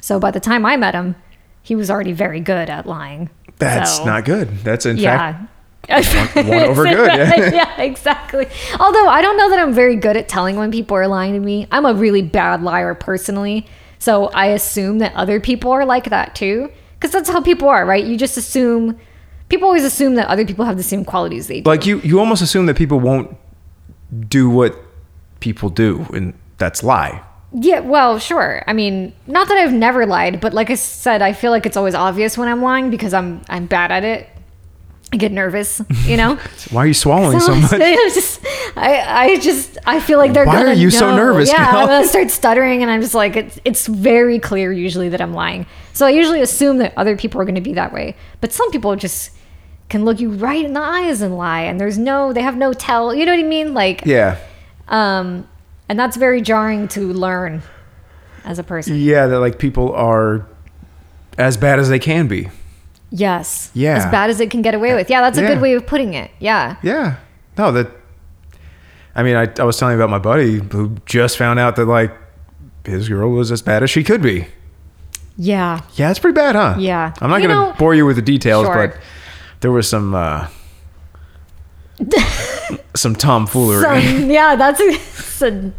Speaker 2: So by the time I met him, he was already very good at lying.
Speaker 1: That's
Speaker 2: So-
Speaker 1: not good. That's in fact
Speaker 2: Yeah. <laughs>
Speaker 1: one over good, yeah.
Speaker 2: yeah, exactly. Although I don't know that I'm very good at telling when people are lying to me. I'm a really bad liar personally. So I assume that other people are like that too. Because that's how people are, right? You just assume, people always assume that other people have the same qualities they do.
Speaker 1: like you you almost assume that people won't do what people do and that's lie.
Speaker 2: Yeah, well, sure. I mean, not that I've never lied, but like I said, I feel like it's always obvious when I'm lying because I'm I'm bad at it. I get nervous,
Speaker 1: <laughs>
Speaker 2: you know.
Speaker 1: Why are you swallowing
Speaker 2: <laughs>
Speaker 1: so much?
Speaker 2: I just, I, I just, I feel like they're.
Speaker 1: Why
Speaker 2: gonna
Speaker 1: are you so
Speaker 2: know.
Speaker 1: nervous,
Speaker 2: Yeah,
Speaker 1: Cal?
Speaker 2: I'm gonna start stuttering, and I'm just like, it's, it's very clear usually that I'm lying. So I usually assume that other people are gonna be that way, but some people just can look you right in the eyes and lie, and there's no, they have no tell. You know what I mean? Like,
Speaker 1: Yeah.
Speaker 2: um, and that's very jarring to learn as a person.
Speaker 1: Yeah, that like people are as bad as they can be.
Speaker 2: Yes.
Speaker 1: Yeah.
Speaker 2: As bad as it can get away with. Yeah, that's a
Speaker 1: Yeah.
Speaker 2: good way of putting it. Yeah.
Speaker 1: Yeah. No, that I mean, I, I was telling you about my buddy who just found out that like his girl was as bad as she could be.
Speaker 2: Yeah.
Speaker 1: Yeah, it's pretty bad, huh?
Speaker 2: Yeah.
Speaker 1: I'm not
Speaker 2: You
Speaker 1: gonna
Speaker 2: know-
Speaker 1: bore you with the details,
Speaker 2: Sure.
Speaker 1: but there was some
Speaker 2: <laughs>
Speaker 1: uh some tomfoolery.
Speaker 2: So, <laughs> yeah, that's a, it's a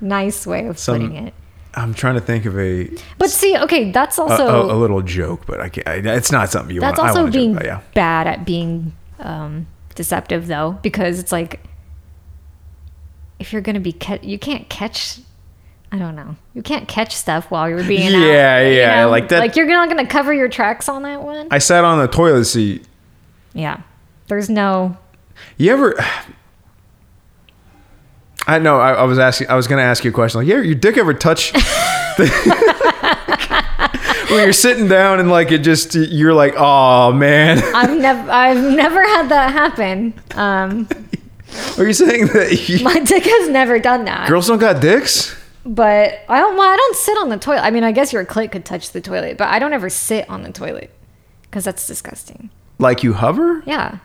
Speaker 2: nice way of
Speaker 1: Some-
Speaker 2: putting it.
Speaker 1: I'm trying to think of a
Speaker 2: But see, okay, that's
Speaker 1: a,
Speaker 2: also
Speaker 1: a, a little joke, but I can't. I, it's not something you want.
Speaker 2: that's
Speaker 1: Oh, I
Speaker 2: also
Speaker 1: want
Speaker 2: being
Speaker 1: Joke, about,
Speaker 2: bad at being um, deceptive though because it's like if you're going to be ca- you can't catch I don't know. You can't catch stuff while you're being out,
Speaker 1: Yeah,
Speaker 2: you
Speaker 1: yeah,
Speaker 2: know?
Speaker 1: like that-
Speaker 2: Like you're not going to cover your tracks on that one.
Speaker 1: yeah. I sat on the toilet seat.
Speaker 2: yeah. There's no
Speaker 1: You ever? <sighs> I know. I, I was asking. I was going to ask you a question. Like, yeah, your dick ever
Speaker 2: <laughs>
Speaker 1: touch? <laughs> when you're sitting down and like it just you're like, oh
Speaker 2: <laughs>
Speaker 1: man.
Speaker 2: I've never I've never had that happen. Um,
Speaker 1: Are you saying that <laughs> you,
Speaker 2: my dick has never done that.
Speaker 1: girls don't got dicks?
Speaker 2: But I don't well, I don't sit on the toilet. I mean, I guess your clit could touch the toilet, but I don't ever sit on the toilet because that's disgusting.
Speaker 1: Like you hover?
Speaker 2: Yeah,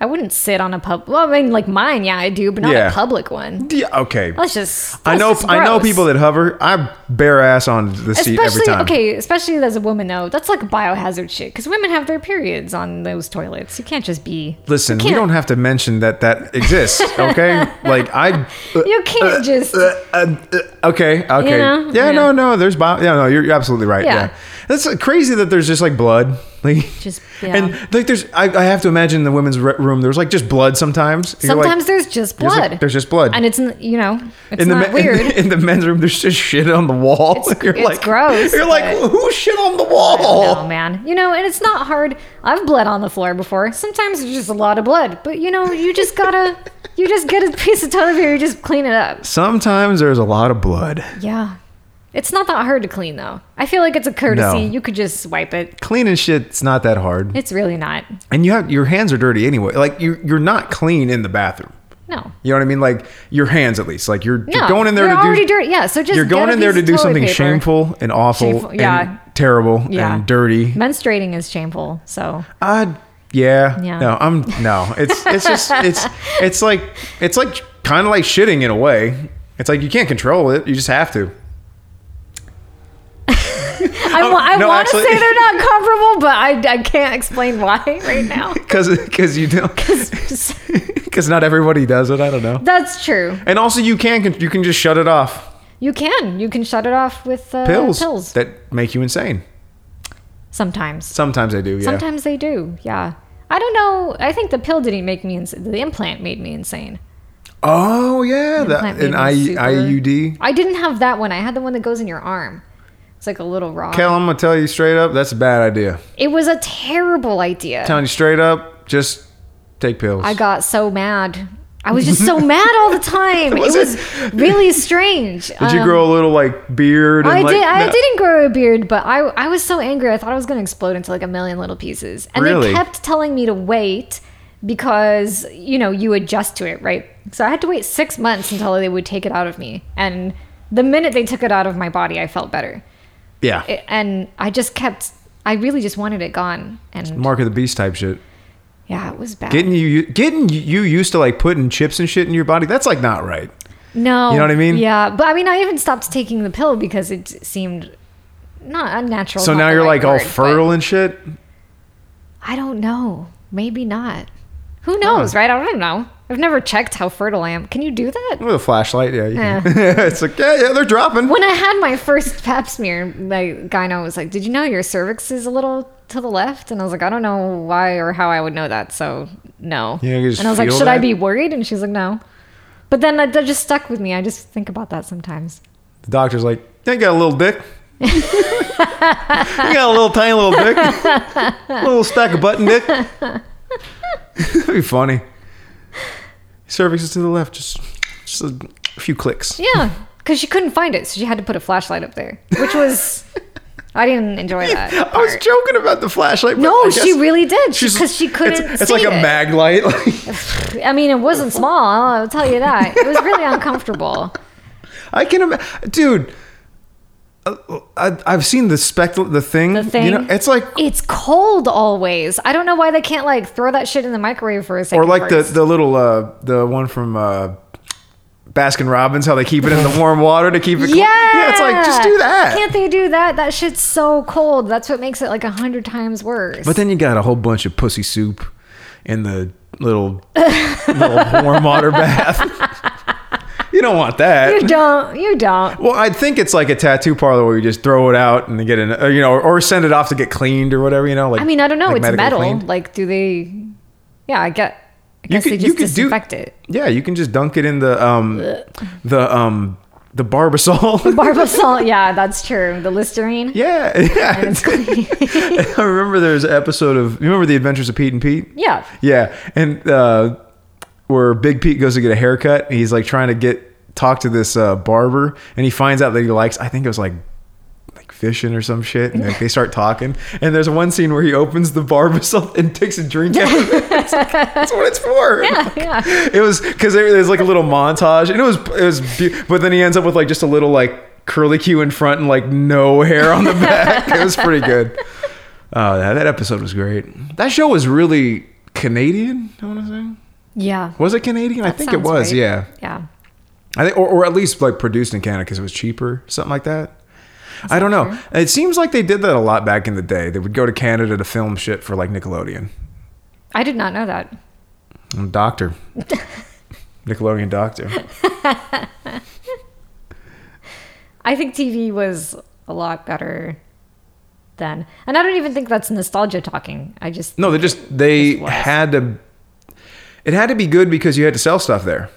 Speaker 2: I wouldn't sit on a pub. Well, I mean, like mine, yeah, I do, but not
Speaker 1: Yeah.
Speaker 2: a public one.
Speaker 1: Yeah, okay.
Speaker 2: That's just. That's
Speaker 1: I know.
Speaker 2: just
Speaker 1: I know
Speaker 2: gross.
Speaker 1: people that hover. I bare ass on the seat every
Speaker 2: Especially
Speaker 1: time.
Speaker 2: okay, especially as a woman though, that's like biohazard shit. Because women have their periods on those toilets. You can't just be.
Speaker 1: Listen,
Speaker 2: you
Speaker 1: we
Speaker 2: can't-
Speaker 1: don't have to mention that that exists,
Speaker 2: <laughs>
Speaker 1: okay? like I,
Speaker 2: You can't just.
Speaker 1: uh, uh, uh, okay, okay,
Speaker 2: know?
Speaker 1: yeah,
Speaker 2: Yeah.
Speaker 1: no, no, there's bio. Yeah, no, you're, you're absolutely right. Yeah,
Speaker 2: Yeah.
Speaker 1: that's uh, crazy that there's just like blood, <laughs> like
Speaker 2: Just-
Speaker 1: and like there's. I, I have to imagine in the women's re- room. There's like just blood sometimes. You're like-
Speaker 2: Sometimes there's just
Speaker 1: there's,
Speaker 2: blood.
Speaker 1: like- there's just blood.
Speaker 2: and it's n- you know it's
Speaker 1: in the,
Speaker 2: not
Speaker 1: me- <laughs> in the-
Speaker 2: weird.
Speaker 1: In, the men's room, there's just shit on the wall.
Speaker 2: It's- it's
Speaker 1: <laughs>
Speaker 2: gross,
Speaker 1: You're like,
Speaker 2: but-
Speaker 1: who shit on the
Speaker 2: Oh
Speaker 1: wall?
Speaker 2: man, you know, and it's not hard. I've bled on the floor before. Sometimes there's just a lot of blood, but you know, you
Speaker 1: <laughs>
Speaker 2: just gotta, you just get a piece of toilet paper, you just clean it up.
Speaker 1: Sometimes there's a lot of blood.
Speaker 2: Yeah, it's not that hard to clean though. I feel like it's a courtesy.
Speaker 1: No.
Speaker 2: You could just wipe it.
Speaker 1: Cleaning shit's not that hard.
Speaker 2: It's really not.
Speaker 1: and you have your hands are dirty anyway. Like you you're not clean in the bathroom.
Speaker 2: No,
Speaker 1: You know what I mean? Like your hands at least. Like you're,
Speaker 2: no,
Speaker 1: you're going in there
Speaker 2: you're
Speaker 1: to
Speaker 2: already
Speaker 1: do
Speaker 2: dirty. Yeah, so just
Speaker 1: you're going
Speaker 2: get a
Speaker 1: in there
Speaker 2: piece
Speaker 1: to
Speaker 2: of
Speaker 1: do
Speaker 2: toilet
Speaker 1: something
Speaker 2: paper.
Speaker 1: shameful and awful
Speaker 2: Shameful- yeah.
Speaker 1: and terrible
Speaker 2: Yeah.
Speaker 1: and dirty.
Speaker 2: Menstruating is shameful.
Speaker 1: <laughs>
Speaker 2: So
Speaker 1: Uh yeah.
Speaker 2: Yeah.
Speaker 1: No, I'm no. It's it's just
Speaker 2: <laughs>
Speaker 1: it's it's like it's like kind of like shitting in a way. It's like you can't control it. You just have to.
Speaker 2: I, wa- I
Speaker 1: no,
Speaker 2: want to
Speaker 1: actually- <laughs>
Speaker 2: say they're not comparable, but I, I can't explain why <laughs> right now.
Speaker 1: Cuz cuz you don't <laughs>
Speaker 2: Just-
Speaker 1: cuz not everybody does it. I don't know.
Speaker 2: That's true.
Speaker 1: And also you can con- you can just shut it off.
Speaker 2: You can. You can shut it off with uh,
Speaker 1: Pills,
Speaker 2: pills.
Speaker 1: that make you insane.
Speaker 2: Sometimes.
Speaker 1: Sometimes they do, yeah.
Speaker 2: Sometimes they do. Yeah. I don't know. I think the pill didn't make me insane. The implant made me insane.
Speaker 1: Oh yeah, the,
Speaker 2: Implant made
Speaker 1: an
Speaker 2: me
Speaker 1: I,
Speaker 2: super-
Speaker 1: IUD.
Speaker 2: I didn't have that one. I had the one that goes in your arm. It's like a little rock.
Speaker 1: Kel, I'm gonna tell you straight up, that's a bad idea.
Speaker 2: It was a terrible idea.
Speaker 1: telling you straight up, just take pills.
Speaker 2: I got so mad. I was just
Speaker 1: <laughs>
Speaker 2: so mad all the time.
Speaker 1: Was
Speaker 2: it was
Speaker 1: it?
Speaker 2: really strange.
Speaker 1: Did you
Speaker 2: Um,
Speaker 1: grow a little like beard? And,
Speaker 2: I
Speaker 1: like,
Speaker 2: did. I
Speaker 1: no-
Speaker 2: didn't grow a beard, but I I was so angry. I thought I was going to explode into like a million little pieces. And
Speaker 1: Really?
Speaker 2: they kept telling me to wait because you know you adjust to it, right? So I had to wait six months until they would take it out of me. And the minute they took it out of my body, I felt better.
Speaker 1: Yeah,
Speaker 2: It, and I just kept. I really just wanted it gone. And
Speaker 1: Mark of the Beast type shit.
Speaker 2: yeah, it was bad.
Speaker 1: Getting you, getting you used to like putting chips and shit in your body. That's like not right.
Speaker 2: No.
Speaker 1: You know what I mean?
Speaker 2: Yeah. But I mean, I even stopped taking the pill because it seemed not unnatural.
Speaker 1: So
Speaker 2: not
Speaker 1: now
Speaker 2: the
Speaker 1: you're
Speaker 2: right
Speaker 1: like all
Speaker 2: word, but-
Speaker 1: fertile and shit.
Speaker 2: I don't know. Maybe not. Who knows, right? I don't know. I've never checked how fertile I am. Can you do that?
Speaker 1: With a flashlight, yeah. You can. <laughs> it's like, yeah, yeah, they're dropping.
Speaker 2: When I had my first pap smear, my gyno was like, Did you know your cervix is a little to the left? And I was like, I don't know why or how I would know that. So, no.
Speaker 1: Yeah, you just
Speaker 2: and I was like,
Speaker 1: feel
Speaker 2: Should I
Speaker 1: that?
Speaker 2: be worried? And she's like, No. But then that, that just stuck with me. I just think about that sometimes.
Speaker 1: The doctor's like, they got a little dick. you got a little tiny little dick. a little stack of button dick. That'd be funny. Cervix is to the left, just just a few clicks.
Speaker 2: Yeah. Because she couldn't find it. So she had to put a flashlight up there, which was. I didn't enjoy that.
Speaker 1: <laughs> <laughs> I was
Speaker 2: part.
Speaker 1: joking about the flashlight. but
Speaker 2: No,
Speaker 1: I
Speaker 2: she
Speaker 1: guess
Speaker 2: really did
Speaker 1: she's-
Speaker 2: because she
Speaker 1: it's-
Speaker 2: couldn't.
Speaker 1: It's, like
Speaker 2: see
Speaker 1: a
Speaker 2: it.
Speaker 1: mag light. <laughs> like-
Speaker 2: I mean, it wasn't small. I'll tell you that. It was really uncomfortable.
Speaker 1: I can imagine, dude. uh, I, I've seen the spectral, the thing.
Speaker 2: The thing.
Speaker 1: You know, it's like
Speaker 2: It's cold always. I don't know why they can't like throw that shit in the microwave for a second.
Speaker 1: or like the
Speaker 2: first.
Speaker 1: the little uh the one from uh Baskin Robbins how they keep it in the warm water to keep it cool.
Speaker 2: yeah.
Speaker 1: yeah it's like just do that
Speaker 2: Can't they do that? That shit's so cold. That's what makes it like a hundred times worse.
Speaker 1: but then you got a whole bunch of pussy soup in the little little warm <laughs> water bath you don't want that
Speaker 2: you don't. You don't.
Speaker 1: well I think it's like a tattoo parlor where you just throw it out and get in or, you know or, send it off to get cleaned or whatever you know like
Speaker 2: I mean, I don't know.
Speaker 1: like
Speaker 2: it's
Speaker 1: medically
Speaker 2: metal.
Speaker 1: cleaned.
Speaker 2: Like, do they? Yeah, I get. I guess
Speaker 1: could-
Speaker 2: they
Speaker 1: you
Speaker 2: just
Speaker 1: could do-
Speaker 2: disinfect it.
Speaker 1: yeah you can just dunk it in the um the um the barbasol
Speaker 2: Barbasol. yeah, that's true. The Listerine.
Speaker 1: Yeah, <laughs> yeah.
Speaker 2: it's clean.
Speaker 1: I remember there was an episode of you remember the Adventures of Pete and Pete?
Speaker 2: Yeah.
Speaker 1: Yeah, and uh, where Big Pete goes to get a haircut, and he's like trying to get talk to this uh, barber, and he finds out that he likes. I think it was like like fishing or some shit, and like, they start talking. And there's one scene where he opens the <laughs> barbasol and takes a drink out of it. It's like, That's what it's for.
Speaker 2: <laughs> Yeah, yeah.
Speaker 1: It was because there was like a little montage, and it was it was, be- but then he ends up with like just a little like curly cue in front and like no hair on the <laughs> back. it was pretty good. Oh, that, that episode was great. That show was really Canadian. I want to say,
Speaker 2: Yeah.
Speaker 1: was it Canadian? I
Speaker 2: That
Speaker 1: think it
Speaker 2: sounds
Speaker 1: was.
Speaker 2: right.
Speaker 1: Yeah,
Speaker 2: Yeah.
Speaker 1: I think, or, or at least like produced in Canada because it was cheaper, something like that. I don't know. It seems like they did that a lot back in the day. They would go to Canada to film shit for like Nickelodeon.
Speaker 2: I did not know that.
Speaker 1: I'm a
Speaker 2: <laughs>
Speaker 1: doctor. Nickelodeon doctor.
Speaker 2: I think TV was a lot better then. And I don't even think that's nostalgia talking. I just
Speaker 1: No, they just they
Speaker 2: Just was.
Speaker 1: had to. It had to be good because you had to sell stuff there.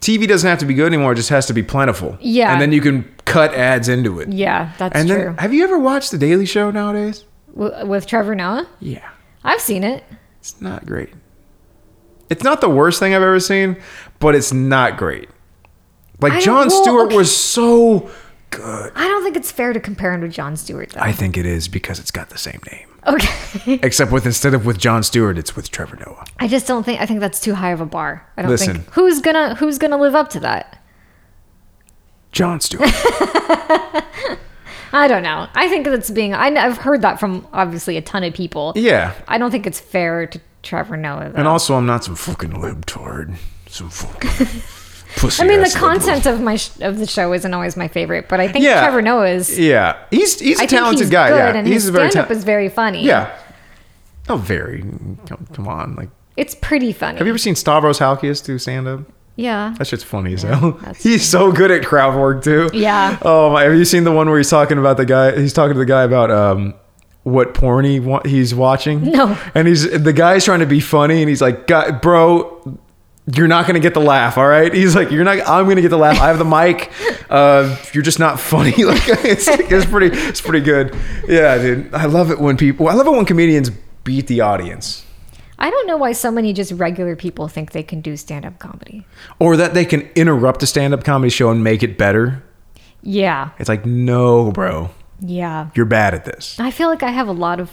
Speaker 1: TV doesn't have to be good anymore; it just has to be plentiful.
Speaker 2: Yeah.
Speaker 1: and then you can cut ads into it.
Speaker 2: Yeah, that's
Speaker 1: and then,
Speaker 2: true.
Speaker 1: have you ever watched The Daily Show nowadays?
Speaker 2: W- with Trevor Noah?
Speaker 1: Yeah,
Speaker 2: I've seen it.
Speaker 1: it's not great. It's not the worst thing I've ever seen, but it's not great.
Speaker 2: I
Speaker 1: Like
Speaker 2: don't-
Speaker 1: Jon
Speaker 2: well,
Speaker 1: Stewart
Speaker 2: okay.
Speaker 1: was so good.
Speaker 2: I don't think it's fair to compare him to John Stewart though.
Speaker 1: I think it is because it's got the same name,
Speaker 2: okay. <laughs>
Speaker 1: except with instead of with Jon Stewart, it's with Trevor Noah.
Speaker 2: I just don't think I think that's too high of a bar. I don't
Speaker 1: Listen.
Speaker 2: think who's gonna who's gonna live up to that?
Speaker 1: Jon Stewart.
Speaker 2: I don't know. I think that's being I, have heard that from obviously a ton of people.
Speaker 1: <laughs> yeah,
Speaker 2: I don't think it's fair to Trevor Noah. Though.
Speaker 1: And also, I'm not some fucking libtard. Some fucking pussy.
Speaker 2: <laughs> I mean, the
Speaker 1: ass
Speaker 2: content of my sh- of the show isn't always my favorite, but I think
Speaker 1: Yeah.
Speaker 2: Trevor Noah is
Speaker 1: libtard. Yeah, he's he's a
Speaker 2: I think
Speaker 1: talented
Speaker 2: he's
Speaker 1: guy.
Speaker 2: Good,
Speaker 1: yeah,
Speaker 2: and
Speaker 1: he's
Speaker 2: his
Speaker 1: a very
Speaker 2: stand-up
Speaker 1: talented.
Speaker 2: is very funny.
Speaker 1: yeah, no, very. Come, come on, like,
Speaker 2: it's pretty funny.
Speaker 1: have you ever seen Stavros Halkias do stand up?
Speaker 2: yeah,
Speaker 1: That shit's funny as hell.
Speaker 2: that's
Speaker 1: <laughs> He's so good at crowd work too.
Speaker 2: Yeah.
Speaker 1: Oh my! Have you seen the one where he's talking about the guy? He's talking to the guy about um what porn he wa- he's watching.
Speaker 2: No.
Speaker 1: And he's the guy's trying to be funny, and he's like, "Guy- "Bro, you're not gonna get the laugh, all right?" He's like, "You're not. I'm gonna get the laugh. I have the mic. <laughs> Uh, you're just not funny." <laughs> Like it's, it's pretty. It's pretty good. Yeah, dude. I love it when people. I love it when comedians beat the audience.
Speaker 2: I don't know why so many just regular people think they can do stand up comedy.
Speaker 1: Or that they can interrupt a stand-up comedy show and make it better.
Speaker 2: Yeah,
Speaker 1: It's like, no, bro,
Speaker 2: yeah.
Speaker 1: you're bad at this.
Speaker 2: I feel like I have a lot of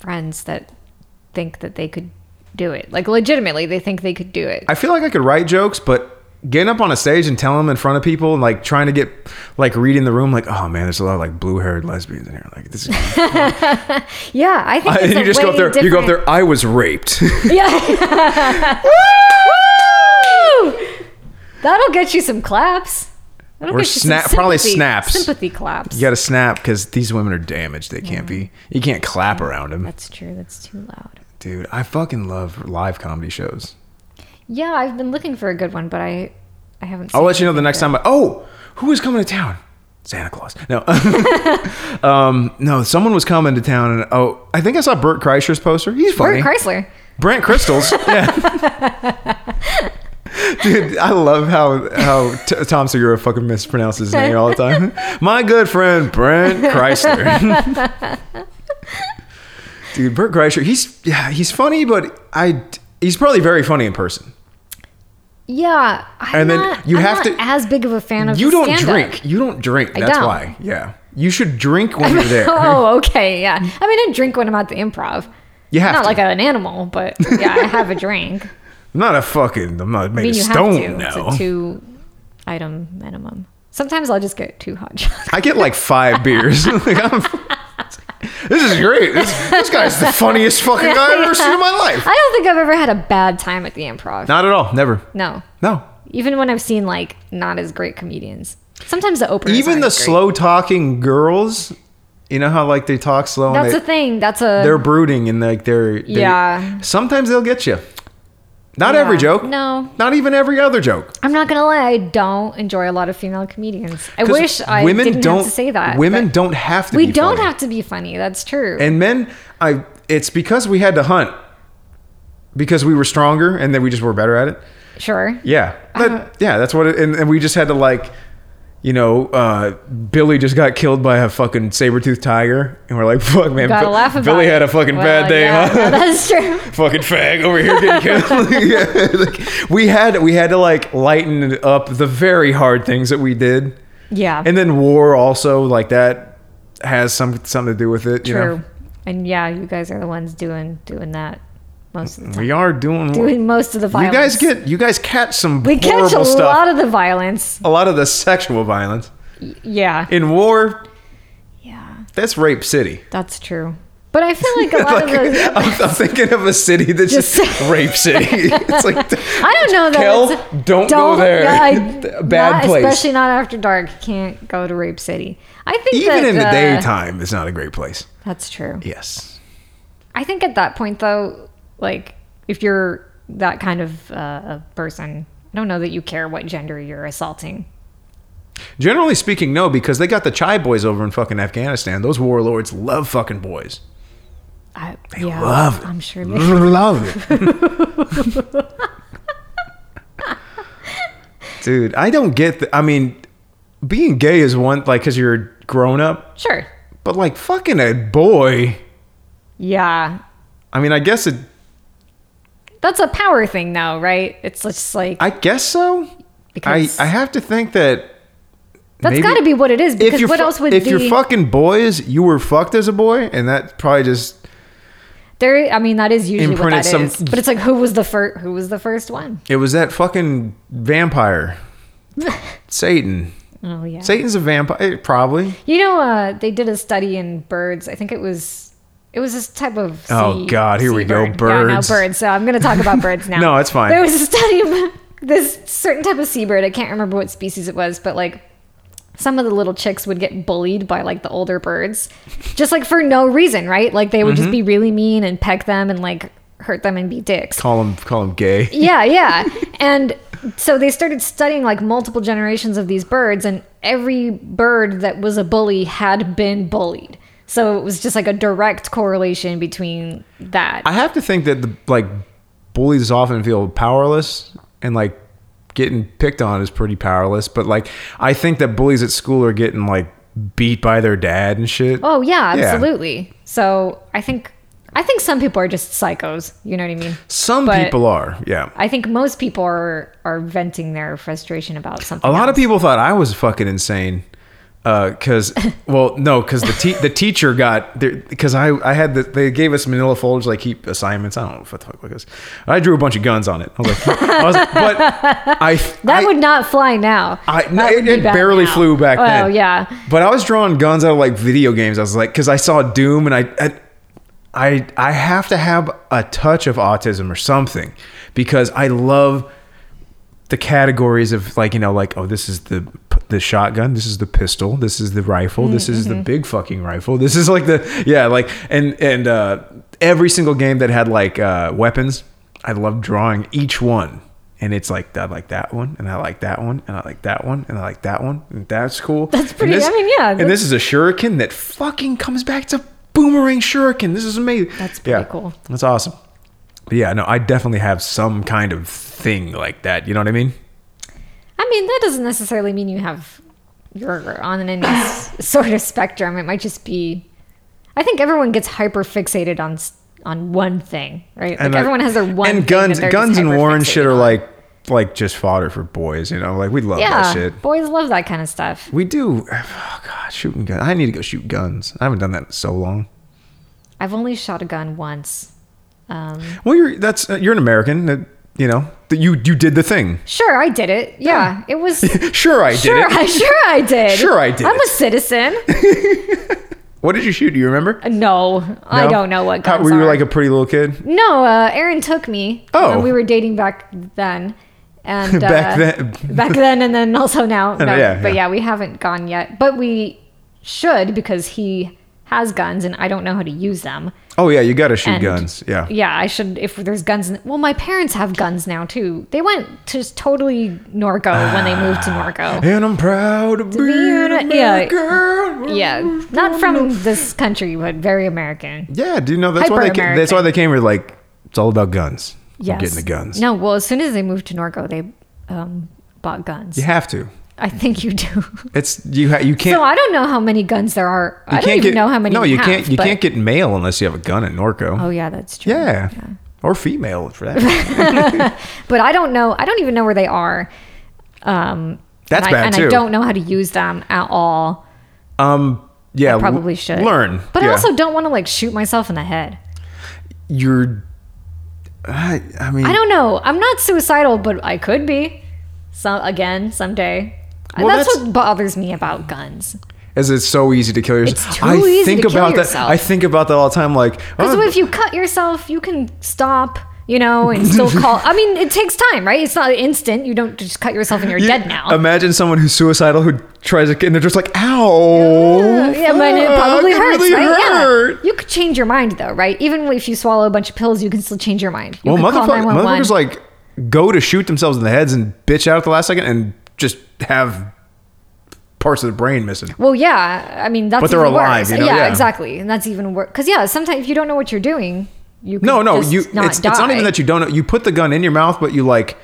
Speaker 2: friends that think that they could do it. Like legitimately, they think they could do it.
Speaker 1: I feel like I could write jokes, but getting up on a stage and telling them in front of people and like trying to get like reading the room, like, oh man, there's a lot of like blue haired lesbians in here. Like this is
Speaker 2: yeah, I think <laughs> it's
Speaker 1: <laughs> you
Speaker 2: a
Speaker 1: just go
Speaker 2: way
Speaker 1: up there, you go up
Speaker 2: different-
Speaker 1: there, I was raped. <laughs>
Speaker 2: <laughs> Yeah. Woo! That'll get you some claps. That'll
Speaker 1: Or
Speaker 2: get you some
Speaker 1: snap- probably
Speaker 2: sympathy-
Speaker 1: snaps.
Speaker 2: Sympathy claps.
Speaker 1: You got to snap because these women are damaged. They can't be. You can't clap around them,
Speaker 2: That's true. That's too loud.
Speaker 1: dude. I fucking love live comedy shows.
Speaker 2: Yeah, I've been looking for a good one, but I, I haven't.
Speaker 1: I'll
Speaker 2: seen
Speaker 1: let you know the
Speaker 2: anything
Speaker 1: next
Speaker 2: yet.
Speaker 1: time. I, oh, who is coming to town? Santa Claus. No, <laughs> um, no. Someone was coming to town, and oh, I think I saw Bert Kreischer's poster. He's funny.
Speaker 2: Bert Chrysler.
Speaker 1: Brent Crystals. yeah. Dude, I love how how T- Tom Segura fucking mispronounces his name all the time. My good friend Brent Chrysler. Dude, Bert Kreischer, he's yeah, he's funny, but I he's probably very funny in person.
Speaker 2: Yeah, I'm
Speaker 1: And then
Speaker 2: not,
Speaker 1: you
Speaker 2: I'm
Speaker 1: have
Speaker 2: not
Speaker 1: to-
Speaker 2: as big of a fan of
Speaker 1: You
Speaker 2: the
Speaker 1: don't
Speaker 2: stand-up. <laughs>
Speaker 1: drink. You don't drink.
Speaker 2: I
Speaker 1: That's
Speaker 2: don't.
Speaker 1: why. Yeah, you should drink when
Speaker 2: <laughs>
Speaker 1: you're there.
Speaker 2: oh, okay, yeah. I mean, I drink when I'm at the improv.
Speaker 1: You have
Speaker 2: not
Speaker 1: to.
Speaker 2: like an animal, but yeah,
Speaker 1: <laughs>
Speaker 2: I have a drink.
Speaker 1: I'm not a fucking. I'm not
Speaker 2: I
Speaker 1: made
Speaker 2: mean,
Speaker 1: of
Speaker 2: you
Speaker 1: stone.
Speaker 2: have to.
Speaker 1: No,
Speaker 2: It's a two item minimum. Sometimes I'll just get two hot shots.
Speaker 1: I get like five beers. <laughs> Like, I'm- this is great. This, this guy's the funniest fucking guy I've ever seen in my life.
Speaker 2: <laughs> I don't think I've ever had a bad time at the improv.
Speaker 1: Not at all. Never.
Speaker 2: No,
Speaker 1: No.
Speaker 2: even when I've seen like not as great comedians. Sometimes the openers
Speaker 1: Even
Speaker 2: aren't
Speaker 1: the
Speaker 2: as great.
Speaker 1: slow talking girls, you know how like they talk slow and
Speaker 2: That's
Speaker 1: they,
Speaker 2: the thing. That's a
Speaker 1: they're brooding and like they're, they-
Speaker 2: Yeah. Sometimes
Speaker 1: they'll get you. Not every
Speaker 2: Yeah.
Speaker 1: joke.
Speaker 2: No.
Speaker 1: Not even every other joke.
Speaker 2: I'm not gonna lie. I don't enjoy a lot of female comedians. I
Speaker 1: 'Cause
Speaker 2: wish I didn't have to say that.
Speaker 1: Women
Speaker 2: but
Speaker 1: don't have to.
Speaker 2: We
Speaker 1: be
Speaker 2: don't
Speaker 1: funny.
Speaker 2: have to be funny. That's true.
Speaker 1: And men, I it's because we had to hunt because we were stronger and then we just were better at it.
Speaker 2: sure.
Speaker 1: Yeah. That-
Speaker 2: Uh-huh.
Speaker 1: yeah, that's what it and, and we just had to like you know, uh, Billy just got killed by a fucking saber-toothed tiger, and we're like, "Fuck, man!
Speaker 2: Gotta
Speaker 1: Bi-
Speaker 2: laugh about
Speaker 1: Billy
Speaker 2: it.
Speaker 1: had a fucking
Speaker 2: Well,
Speaker 1: bad day,
Speaker 2: yeah,
Speaker 1: huh? <laughs>
Speaker 2: no, <laughs> that's true.
Speaker 1: fucking fag over here getting
Speaker 2: <laughs>
Speaker 1: killed." <laughs> Yeah, like, we had we had to like lighten up the very hard things that we did,
Speaker 2: Yeah.
Speaker 1: and then war also like that has some something to do with it. You
Speaker 2: true.
Speaker 1: know?
Speaker 2: And yeah, you guys are the ones doing doing that most of the time.
Speaker 1: we are doing war.
Speaker 2: Doing most of the
Speaker 1: You
Speaker 2: violence.
Speaker 1: guys get you guys catch some
Speaker 2: we
Speaker 1: horrible
Speaker 2: catch a
Speaker 1: stuff.
Speaker 2: lot of the violence.
Speaker 1: a lot of the sexual violence
Speaker 2: Yeah.
Speaker 1: in war.
Speaker 2: Yeah.
Speaker 1: That's rape
Speaker 2: <laughs>
Speaker 1: city.
Speaker 2: That's true. But I feel
Speaker 1: <laughs>
Speaker 2: like a lot
Speaker 1: Like,
Speaker 2: of those.
Speaker 1: I'm, I'm thinking of a city that's just,
Speaker 2: Just-
Speaker 1: rape
Speaker 2: <laughs>
Speaker 1: city. it's like
Speaker 2: I don't know that.
Speaker 1: Kel,
Speaker 2: it's-
Speaker 1: don't, go there.
Speaker 2: I-
Speaker 1: <laughs> Bad
Speaker 2: not-
Speaker 1: place.
Speaker 2: Especially not after dark. You Can't go to Rape City. I think
Speaker 1: Even
Speaker 2: that,
Speaker 1: in the
Speaker 2: uh,
Speaker 1: daytime, it's not a great place.
Speaker 2: That's true.
Speaker 1: Yes.
Speaker 2: I think at that point though, like if you're that kind of uh, a person, I don't know that you care what gender you're assaulting.
Speaker 1: Generally speaking, no, because they got the chai boys over in fucking Afghanistan. Those warlords love fucking boys.
Speaker 2: I, yeah,
Speaker 1: love it.
Speaker 2: I'm sure. <laughs> They,
Speaker 1: love it. Dude, I don't get the, I mean, being gay is one, like, because you're grown up,
Speaker 2: sure.
Speaker 1: but like fucking a boy.
Speaker 2: Yeah,
Speaker 1: I mean, I guess it,
Speaker 2: that's a power thing now, right? It's just like
Speaker 1: I guess so. I,
Speaker 2: Because-
Speaker 1: I have to think that.
Speaker 2: that's
Speaker 1: maybe-
Speaker 2: got to be what it is. Because
Speaker 1: you're
Speaker 2: what
Speaker 1: fu-
Speaker 2: else would
Speaker 1: if
Speaker 2: be?
Speaker 1: you're fucking boys, you were fucked as a boy, and that probably just
Speaker 2: there, I mean, that is usually what
Speaker 1: imprinted
Speaker 2: that is.
Speaker 1: some-
Speaker 2: But it's like who was the first? Who was the first one?
Speaker 1: it was that fucking vampire,
Speaker 2: <laughs>
Speaker 1: Satan.
Speaker 2: Oh yeah.
Speaker 1: Satan's a vampire, probably.
Speaker 2: You know, uh, they did a study in birds. I think it was it was this type of sea,
Speaker 1: Oh, God, here we go,
Speaker 2: seabird. Yeah, no,
Speaker 1: birds.
Speaker 2: birds. So I'm going to talk about
Speaker 1: <laughs>
Speaker 2: birds now.
Speaker 1: No, it's fine.
Speaker 2: There was a study of this certain type of seabird. I can't remember what species it was, but like some of the little chicks would get bullied by like the older birds just like for no reason, right? Like they would
Speaker 1: Mm-hmm.
Speaker 2: just be really mean and peck them and like hurt them and be dicks.
Speaker 1: Call him, call him gay.
Speaker 2: Yeah, yeah. and so they started studying like multiple generations of these birds, and every bird that was a bully had been bullied. So it was just like a direct correlation between that.
Speaker 1: I have to think that the like bullies often feel powerless, and like getting picked on is pretty powerless. But like, I think that bullies at school are getting like beat by their dad and shit.
Speaker 2: oh yeah,
Speaker 1: Yeah.
Speaker 2: absolutely. So I think I think some people are just psychos. You know what I mean?
Speaker 1: Some
Speaker 2: but-
Speaker 1: people are, yeah.
Speaker 2: I think most people are are venting their frustration about something.
Speaker 1: A lot of
Speaker 2: else.
Speaker 1: people thought I was fucking insane.
Speaker 2: <laughs>
Speaker 1: Because, well, no, because the te- the teacher got because I I had the, they gave us Manila folders like keep assignments. I don't know what the fuck it was. I drew a bunch of guns on it. I was like, I was like, but
Speaker 2: <laughs>
Speaker 1: I
Speaker 2: that
Speaker 1: I,
Speaker 2: would not fly now.
Speaker 1: I no,
Speaker 2: That would
Speaker 1: it,
Speaker 2: be
Speaker 1: it
Speaker 2: bad
Speaker 1: barely
Speaker 2: now.
Speaker 1: flew back then.
Speaker 2: Oh yeah.
Speaker 1: But I was drawing guns out of like video games. I was like, because I saw Doom, and I, I, I, I have to have a touch of autism or something, because I love the categories of like you know like oh this is the p- the shotgun. This is the pistol. This is the rifle. This is the
Speaker 2: Mm-hmm.
Speaker 1: big fucking rifle. This is like the yeah, like and and uh, every single game that had like uh, weapons, I love drawing each one. And it's like I like that one, and I like that one, and I like that one, and I like that one, and that's cool.
Speaker 2: That's
Speaker 1: And
Speaker 2: pretty-
Speaker 1: this-
Speaker 2: I mean, yeah,
Speaker 1: And this is a shuriken that fucking comes back to boomerang shuriken. This is amazing.
Speaker 2: That's pretty
Speaker 1: Yeah.
Speaker 2: cool.
Speaker 1: That's awesome. But yeah, no, I definitely have some kind of thing like that. You know what I mean?
Speaker 2: I mean, that doesn't necessarily mean you have you're on any s- sort of spectrum. It might just be. I think everyone gets hyper fixated on s- on one thing, right? Like
Speaker 1: I-
Speaker 2: everyone has their one.
Speaker 1: and
Speaker 2: thing
Speaker 1: guns,
Speaker 2: that they're
Speaker 1: guns
Speaker 2: just
Speaker 1: and war and
Speaker 2: hyper-fixated
Speaker 1: shit are
Speaker 2: on.
Speaker 1: like like just fodder for boys. You know, like we love
Speaker 2: yeah,
Speaker 1: that shit.
Speaker 2: boys love that kind of stuff.
Speaker 1: We do. <sighs> Oh God, shooting guns. I need to go shoot guns. I haven't done that in so long.
Speaker 2: I've only shot a gun once. Um,
Speaker 1: Well, you're that's uh, you're an American. That you know that you you did the thing.
Speaker 2: sure, I did it. Yeah,
Speaker 1: <laughs>
Speaker 2: it was.
Speaker 1: Sure, I
Speaker 2: Sure,
Speaker 1: did it.
Speaker 2: I <laughs> sure I did.
Speaker 1: Sure I did
Speaker 2: I'm a
Speaker 1: it.
Speaker 2: citizen.
Speaker 1: What did you shoot? Do you remember?
Speaker 2: No, I
Speaker 1: No?
Speaker 2: don't know what
Speaker 1: How-
Speaker 2: guns
Speaker 1: Were you
Speaker 2: are.
Speaker 1: like a pretty little kid
Speaker 2: No, uh, Aaron took me.
Speaker 1: Oh.
Speaker 2: when we were dating back then,
Speaker 1: <laughs>
Speaker 2: and
Speaker 1: Back
Speaker 2: uh,
Speaker 1: then.
Speaker 2: back then, and then
Speaker 1: <laughs>
Speaker 2: also now. No,
Speaker 1: yeah,
Speaker 2: but
Speaker 1: yeah.
Speaker 2: yeah. we haven't gone yet, but we should because he has guns, and I don't know how to use them.
Speaker 1: Oh yeah, you got to shoot
Speaker 2: And-
Speaker 1: guns. Yeah.
Speaker 2: Yeah, I should. If there's guns, in, well, my parents have guns now too. They went to just totally Norco when they moved to
Speaker 1: Ah.
Speaker 2: Norco.
Speaker 1: And I'm proud of being
Speaker 2: an-
Speaker 1: American. Yeah.
Speaker 2: yeah. Yeah, not from this country, but very American.
Speaker 1: Yeah, do you know that's why they came, that's why they came here like it's all about guns. We're
Speaker 2: Yes,
Speaker 1: getting the guns.
Speaker 2: No, well, as soon as they moved to Norco, they um, bought guns.
Speaker 1: You have to.
Speaker 2: I think you
Speaker 1: <laughs>
Speaker 2: do.
Speaker 1: It's you ha- you can't
Speaker 2: So I don't know how many guns there are.
Speaker 1: you
Speaker 2: I don't
Speaker 1: can't
Speaker 2: even
Speaker 1: get,
Speaker 2: know how many.
Speaker 1: No,
Speaker 2: we
Speaker 1: you
Speaker 2: have,
Speaker 1: can't you
Speaker 2: but-
Speaker 1: can't get male unless you have a gun in Norco.
Speaker 2: Oh yeah, that's true.
Speaker 1: yeah. Or female for
Speaker 2: <laughs>
Speaker 1: that.
Speaker 2: But I don't know. I don't even know where they are. Um,
Speaker 1: That's
Speaker 2: and I,
Speaker 1: bad,
Speaker 2: and
Speaker 1: too.
Speaker 2: I don't know how to use them at all.
Speaker 1: um yeah, l-
Speaker 2: Probably should
Speaker 1: learn.
Speaker 2: But
Speaker 1: yeah.
Speaker 2: I also don't want to like shoot myself in the head.
Speaker 1: you're I, I mean
Speaker 2: I don't know. I'm not suicidal, but I could be. So again, someday.
Speaker 1: Well,
Speaker 2: that's,
Speaker 1: that's-
Speaker 2: what bothers me about guns.
Speaker 1: as it's so easy to kill yourself.
Speaker 2: It's too
Speaker 1: I
Speaker 2: easy
Speaker 1: think
Speaker 2: to kill
Speaker 1: about
Speaker 2: yourself.
Speaker 1: that. I think about that all the time like
Speaker 2: Because
Speaker 1: oh,
Speaker 2: if you cut yourself, you can stop. You know,
Speaker 1: <laughs>
Speaker 2: and still call. I mean, it takes time, right? It's not instant. You don't just cut yourself and you're
Speaker 1: you-
Speaker 2: dead now.
Speaker 1: Imagine someone who's suicidal who tries to and they're just like, ow.
Speaker 2: Uh, yeah, but it
Speaker 1: fuck,
Speaker 2: probably hurts,
Speaker 1: really
Speaker 2: right? Yeah.
Speaker 1: hurt."
Speaker 2: You could change your mind though, right? Even if you swallow a bunch of pills, you can still change your mind. You
Speaker 1: Well,
Speaker 2: could call
Speaker 1: motherfuck-
Speaker 2: 911.
Speaker 1: motherfuckers like go to shoot themselves in the heads and bitch out at the last second and just have parts of the brain missing.
Speaker 2: well, yeah. I mean, that's
Speaker 1: But they're
Speaker 2: even
Speaker 1: alive,
Speaker 2: worse.
Speaker 1: you know?
Speaker 2: yeah,
Speaker 1: Yeah.
Speaker 2: exactly, and that's even worse. Because yeah, sometimes if you don't know what you're doing, you could
Speaker 1: No, no,
Speaker 2: just
Speaker 1: you.
Speaker 2: not
Speaker 1: it's, it's not
Speaker 2: die.
Speaker 1: even that you don't. You put the gun in your mouth, but you like,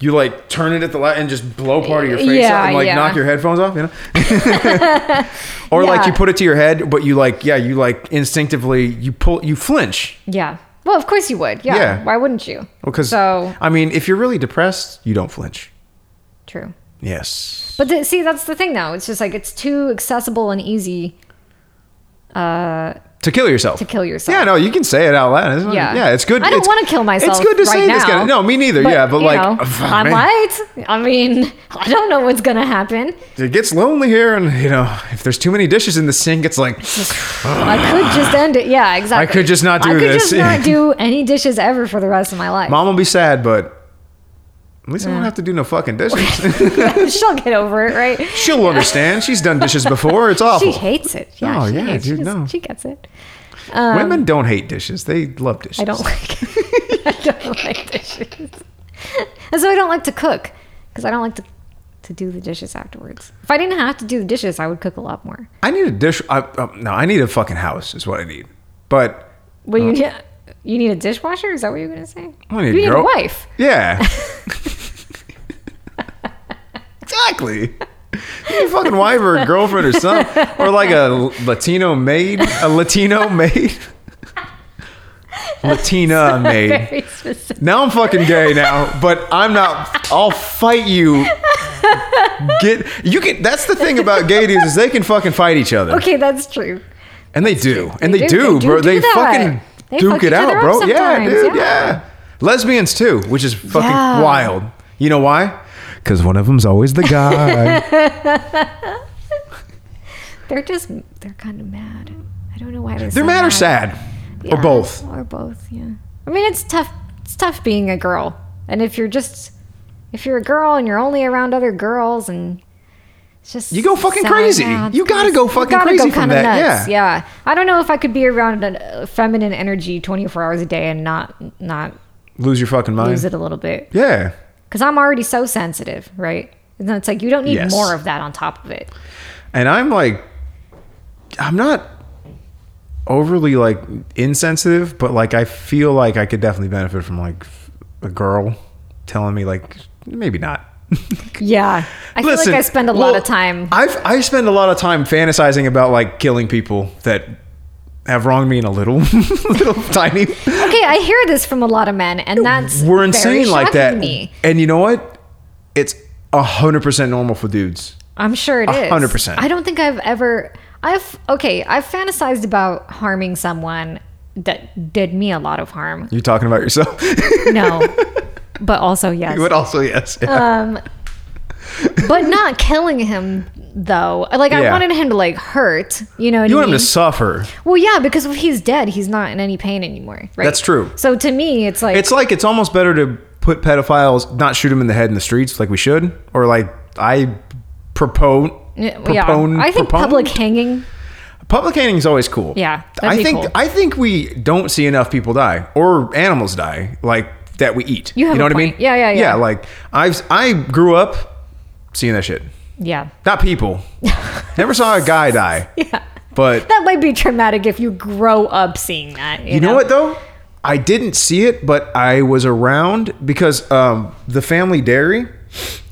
Speaker 1: you like turn it at the last and just blow part of your face
Speaker 2: Yeah,
Speaker 1: out and like
Speaker 2: yeah.
Speaker 1: knock your headphones off, you know.
Speaker 2: <laughs>
Speaker 1: or like
Speaker 2: Yeah.
Speaker 1: you put it to your head, but you like, yeah, you like instinctively you pull, you flinch.
Speaker 2: Yeah. Well, of course you would. Yeah.
Speaker 1: Yeah.
Speaker 2: Why wouldn't you?
Speaker 1: Because
Speaker 2: so
Speaker 1: I mean, if you're really depressed, you don't flinch.
Speaker 2: true.
Speaker 1: Yes.
Speaker 2: But th- see, that's the thing though. It's just like it's too accessible and easy uh,
Speaker 1: To kill yourself.
Speaker 2: to kill yourself.
Speaker 1: Yeah, no, you can say it out loud. It's not-
Speaker 2: Yeah.
Speaker 1: yeah. it's good.
Speaker 2: I don't
Speaker 1: it's-
Speaker 2: wanna kill myself
Speaker 1: It's good to
Speaker 2: right
Speaker 1: say this
Speaker 2: now,
Speaker 1: kind of. No, me neither. yeah, but
Speaker 2: you
Speaker 1: like, <laughs>
Speaker 2: know,
Speaker 1: oh,
Speaker 2: I
Speaker 1: man,
Speaker 2: might. I mean, <laughs> I don't know what's gonna happen.
Speaker 1: it gets lonely here, and you know, if there's too many dishes in the sink, it's
Speaker 2: <sighs>
Speaker 1: like
Speaker 2: I could just end it. Yeah, exactly.
Speaker 1: could just not
Speaker 2: I
Speaker 1: do
Speaker 2: could
Speaker 1: this. <laughs>
Speaker 2: just not do any dishes ever for the rest of my life.
Speaker 1: mom will be sad, but at least I won't have to do no fucking
Speaker 2: <laughs>
Speaker 1: dishes.
Speaker 2: <laughs> She'll get over it, right?
Speaker 1: <laughs> She'll understand. She's done dishes before. It's awful.
Speaker 2: She hates it. Yeah,
Speaker 1: Oh,
Speaker 2: she
Speaker 1: yeah,
Speaker 2: hates it.
Speaker 1: dude,
Speaker 2: She gets-
Speaker 1: no.
Speaker 2: She gets it.
Speaker 1: Women don't hate dishes. They love dishes.
Speaker 2: I don't like. <laughs> I don't like dishes, <laughs> and so I don't like to cook because I don't like to to do the dishes afterwards. If I didn't have to do the dishes, I would cook a lot more.
Speaker 1: I need a dish. I, uh, no, I need a fucking house. Is what I need. But
Speaker 2: What do you need? You need a dishwasher? Is that what you're gonna say?
Speaker 1: I need a
Speaker 2: you need
Speaker 1: girl-
Speaker 2: a
Speaker 1: <laughs>
Speaker 2: wife. <laughs>
Speaker 1: Yeah. exactly. You need a fucking wife or a girlfriend or something. Or like a Latino maid. A Latino maid. Latina maid.
Speaker 2: Very specific.
Speaker 1: Now I'm fucking gay now, but I'm not I'll fight you. Get you can that's the thing about gay dudes is they can fucking fight each other.
Speaker 2: Okay, that's true.
Speaker 1: And they do. And they,
Speaker 2: They do-
Speaker 1: do,
Speaker 2: they do
Speaker 1: bro.
Speaker 2: do
Speaker 1: they
Speaker 2: that.
Speaker 1: fucking
Speaker 2: They
Speaker 1: duke
Speaker 2: fuck
Speaker 1: it
Speaker 2: each other
Speaker 1: out,
Speaker 2: up
Speaker 1: bro. Yeah,
Speaker 2: sometimes,
Speaker 1: dude. Yeah.
Speaker 2: yeah.
Speaker 1: Lesbians too, which is fucking
Speaker 2: Yeah.
Speaker 1: wild. You know why? Because one of them's always the guy.
Speaker 2: They're just they're kind of mad. I don't know why they're.
Speaker 1: They're
Speaker 2: so
Speaker 1: mad or sad,
Speaker 2: Yeah,
Speaker 1: or both.
Speaker 2: Or both. Yeah. I mean, it's tough. It's tough being a girl, and if you're just if you're a girl and you're only around other girls and It's just
Speaker 1: You go fucking
Speaker 2: sad,
Speaker 1: crazy.
Speaker 2: yeah, it's
Speaker 1: You gotta
Speaker 2: kinda-
Speaker 1: go
Speaker 2: you
Speaker 1: fucking
Speaker 2: gotta
Speaker 1: crazy from
Speaker 2: kinda
Speaker 1: that,
Speaker 2: Yeah. I don't know if I could be around an, uh, feminine energy 24 hours a day and not not
Speaker 1: Lose your fucking mind.
Speaker 2: lose it a little bit
Speaker 1: Yeah.
Speaker 2: because I'm already so sensitive, right? And then it's like you don't need
Speaker 1: Yes.
Speaker 2: more of that on top of it.
Speaker 1: And I'm like, I'm not overly like insensitive, but like I feel like I could definitely benefit from like a girl telling me like maybe
Speaker 2: <laughs>
Speaker 1: not.
Speaker 2: Yeah, I feel
Speaker 1: Listen,
Speaker 2: like I spend a lot
Speaker 1: well,
Speaker 2: of time.
Speaker 1: I've I spend a lot of time fantasizing about like killing people that have wronged me in a little, <laughs> little
Speaker 2: <laughs>
Speaker 1: tiny.
Speaker 2: Okay, I hear this from a lot of men, and that's
Speaker 1: We're
Speaker 2: very
Speaker 1: insane like
Speaker 2: shocking
Speaker 1: that.
Speaker 2: to Me.
Speaker 1: And you know what? It's hundred percent normal for dudes.
Speaker 2: I'm sure it
Speaker 1: A
Speaker 2: is.
Speaker 1: hundred percent.
Speaker 2: I don't think I've ever. I've okay. I've fantasized about harming someone that did me a lot
Speaker 1: <laughs>
Speaker 2: of harm.
Speaker 1: You're talking about yourself.
Speaker 2: No, but also yes.
Speaker 1: but also yes. yeah.
Speaker 2: Um, but not killing him though. Like I
Speaker 1: Yeah.
Speaker 2: wanted him to like hurt. You know what
Speaker 1: you
Speaker 2: I
Speaker 1: want
Speaker 2: mean?
Speaker 1: him to suffer.
Speaker 2: well, yeah, because if he's dead, he's not in any pain anymore. Right.
Speaker 1: That's true.
Speaker 2: So to me, it's like
Speaker 1: It's like it's almost better to put pedophiles, not shoot them in the head in the streets like we should, or like I propone.
Speaker 2: yeah. I
Speaker 1: propone?
Speaker 2: think public hanging.
Speaker 1: public hanging is always cool.
Speaker 2: Yeah, that'd
Speaker 1: I
Speaker 2: be
Speaker 1: think
Speaker 2: cool.
Speaker 1: I think we don't see enough people die or animals die like that we eat.
Speaker 2: You have
Speaker 1: know
Speaker 2: a
Speaker 1: what I
Speaker 2: point.
Speaker 1: mean?
Speaker 2: Yeah, yeah, yeah.
Speaker 1: Yeah, like I've I grew up seeing that shit.
Speaker 2: Yeah.
Speaker 1: Not people.
Speaker 2: <laughs>
Speaker 1: Never saw a guy die.
Speaker 2: Yeah.
Speaker 1: But
Speaker 2: <laughs> That might be traumatic if you grow up seeing that. You,
Speaker 1: You know, what though? I didn't see it, but I was around because um, the family dairy,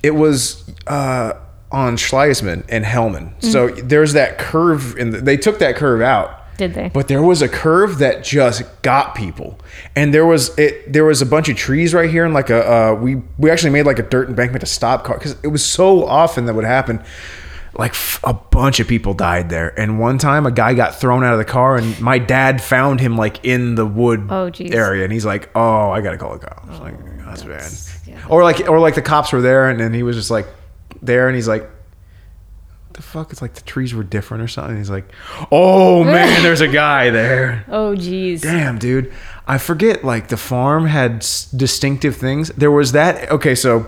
Speaker 1: it was uh, on Schleisman and Hellman. So there's that curve, and the, they took that curve out.
Speaker 2: Did they?
Speaker 1: But there was a curve that just got people, and there was it. There was a bunch of trees right here, and like a uh, we we actually made like a dirt embankment to stop car because it was so often that would happen. Like f- a bunch of people died there, and one time a guy got thrown out of the car, and my dad found him like in the wood
Speaker 2: Oh, geez.
Speaker 1: area, and he's like, "Oh, I gotta call the cops." like "Oh, that's, bad. Or like or like the cops were there, and then he was just like there, and he's like, the fuck? It's like the trees were different or something. He's like, oh man, there's a guy there.
Speaker 2: Oh, geez.
Speaker 1: Damn, dude. I forget, like, the farm had s- distinctive things. There was that. Okay, so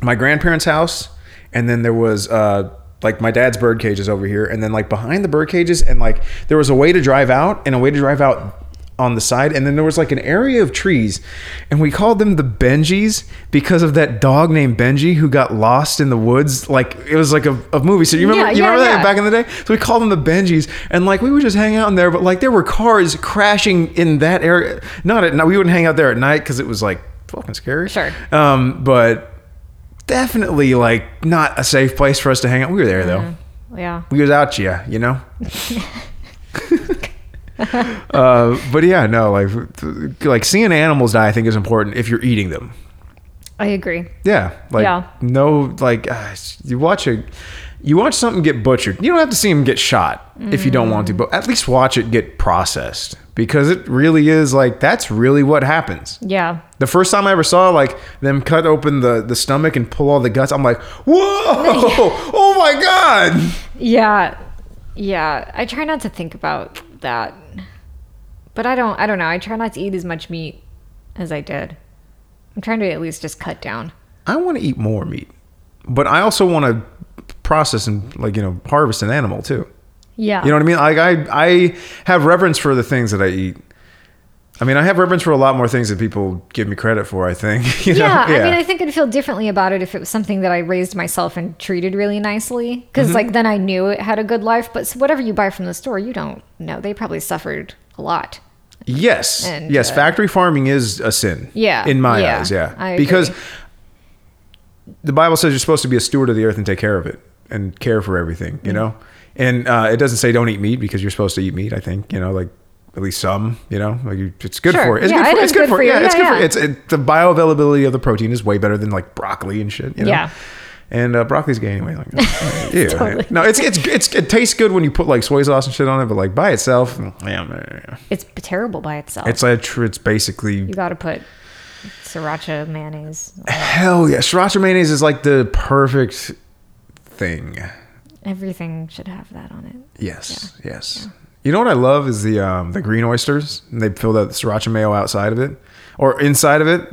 Speaker 1: my grandparents' house, and then there was, uh, like my dad's bird cages over here, and then like behind the bird cages, and like there was a way to drive out and a way to drive out on the side, and then there was like an area of trees, and we called them the Benjis because of that dog named Benji who got lost in the woods. Like it was like a, a movie. So you remember
Speaker 2: Yeah,
Speaker 1: you
Speaker 2: yeah,
Speaker 1: remember that
Speaker 2: yeah.
Speaker 1: back in the day? So we called them the Benjis, and like we would just hang out in there. But like there were cars crashing in that area. Not at night. We wouldn't hang out there at night because it was like fucking scary.
Speaker 2: Sure.
Speaker 1: Um, but definitely like not a safe place for us to hang out. We were there though.
Speaker 2: Yeah.
Speaker 1: We was out yeah, you know. <laughs> uh, but yeah, no, like like seeing animals die, I think is important if you're eating them.
Speaker 2: I agree.
Speaker 1: Yeah, like
Speaker 2: Yeah.
Speaker 1: no, like uh, you watch a, you watch something get butchered. You don't have to see him get shot if you don't want to, but at least watch it get processed because it really is like that's really what happens.
Speaker 2: Yeah.
Speaker 1: The first time I ever saw like them cut open the the stomach and pull all the guts, I'm like, whoa, oh my god.
Speaker 2: Yeah. Yeah. I try not to think about that. But I don't I don't know. I try not to eat as much meat as I did. I'm trying to at least just cut down.
Speaker 1: I want to eat more meat, but I also want to process and like you know harvest an animal too.
Speaker 2: Yeah.
Speaker 1: You know what I mean? Like I I have reverence for the things that I eat. I mean, I have reverence for a lot more things that people give me credit for. I think. <laughs> You know?
Speaker 2: yeah, I mean, I think I'd feel differently about it if it was something that I raised myself and treated really nicely. Because,
Speaker 1: Mm-hmm.
Speaker 2: like, then I knew it had a good life. But s- whatever you buy from the store, you don't know. They probably suffered a lot.
Speaker 1: yes,
Speaker 2: And,
Speaker 1: yes.
Speaker 2: uh,
Speaker 1: factory farming is a sin.
Speaker 2: Yeah,
Speaker 1: in my
Speaker 2: yeah,
Speaker 1: eyes, yeah,
Speaker 2: I
Speaker 1: because
Speaker 2: agree.
Speaker 1: the Bible says you're supposed to be a steward of the earth and take care of it and care for everything.
Speaker 2: Mm.
Speaker 1: You know, and uh, it doesn't say don't eat meat because you're supposed to eat meat. I think you know, like at least some. You know, like you, it's good
Speaker 2: Sure.
Speaker 1: for it. It's
Speaker 2: Yeah,
Speaker 1: good
Speaker 2: it
Speaker 1: for
Speaker 2: is
Speaker 1: It's good for
Speaker 2: you.
Speaker 1: yeah. It's
Speaker 2: Yeah,
Speaker 1: good for
Speaker 2: yeah.
Speaker 1: it's it, the bioavailability of the protein is way better than like broccoli and shit. You know?
Speaker 2: Yeah.
Speaker 1: And uh, broccoli's gay anyway.
Speaker 2: <laughs>
Speaker 1: Like, ew, man. No, it's, it's it's it tastes good when you put like soy sauce and shit on it, but like by itself, mm, yeah, yeah, yeah.
Speaker 2: It's b- terrible by itself.
Speaker 1: it's like tr- it's basically
Speaker 2: you got to put sriracha mayonnaise.
Speaker 1: hell yeah. Sriracha mayonnaise is like the perfect thing.
Speaker 2: Everything should have that on it.
Speaker 1: Yes, yes. You know what I love is the um, the green oysters. And they fill that sriracha mayo outside of it or inside of it.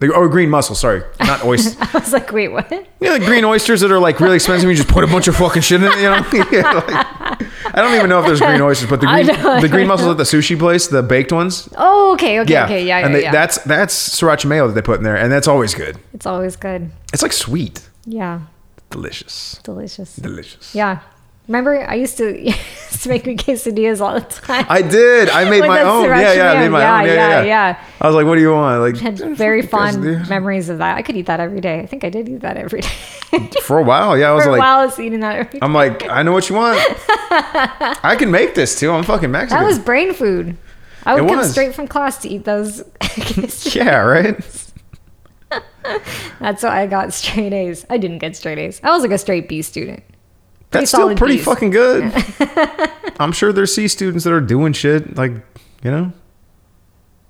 Speaker 1: Like, oh, green mussel. Sorry, not
Speaker 2: <laughs>
Speaker 1: oyster.
Speaker 2: I was like, wait, what?
Speaker 1: you know, like green oysters that are like really expensive. You just put a bunch of fucking shit in it. You know, <laughs> Yeah, like- I don't even know if there's green oysters, but the
Speaker 2: <laughs> I
Speaker 1: green
Speaker 2: know.
Speaker 1: the green mussels at the sushi place, the baked ones.
Speaker 2: Oh, okay, okay,
Speaker 1: Yeah,
Speaker 2: okay, yeah, yeah,
Speaker 1: and they,
Speaker 2: yeah.
Speaker 1: that's that's sriracha mayo that they put in there, and that's always good.
Speaker 2: it's always good.
Speaker 1: It's like sweet,
Speaker 2: Yeah,
Speaker 1: delicious,
Speaker 2: delicious.
Speaker 1: delicious.
Speaker 2: Yeah, remember I used to <laughs> used to make me quesadillas all the time.
Speaker 1: I did. I made
Speaker 2: <laughs> With
Speaker 1: my
Speaker 2: that
Speaker 1: own. Yeah,
Speaker 2: sriracha
Speaker 1: yeah, I
Speaker 2: mayo.
Speaker 1: made my
Speaker 2: Yeah,
Speaker 1: own. Yeah,
Speaker 2: yeah,
Speaker 1: yeah,
Speaker 2: yeah.
Speaker 1: I was like, "What do you want?" Like, <laughs>
Speaker 2: had very fond
Speaker 1: quesadilla.
Speaker 2: memories of that. I could eat that every day. I think I did eat that every <laughs> day. For
Speaker 1: for a while, yeah, I was
Speaker 2: a
Speaker 1: like,
Speaker 2: while, I was eating that every day.
Speaker 1: "I'm like, I know what you
Speaker 2: <laughs>
Speaker 1: want. I can make this too. I'm fucking Mexican."
Speaker 2: That was brain food. I
Speaker 1: It
Speaker 2: would come
Speaker 1: was.
Speaker 2: straight from class to eat those.
Speaker 1: <laughs>
Speaker 2: <laughs>
Speaker 1: yeah, right.
Speaker 2: That's why I got straight A's. I didn't get straight A's. I was like a straight B student.
Speaker 1: That's still
Speaker 2: solid
Speaker 1: pretty
Speaker 2: Bs.
Speaker 1: fucking
Speaker 2: <laughs>
Speaker 1: good. I'm sure there's C students that are doing shit like, you know,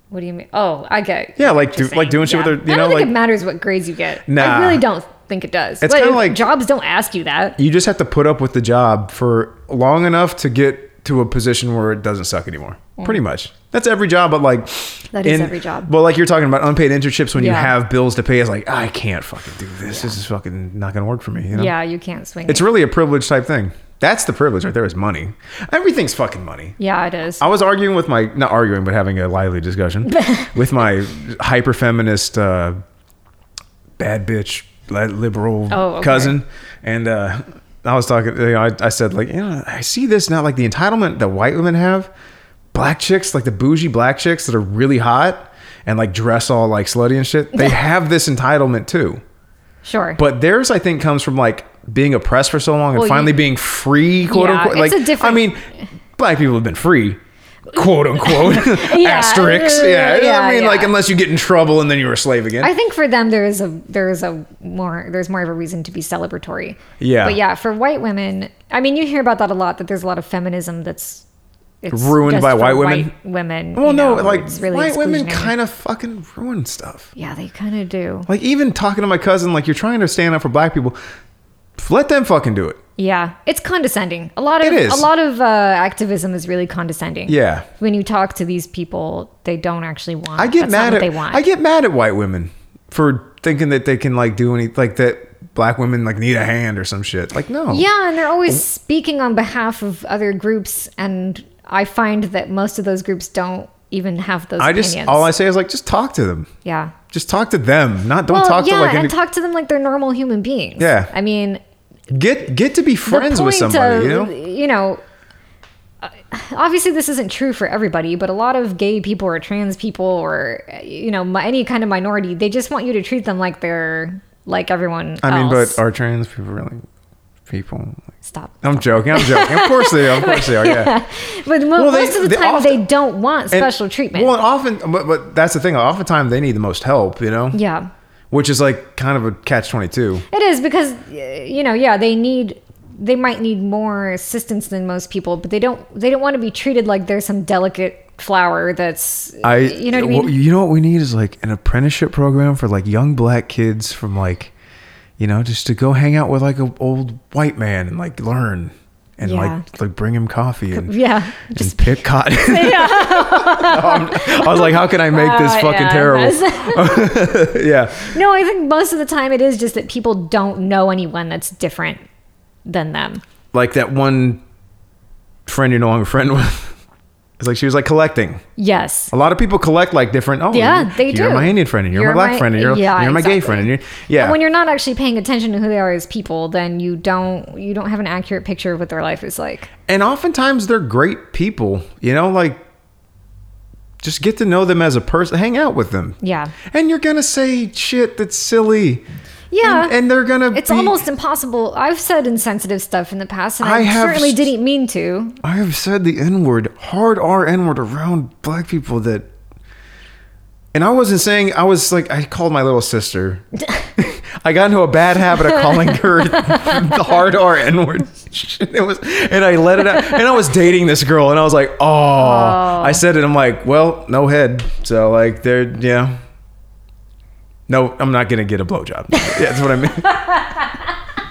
Speaker 2: What do you mean? Oh, I get.
Speaker 1: yeah, like do,
Speaker 2: Just
Speaker 1: like
Speaker 2: saying,
Speaker 1: doing shit
Speaker 2: yeah.
Speaker 1: with their,
Speaker 2: I
Speaker 1: you know,
Speaker 2: don't think
Speaker 1: like
Speaker 2: it matters what grades you get. I
Speaker 1: Nah.
Speaker 2: really don't think it does.
Speaker 1: It's
Speaker 2: But
Speaker 1: kinda
Speaker 2: if-
Speaker 1: like-
Speaker 2: jobs don't ask you that.
Speaker 1: you just have to put up with the job for long enough to get to a position where it doesn't suck anymore. Pretty much. That's every job, but like
Speaker 2: That is every job.
Speaker 1: Well, like you're talking about unpaid internships when you
Speaker 2: Yeah.
Speaker 1: have bills to pay. It's like I can't fucking do this. This is fucking not gonna work for me. You know?
Speaker 2: Yeah, you can't swing.
Speaker 1: It's
Speaker 2: it.
Speaker 1: really a privilege type thing. That's the privilege right there is money. Everything's fucking money.
Speaker 2: yeah, it is.
Speaker 1: I was arguing with my not arguing, but having a lively
Speaker 2: <laughs>
Speaker 1: discussion with my hyper feminist uh, bad bitch li- liberal
Speaker 2: Oh, okay.
Speaker 1: cousin, and uh, I was talking. You know, I, I said like, you know, I see this now, like the entitlement that white women have, black chicks, like the bougie black chicks that are really hot and like dress all like slutty and shit.
Speaker 2: <laughs>
Speaker 1: They have this entitlement too,
Speaker 2: Sure.
Speaker 1: but theirs I think comes from like being oppressed for so long and
Speaker 2: Well, you-
Speaker 1: finally being free, quote
Speaker 2: Yeah,
Speaker 1: unquote.
Speaker 2: it's
Speaker 1: Like
Speaker 2: a different-
Speaker 1: I mean, black people have been free quote unquote
Speaker 2: <laughs>
Speaker 1: <laughs>
Speaker 2: Yeah.
Speaker 1: asterisks. Yeah,
Speaker 2: <laughs> Yeah,
Speaker 1: I mean,
Speaker 2: yeah.
Speaker 1: like unless you get in trouble and then you're a slave again.
Speaker 2: I think for them there is a there is a more there's more of a reason to be celebratory.
Speaker 1: Yeah.
Speaker 2: But yeah, for white women, I mean, you hear about that a lot. That there's a lot of feminism that's it's
Speaker 1: Ruined
Speaker 2: just
Speaker 1: by
Speaker 2: for
Speaker 1: white women?
Speaker 2: White women.
Speaker 1: well,
Speaker 2: you
Speaker 1: no,
Speaker 2: know,
Speaker 1: like
Speaker 2: it's really
Speaker 1: white women
Speaker 2: exclusionary.
Speaker 1: kind of fucking ruin stuff.
Speaker 2: Yeah, they kind of do.
Speaker 1: Like even talking to my cousin, like you're trying to stand up for black people. Let them fucking do it.
Speaker 2: Yeah, it's condescending. A lot of
Speaker 1: It is.
Speaker 2: a lot of uh, activism is really condescending.
Speaker 1: Yeah,
Speaker 2: When you talk to these people, they don't actually want.
Speaker 1: I get
Speaker 2: that's not
Speaker 1: mad
Speaker 2: what
Speaker 1: at
Speaker 2: they want.
Speaker 1: I get mad at white women for thinking that they can like do any like that. Black women like need a hand or some shit. Like no.
Speaker 2: Yeah, and they're always speaking on behalf of other groups, and I find that most of those groups don't even have those.
Speaker 1: I just
Speaker 2: opinions.
Speaker 1: all I say is like just talk to them.
Speaker 2: yeah.
Speaker 1: Just talk to them. Not don't
Speaker 2: Well,
Speaker 1: talk
Speaker 2: yeah,
Speaker 1: to like
Speaker 2: and
Speaker 1: any,
Speaker 2: talk to them like they're normal human beings.
Speaker 1: Yeah.
Speaker 2: I mean,
Speaker 1: get get to be
Speaker 2: the
Speaker 1: friends with
Speaker 2: point
Speaker 1: somebody.
Speaker 2: of-
Speaker 1: you know.
Speaker 2: you know, uh, Obviously, this isn't true for everybody, but a lot of gay people or trans people or uh, you know mi- any kind of minority, they just want you to treat them like they're like everyone.
Speaker 1: I mean,
Speaker 2: else.
Speaker 1: but are trans people really people?
Speaker 2: stop.
Speaker 1: I'm joking. I'm joking. Of course they are. Of course they
Speaker 2: <laughs>
Speaker 1: are. Yeah.
Speaker 2: But mo-
Speaker 1: they-
Speaker 2: most of the
Speaker 1: they
Speaker 2: time,
Speaker 1: often-
Speaker 2: they don't want
Speaker 1: And-
Speaker 2: special treatment.
Speaker 1: Well, and often, but, but that's the thing. Oftentimes they need the most help, you know,
Speaker 2: yeah.
Speaker 1: which is like kind of a catch 22.
Speaker 2: It is because y- you know, yeah, they need they might need more assistance than most people, but they don't they don't want to be treated like they're some delicate flower that's
Speaker 1: I,
Speaker 2: you know what I
Speaker 1: well,
Speaker 2: mean?
Speaker 1: you know what we need is like an apprenticeship program for like young black kids from like, you know, just to go hang out with like an old white man and like learn and
Speaker 2: Yeah.
Speaker 1: like, like bring him coffee and,
Speaker 2: <laughs> yeah.
Speaker 1: just pick
Speaker 2: <laughs>
Speaker 1: cotton. <laughs> No, I'm- I was like, how can I make this
Speaker 2: Uh,
Speaker 1: fucking
Speaker 2: yeah,
Speaker 1: terrible? <laughs>
Speaker 2: that's- <laughs>
Speaker 1: yeah.
Speaker 2: no, I think most of the time it is just that people don't know anyone that's different than them.
Speaker 1: like that one friend you're no longer friend with. <laughs> It's like she was like collecting.
Speaker 2: Yes.
Speaker 1: A lot of people collect like different. Oh,
Speaker 2: Yeah,
Speaker 1: you're-
Speaker 2: they
Speaker 1: you're
Speaker 2: do.
Speaker 1: my Indian friend, and you're,
Speaker 2: You're
Speaker 1: my black
Speaker 2: my-
Speaker 1: friend, and you're,
Speaker 2: yeah,
Speaker 1: you're my gay
Speaker 2: exactly.
Speaker 1: friend, and you're yeah.
Speaker 2: And when you're not actually paying attention to who they are as people, then you don't you don't have an accurate picture of what their life is like.
Speaker 1: and oftentimes they're great people. You know, like just get to know them as a person, hang out with them.
Speaker 2: Yeah.
Speaker 1: And you're gonna say shit that's silly.
Speaker 2: Yeah.
Speaker 1: And, and they're gonna.
Speaker 2: It's
Speaker 1: be-
Speaker 2: almost impossible. I've said insensitive stuff in the past, and I,
Speaker 1: I have
Speaker 2: certainly
Speaker 1: s-
Speaker 2: didn't mean to.
Speaker 1: I have said the N word, hard R N word around black people that. And I wasn't saying, I was like, I called my little
Speaker 2: <laughs>
Speaker 1: sister. <laughs> I got into a bad habit of calling her the hard R N word. <laughs> It was, and I let it out. And I was dating this girl, and I was like, oh. I said it. I'm like, well, no head. So, like, there, yeah. No, I'm not going to get a
Speaker 2: <laughs>
Speaker 1: blowjob. Yeah, that's what I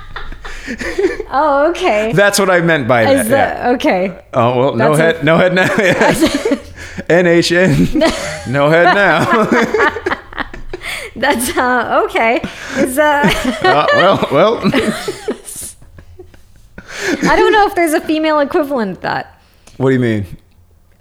Speaker 1: meant.
Speaker 2: Oh, okay.
Speaker 1: That's what I meant by that. yeah.
Speaker 2: Is that okay?
Speaker 1: Oh well, no
Speaker 2: That's
Speaker 1: head, no head now. <laughs>
Speaker 2: <laughs>
Speaker 1: <laughs> Uh, NHN, no head now.
Speaker 2: That's uh, okay. Is uh,
Speaker 1: <laughs> Uh, well,
Speaker 2: <laughs>
Speaker 1: well.
Speaker 2: I don't know if there's a female equivalent of that.
Speaker 1: What do you mean?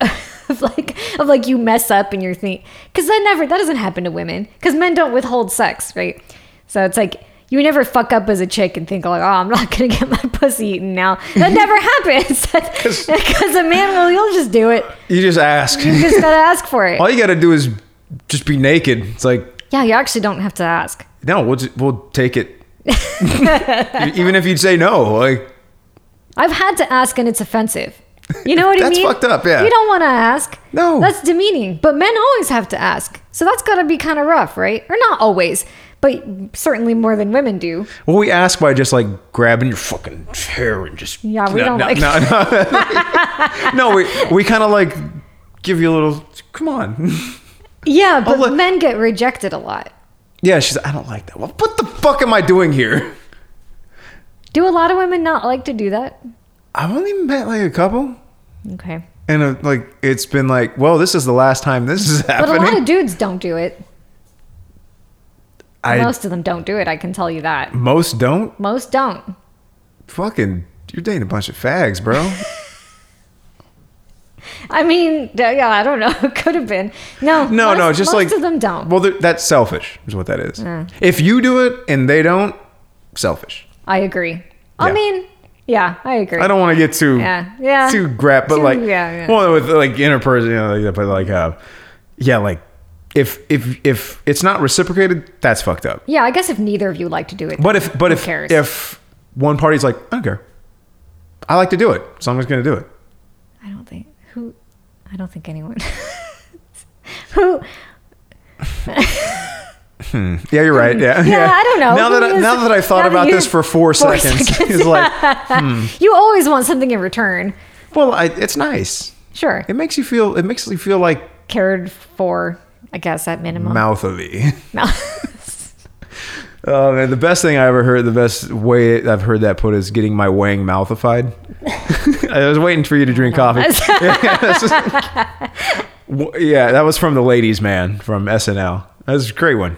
Speaker 2: <laughs> Of like, of like you mess up and you're thinking, because that never, that doesn't happen to women. Because men don't withhold sex, right? So it's like you never fuck up as a chick and think like, oh, I'm not <laughs> gonna get my pussy eaten now.
Speaker 1: <laughs>
Speaker 2: That never happens. <laughs> Because a man will, you'll just do it.
Speaker 1: You just ask.
Speaker 2: You just gotta ask for
Speaker 1: <laughs>
Speaker 2: it.
Speaker 1: All you got to do is just be naked. It's like,
Speaker 2: Yeah, you actually don't have to ask.
Speaker 1: no, we'll just, we'll take
Speaker 2: <laughs>
Speaker 1: it. Even if you'd say no, like
Speaker 2: I've had to ask and it's offensive. You know what I
Speaker 1: That's
Speaker 2: mean?
Speaker 1: fucked up, yeah.
Speaker 2: You don't want to ask.
Speaker 1: No.
Speaker 2: That's demeaning. But men always have to ask. So that's got to be kind of rough, right? Or not always, but certainly more than women do.
Speaker 1: well, we ask by just like grabbing your fucking hair and just
Speaker 2: Yeah, we
Speaker 1: no,
Speaker 2: don't
Speaker 1: no,
Speaker 2: like-
Speaker 1: no,
Speaker 2: <laughs>
Speaker 1: no. no, we we kind of like give you a little. Come on, <laughs>
Speaker 2: Yeah, but
Speaker 1: Oh, look-
Speaker 2: men get rejected a lot.
Speaker 1: yeah. She's. I don't like that. Well, what the fuck am I doing here?
Speaker 2: Do a lot of women not like to do that?
Speaker 1: I've only met like a couple,
Speaker 2: Okay.
Speaker 1: and uh, like it's been like, well, this is the last time this is <laughs>
Speaker 2: But
Speaker 1: happening.
Speaker 2: a lot of dudes don't do it.
Speaker 1: I
Speaker 2: Most of them don't do it, I can tell you that.
Speaker 1: most don't.
Speaker 2: Most don't.
Speaker 1: Fucking, you're dating a bunch of fags,
Speaker 2: <laughs>
Speaker 1: bro.
Speaker 2: I mean, yeah, I don't know. <laughs> Could have been. No.
Speaker 1: No,
Speaker 2: most-
Speaker 1: no, just
Speaker 2: most
Speaker 1: like
Speaker 2: of them don't.
Speaker 1: Well, th- that's selfish, is what that is. If you do it and they don't, selfish.
Speaker 2: I agree.
Speaker 1: Yeah.
Speaker 2: I mean, yeah, I agree.
Speaker 1: I don't want to get too
Speaker 2: Yeah, yeah.
Speaker 1: too grab, but
Speaker 2: Too-
Speaker 1: like
Speaker 2: yeah, yeah.
Speaker 1: well, with like interpersonal, you know, like that, but like uh, yeah, like if if if it's not reciprocated, that's fucked up.
Speaker 2: Yeah, I guess if neither of you like to do it.
Speaker 1: But if but
Speaker 2: Who
Speaker 1: if
Speaker 2: cares?
Speaker 1: if one party's like, I don't care, I like to do it, so I'm just gonna do it.
Speaker 2: I don't think who I don't think anyone <laughs> who
Speaker 1: Yeah, you're right. Yeah,
Speaker 2: Hmm. Yeah, I don't
Speaker 1: <laughs>
Speaker 2: know.
Speaker 1: Now that
Speaker 2: Who
Speaker 1: I,
Speaker 2: is-
Speaker 1: now that I thought
Speaker 2: now that
Speaker 1: about
Speaker 2: you-
Speaker 1: this for four,
Speaker 2: four
Speaker 1: seconds,
Speaker 2: seconds.
Speaker 1: <laughs> it's
Speaker 2: <laughs>
Speaker 1: like,
Speaker 2: you always want something in return.
Speaker 1: well, I, it's nice.
Speaker 2: Sure.
Speaker 1: It makes you feel. It makes you feel like
Speaker 2: Cared for, I guess at minimum.
Speaker 1: mouthy.
Speaker 2: No.
Speaker 1: <laughs>
Speaker 2: <laughs>
Speaker 1: Oh man, the best thing I ever heard, the best way I've heard that put is getting my wang mouthified. <laughs> I was waiting for you to drink <laughs>
Speaker 2: <laughs>
Speaker 1: coffee. W- yeah, that was from the ladies' man from SNL. That was a great one.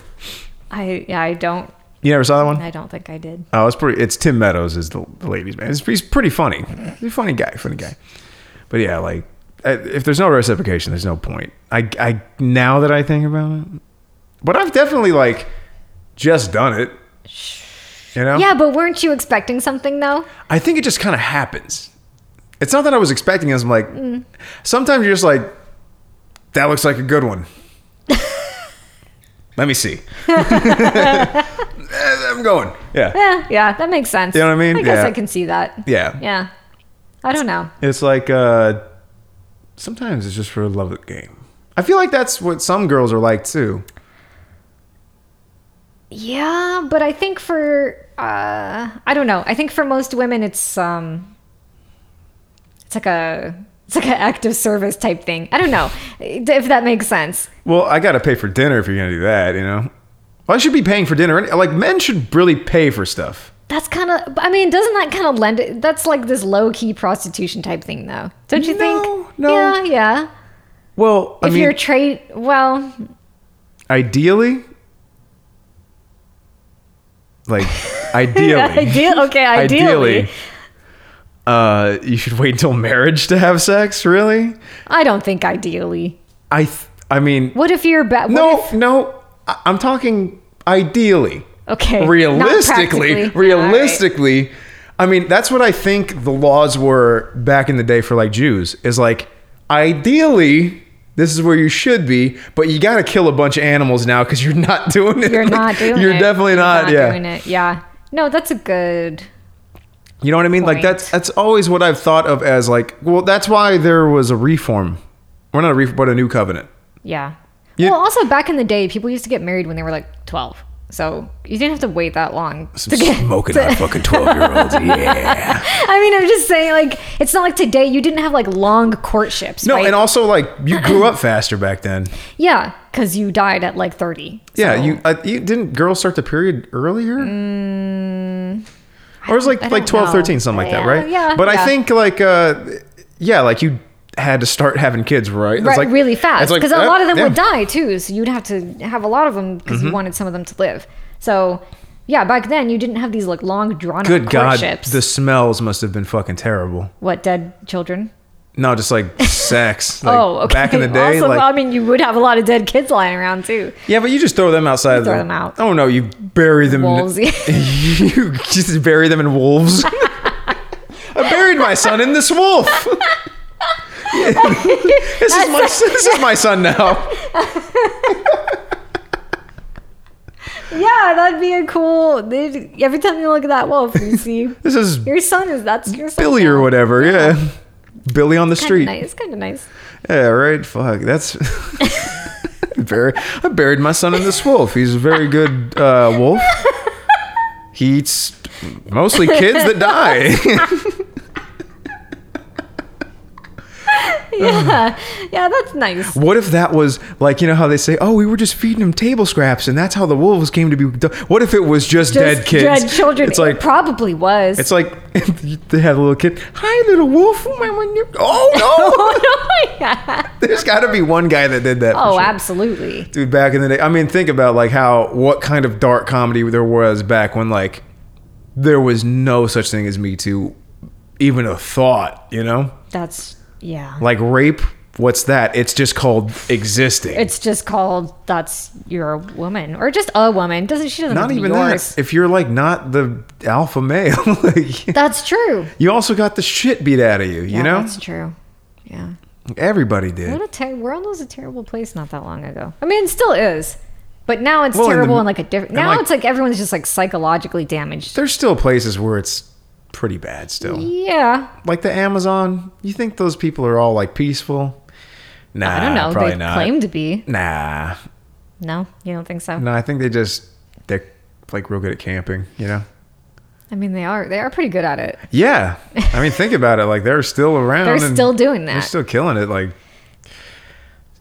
Speaker 2: I yeah, I don't
Speaker 1: You never saw that one?
Speaker 2: I don't think I did.
Speaker 1: Oh, it's pretty. It's Tim Meadows is the, the ladies' man. It's, he's pretty funny. He's a funny guy. Funny guy. But yeah, like I- if there's no reciprocation, there's no point. I, I now that I think about it, but I've definitely like just done it. You know?
Speaker 2: Yeah, but weren't you expecting something though?
Speaker 1: I think it just kind of happens. It's not that I was expecting this. I'm like, sometimes you're just like, that looks like a good one. Let me see. <laughs> Eh, I'm going. Yeah.
Speaker 2: Yeah, yeah, that makes sense.
Speaker 1: You know what I mean?
Speaker 2: I guess
Speaker 1: Yeah.
Speaker 2: I can see that.
Speaker 1: Yeah.
Speaker 2: Yeah. I don't know.
Speaker 1: It's like, uh, sometimes it's just for the love of the game. I feel like that's what some girls are like too.
Speaker 2: Yeah, but I think for uh, I don't know. I think for most women, it's um, it's like a it's like an act of service type thing. I don't know if that makes sense.
Speaker 1: Well, I got to pay for dinner if you're going to do that, you know? Well, I should be paying for dinner. any- Like, men should really pay for stuff.
Speaker 2: That's kind of. I mean, doesn't that kind of lend? It, that's like this low key prostitution type thing, though. Don't you
Speaker 1: No,
Speaker 2: think?
Speaker 1: no.
Speaker 2: Yeah, yeah.
Speaker 1: Well, I
Speaker 2: if
Speaker 1: mean,
Speaker 2: you're trade, well,
Speaker 1: ideally
Speaker 2: <laughs>
Speaker 1: like ideally
Speaker 2: ideal. Okay, ideally,
Speaker 1: <laughs> ideally uh you should wait until marriage to have sex really
Speaker 2: I don't think ideally.
Speaker 1: i th- i mean
Speaker 2: What if you're bad?
Speaker 1: no no I- i'm talking ideally
Speaker 2: okay. not
Speaker 1: realistically <laughs>
Speaker 2: practically.
Speaker 1: realistically i mean that's what i think the laws were back in the day for like jews is like ideally this is where you should be but you gotta kill a bunch of animals now because you're not <laughs> doing it
Speaker 2: You're
Speaker 1: Like,
Speaker 2: not doing
Speaker 1: you're
Speaker 2: it.
Speaker 1: definitely not, yeah
Speaker 2: doing it. Yeah. No, that's a good.
Speaker 1: you know what i mean like
Speaker 2: Point.
Speaker 1: that's that's always what i've thought of as like well that's why there was a reform or not a reform but a new covenant
Speaker 2: Yeah.
Speaker 1: You-
Speaker 2: well, also back in the day, people used to get married when they were like 12. So you didn't have to wait that long <laughs> <laughs> to get.
Speaker 1: smoking hot fucking 12 year olds yeah
Speaker 2: I mean, I'm just saying, like, it's not like today. You didn't have like long courtships.
Speaker 1: no
Speaker 2: right?
Speaker 1: and also like you grew up faster back then
Speaker 2: yeah, because you died at like 30.
Speaker 1: Yeah,
Speaker 2: So-
Speaker 1: you, uh, you didn't girls start the period earlier? or it was like
Speaker 2: I
Speaker 1: like
Speaker 2: don't
Speaker 1: 12,
Speaker 2: Mm, know.
Speaker 1: 13, something like that,
Speaker 2: Yeah,
Speaker 1: right?
Speaker 2: yeah,
Speaker 1: But I
Speaker 2: yeah.
Speaker 1: think like uh yeah, like you had to start having kids right, It's
Speaker 2: right,
Speaker 1: like-
Speaker 2: really fast
Speaker 1: it's like,
Speaker 2: because
Speaker 1: eh,
Speaker 2: a lot of them
Speaker 1: yeah. Mm-hmm.
Speaker 2: would die too. So you'd have to have a lot of them because you wanted some of them to live. So yeah, back then you didn't have these like long drawn
Speaker 1: Good
Speaker 2: out
Speaker 1: God,
Speaker 2: courtships.
Speaker 1: the smells must have been fucking terrible.
Speaker 2: what dead children?
Speaker 1: No, just
Speaker 2: <laughs>
Speaker 1: like sex. Like,
Speaker 2: oh, okay.
Speaker 1: Back in the day,
Speaker 2: also,
Speaker 1: like
Speaker 2: I mean, you would have a lot of dead kids lying around too.
Speaker 1: yeah, but you just throw them outside. of
Speaker 2: throw
Speaker 1: the-
Speaker 2: them out.
Speaker 1: Oh no, you bury them. in- <laughs>
Speaker 2: Wolves.
Speaker 1: you just bury them in
Speaker 2: <laughs>
Speaker 1: wolves. I buried my son in this wolf. this is my this is my son now.
Speaker 2: Yeah, that'd be a cool. they'd- Every time you look at that
Speaker 1: <laughs>
Speaker 2: wolf, you see
Speaker 1: This is
Speaker 2: your son is that's your son.
Speaker 1: Billy or whatever. Yeah, Billy on the
Speaker 2: Kind of
Speaker 1: street.
Speaker 2: nice. It's kind of nice.
Speaker 1: <laughs>
Speaker 2: <laughs>
Speaker 1: Yeah, right. Fuck, that's. <laughs> Bur- I buried my son in this wolf. He's a very good uh, wolf. He eats mostly kids that
Speaker 2: <laughs>
Speaker 1: die.
Speaker 2: Yeah, yeah, that's nice.
Speaker 1: what if that was like you know how they say, "Oh, we were just feeding him table scraps, and that's how the wolves came to be." do-" What if it was just, dead
Speaker 2: Just
Speaker 1: kids?
Speaker 2: Dead children.
Speaker 1: It's like
Speaker 2: it probably was.
Speaker 1: it's like <laughs> they had a little kid. Hi, little wolf. Oh, my- my-
Speaker 2: <laughs>
Speaker 1: Oh no!
Speaker 2: <laughs> oh no! Yeah.
Speaker 1: There's got to be one guy that did that. for
Speaker 2: Oh,
Speaker 1: sure.
Speaker 2: absolutely.
Speaker 1: dude back in the day i mean think about like how what kind of dark comedy there was back when like there was no such thing as me too even a thought you know
Speaker 2: That's yeah.
Speaker 1: like rape what's that it's just called existing
Speaker 2: It's just called that's you're a woman or just a woman. Doesn't she doesn't
Speaker 1: not even
Speaker 2: yours.
Speaker 1: that if you're like not the alpha male <laughs> like
Speaker 2: That's true.
Speaker 1: you also got the shit beat out of you you
Speaker 2: Yeah,
Speaker 1: know
Speaker 2: that's true. Yeah.
Speaker 1: everybody did
Speaker 2: What a ter- world was a terrible place not that long ago. I mean, it still is. But now it's
Speaker 1: Well, in the-
Speaker 2: terrible and like a different.
Speaker 1: and,
Speaker 2: Now
Speaker 1: like-
Speaker 2: it's like everyone's just like psychologically damaged.
Speaker 1: there's still places where it's pretty bad still
Speaker 2: Yeah,
Speaker 1: like the amazon you think those people are all like peaceful nah
Speaker 2: I don't know.
Speaker 1: Ah, probably
Speaker 2: They
Speaker 1: not
Speaker 2: claim to be.
Speaker 1: nah
Speaker 2: No, you don't think so.
Speaker 1: No, I think they just they're like real good at camping, you know.
Speaker 2: I mean, they are. They are pretty good at it.
Speaker 1: Yeah, I mean, think about it. Like they're still around.
Speaker 2: They're
Speaker 1: and
Speaker 2: still doing
Speaker 1: They're
Speaker 2: that.
Speaker 1: still killing it. Like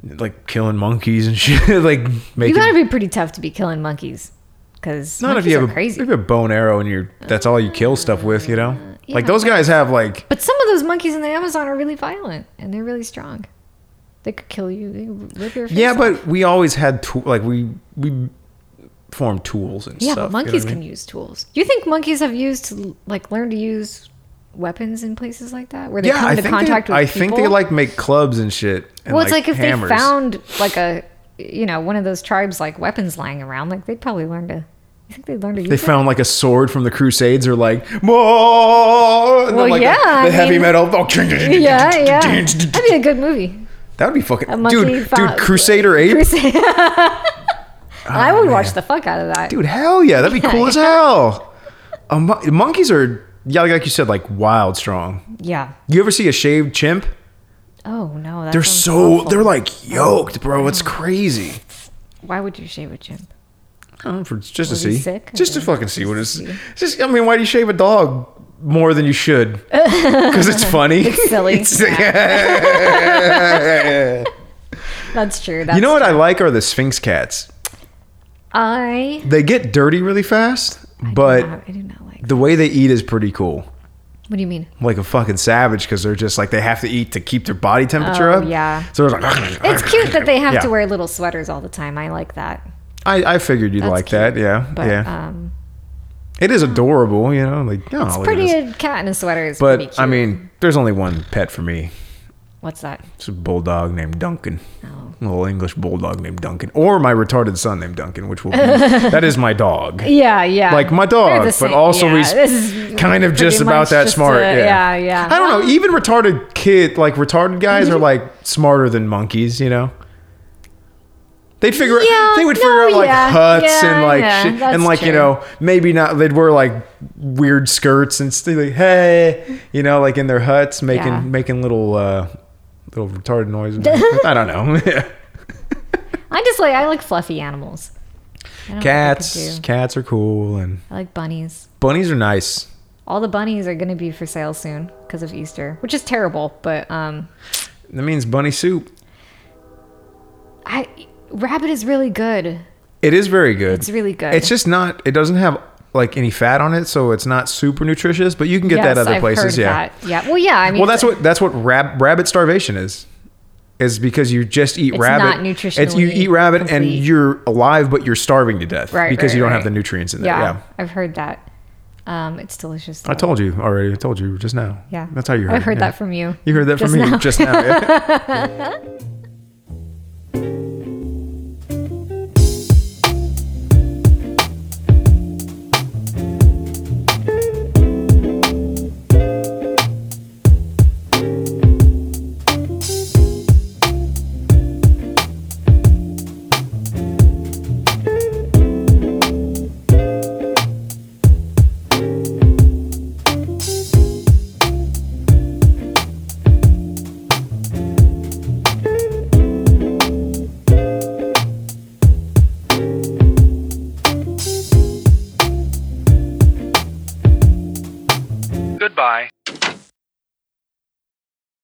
Speaker 1: like killing monkeys and <laughs> shit. like
Speaker 2: you
Speaker 1: making
Speaker 2: got to be pretty tough to be killing monkeys, because
Speaker 1: not if you have
Speaker 2: are
Speaker 1: a,
Speaker 2: crazy. Uh,
Speaker 1: if you have a bone arrow and you're that's all you kill stuff with, you know.
Speaker 2: yeah,
Speaker 1: like those guys have like
Speaker 2: But some of those monkeys in the Amazon are really violent and they're really strong. They could kill you. They could rip your face
Speaker 1: yeah,
Speaker 2: off.
Speaker 1: but we always had to, like we we formed tools and
Speaker 2: yeah,
Speaker 1: stuff.
Speaker 2: but monkeys can use tools. Do you think monkeys have used to like learn to use weapons in places like that where they
Speaker 1: yeah,
Speaker 2: come
Speaker 1: I
Speaker 2: into
Speaker 1: think
Speaker 2: contact
Speaker 1: they,
Speaker 2: with
Speaker 1: I
Speaker 2: people?
Speaker 1: think they like make clubs and shit. and,
Speaker 2: well, it's like, if
Speaker 1: hammers.
Speaker 2: they found like a you know one of those tribes like weapons lying around, like they'd probably learn to. You think they'd learn to use
Speaker 1: they
Speaker 2: it?
Speaker 1: found like a sword from the Crusades or like more. and then,
Speaker 2: Well,
Speaker 1: like, the-
Speaker 2: yeah,
Speaker 1: the,
Speaker 2: I
Speaker 1: heavy
Speaker 2: mean-
Speaker 1: metal. <laughs>
Speaker 2: <laughs> Yeah, yeah. That'd be a good movie.
Speaker 1: That would be fucking
Speaker 2: A monkey
Speaker 1: dude,
Speaker 2: found-
Speaker 1: dude, Crusader Ape,
Speaker 2: <laughs>
Speaker 1: Oh,
Speaker 2: I would
Speaker 1: man.
Speaker 2: watch the fuck out of that.
Speaker 1: dude, hell yeah, that'd be cool as hell. A mon- monkeys are yeah, like you said, like wild strong.
Speaker 2: Yeah.
Speaker 1: You ever see a shaved chimp?
Speaker 2: Oh no, that
Speaker 1: They're
Speaker 2: sounds
Speaker 1: so
Speaker 2: awful. Mm.
Speaker 1: they're like yoked, bro. It's crazy.
Speaker 2: Why would you shave
Speaker 1: <laughs>
Speaker 2: a chimp?
Speaker 1: Oh, for- just to
Speaker 2: he
Speaker 1: see,
Speaker 2: sick?
Speaker 1: just to
Speaker 2: Okay.
Speaker 1: fucking see what it's. Just I mean, why do you shave a dog more than you should?
Speaker 2: <laughs>
Speaker 1: Because it's funny. It's
Speaker 2: silly.
Speaker 1: <laughs> yeah.
Speaker 2: That's true. That's
Speaker 1: You know what I like are the Sphinx cats.
Speaker 2: I
Speaker 1: They get dirty really fast,
Speaker 2: do
Speaker 1: but
Speaker 2: not, I do not like.
Speaker 1: the way they eat is pretty cool.
Speaker 2: What do you mean?
Speaker 1: Like a fucking savage because they're just like they have to eat to keep their body temperature
Speaker 2: Oh,
Speaker 1: up.
Speaker 2: yeah.
Speaker 1: So they're like, <laughs>
Speaker 2: It's cute that they have
Speaker 1: Yeah.
Speaker 2: to wear little sweaters all the time. I like that.
Speaker 1: I, I figured you'd
Speaker 2: That's
Speaker 1: like
Speaker 2: cute,
Speaker 1: that. Yeah.
Speaker 2: But
Speaker 1: yeah.
Speaker 2: um,
Speaker 1: it is adorable, you know? Like, no,
Speaker 2: it's pretty. A cat in a sweater is pretty
Speaker 1: But
Speaker 2: cute.
Speaker 1: I mean, there's only one pet for me.
Speaker 2: what's that?
Speaker 1: It's a bulldog named Duncan.
Speaker 2: Oh.
Speaker 1: A little English bulldog named Duncan. Or my retarded son named Duncan, which
Speaker 2: <laughs>
Speaker 1: will be that is my dog.
Speaker 2: Yeah, yeah.
Speaker 1: like my dog, but also he's kind of just about that smart. yeah.
Speaker 2: yeah, yeah. Mm-hmm.
Speaker 1: I don't know. Even retarded kid, like retarded guys, are like smarter than monkeys. You know, they'd figure.
Speaker 2: Yeah,
Speaker 1: out, they would
Speaker 2: no,
Speaker 1: figure out like
Speaker 2: yeah,
Speaker 1: huts
Speaker 2: yeah,
Speaker 1: and like
Speaker 2: yeah,
Speaker 1: shit,
Speaker 2: that's
Speaker 1: and like you
Speaker 2: true.
Speaker 1: know maybe not. They'd wear like weird skirts and still like hey, you know, like in their huts making
Speaker 2: Yeah.
Speaker 1: making little uh little retarded
Speaker 2: <laughs>
Speaker 1: noises. I don't
Speaker 2: Oh,
Speaker 1: know. <laughs>
Speaker 2: I just like I like fluffy animals. I don't know what I could
Speaker 1: cats,
Speaker 2: do.
Speaker 1: cats are cool, and
Speaker 2: I like bunnies.
Speaker 1: bunnies are nice.
Speaker 2: All the bunnies are going to be for sale soon because of Easter, which is terrible. But um,
Speaker 1: That means bunny soup.
Speaker 2: I rabbit is really good.
Speaker 1: It is very good.
Speaker 2: It's really good.
Speaker 1: It's just not. It doesn't have like any fat on it, so it's not super nutritious. But you can get
Speaker 2: yes,
Speaker 1: that other
Speaker 2: I've
Speaker 1: places.
Speaker 2: heard
Speaker 1: yeah.
Speaker 2: that. Yeah. Well, yeah. I mean,
Speaker 1: Well, that's what that's what rab- rabbit starvation is. Is because you just eat
Speaker 2: It's
Speaker 1: rabbit.
Speaker 2: not
Speaker 1: you
Speaker 2: nutritionally
Speaker 1: eat rabbit and
Speaker 2: complete.
Speaker 1: you're alive, but you're starving to death
Speaker 2: Right,
Speaker 1: because
Speaker 2: right,
Speaker 1: you don't have
Speaker 2: right.
Speaker 1: the nutrients in there.
Speaker 2: Yeah,
Speaker 1: Yeah.
Speaker 2: I've heard that. Um, it's delicious.
Speaker 1: I
Speaker 2: though.
Speaker 1: told you already. I told you just now.
Speaker 2: Yeah.
Speaker 1: That's how you heard.
Speaker 2: I heard
Speaker 1: it, yeah.
Speaker 2: that from you.
Speaker 1: You heard that
Speaker 2: just
Speaker 1: from me
Speaker 2: now.
Speaker 1: just
Speaker 2: <laughs>
Speaker 1: now. yeah.
Speaker 3: Goodbye.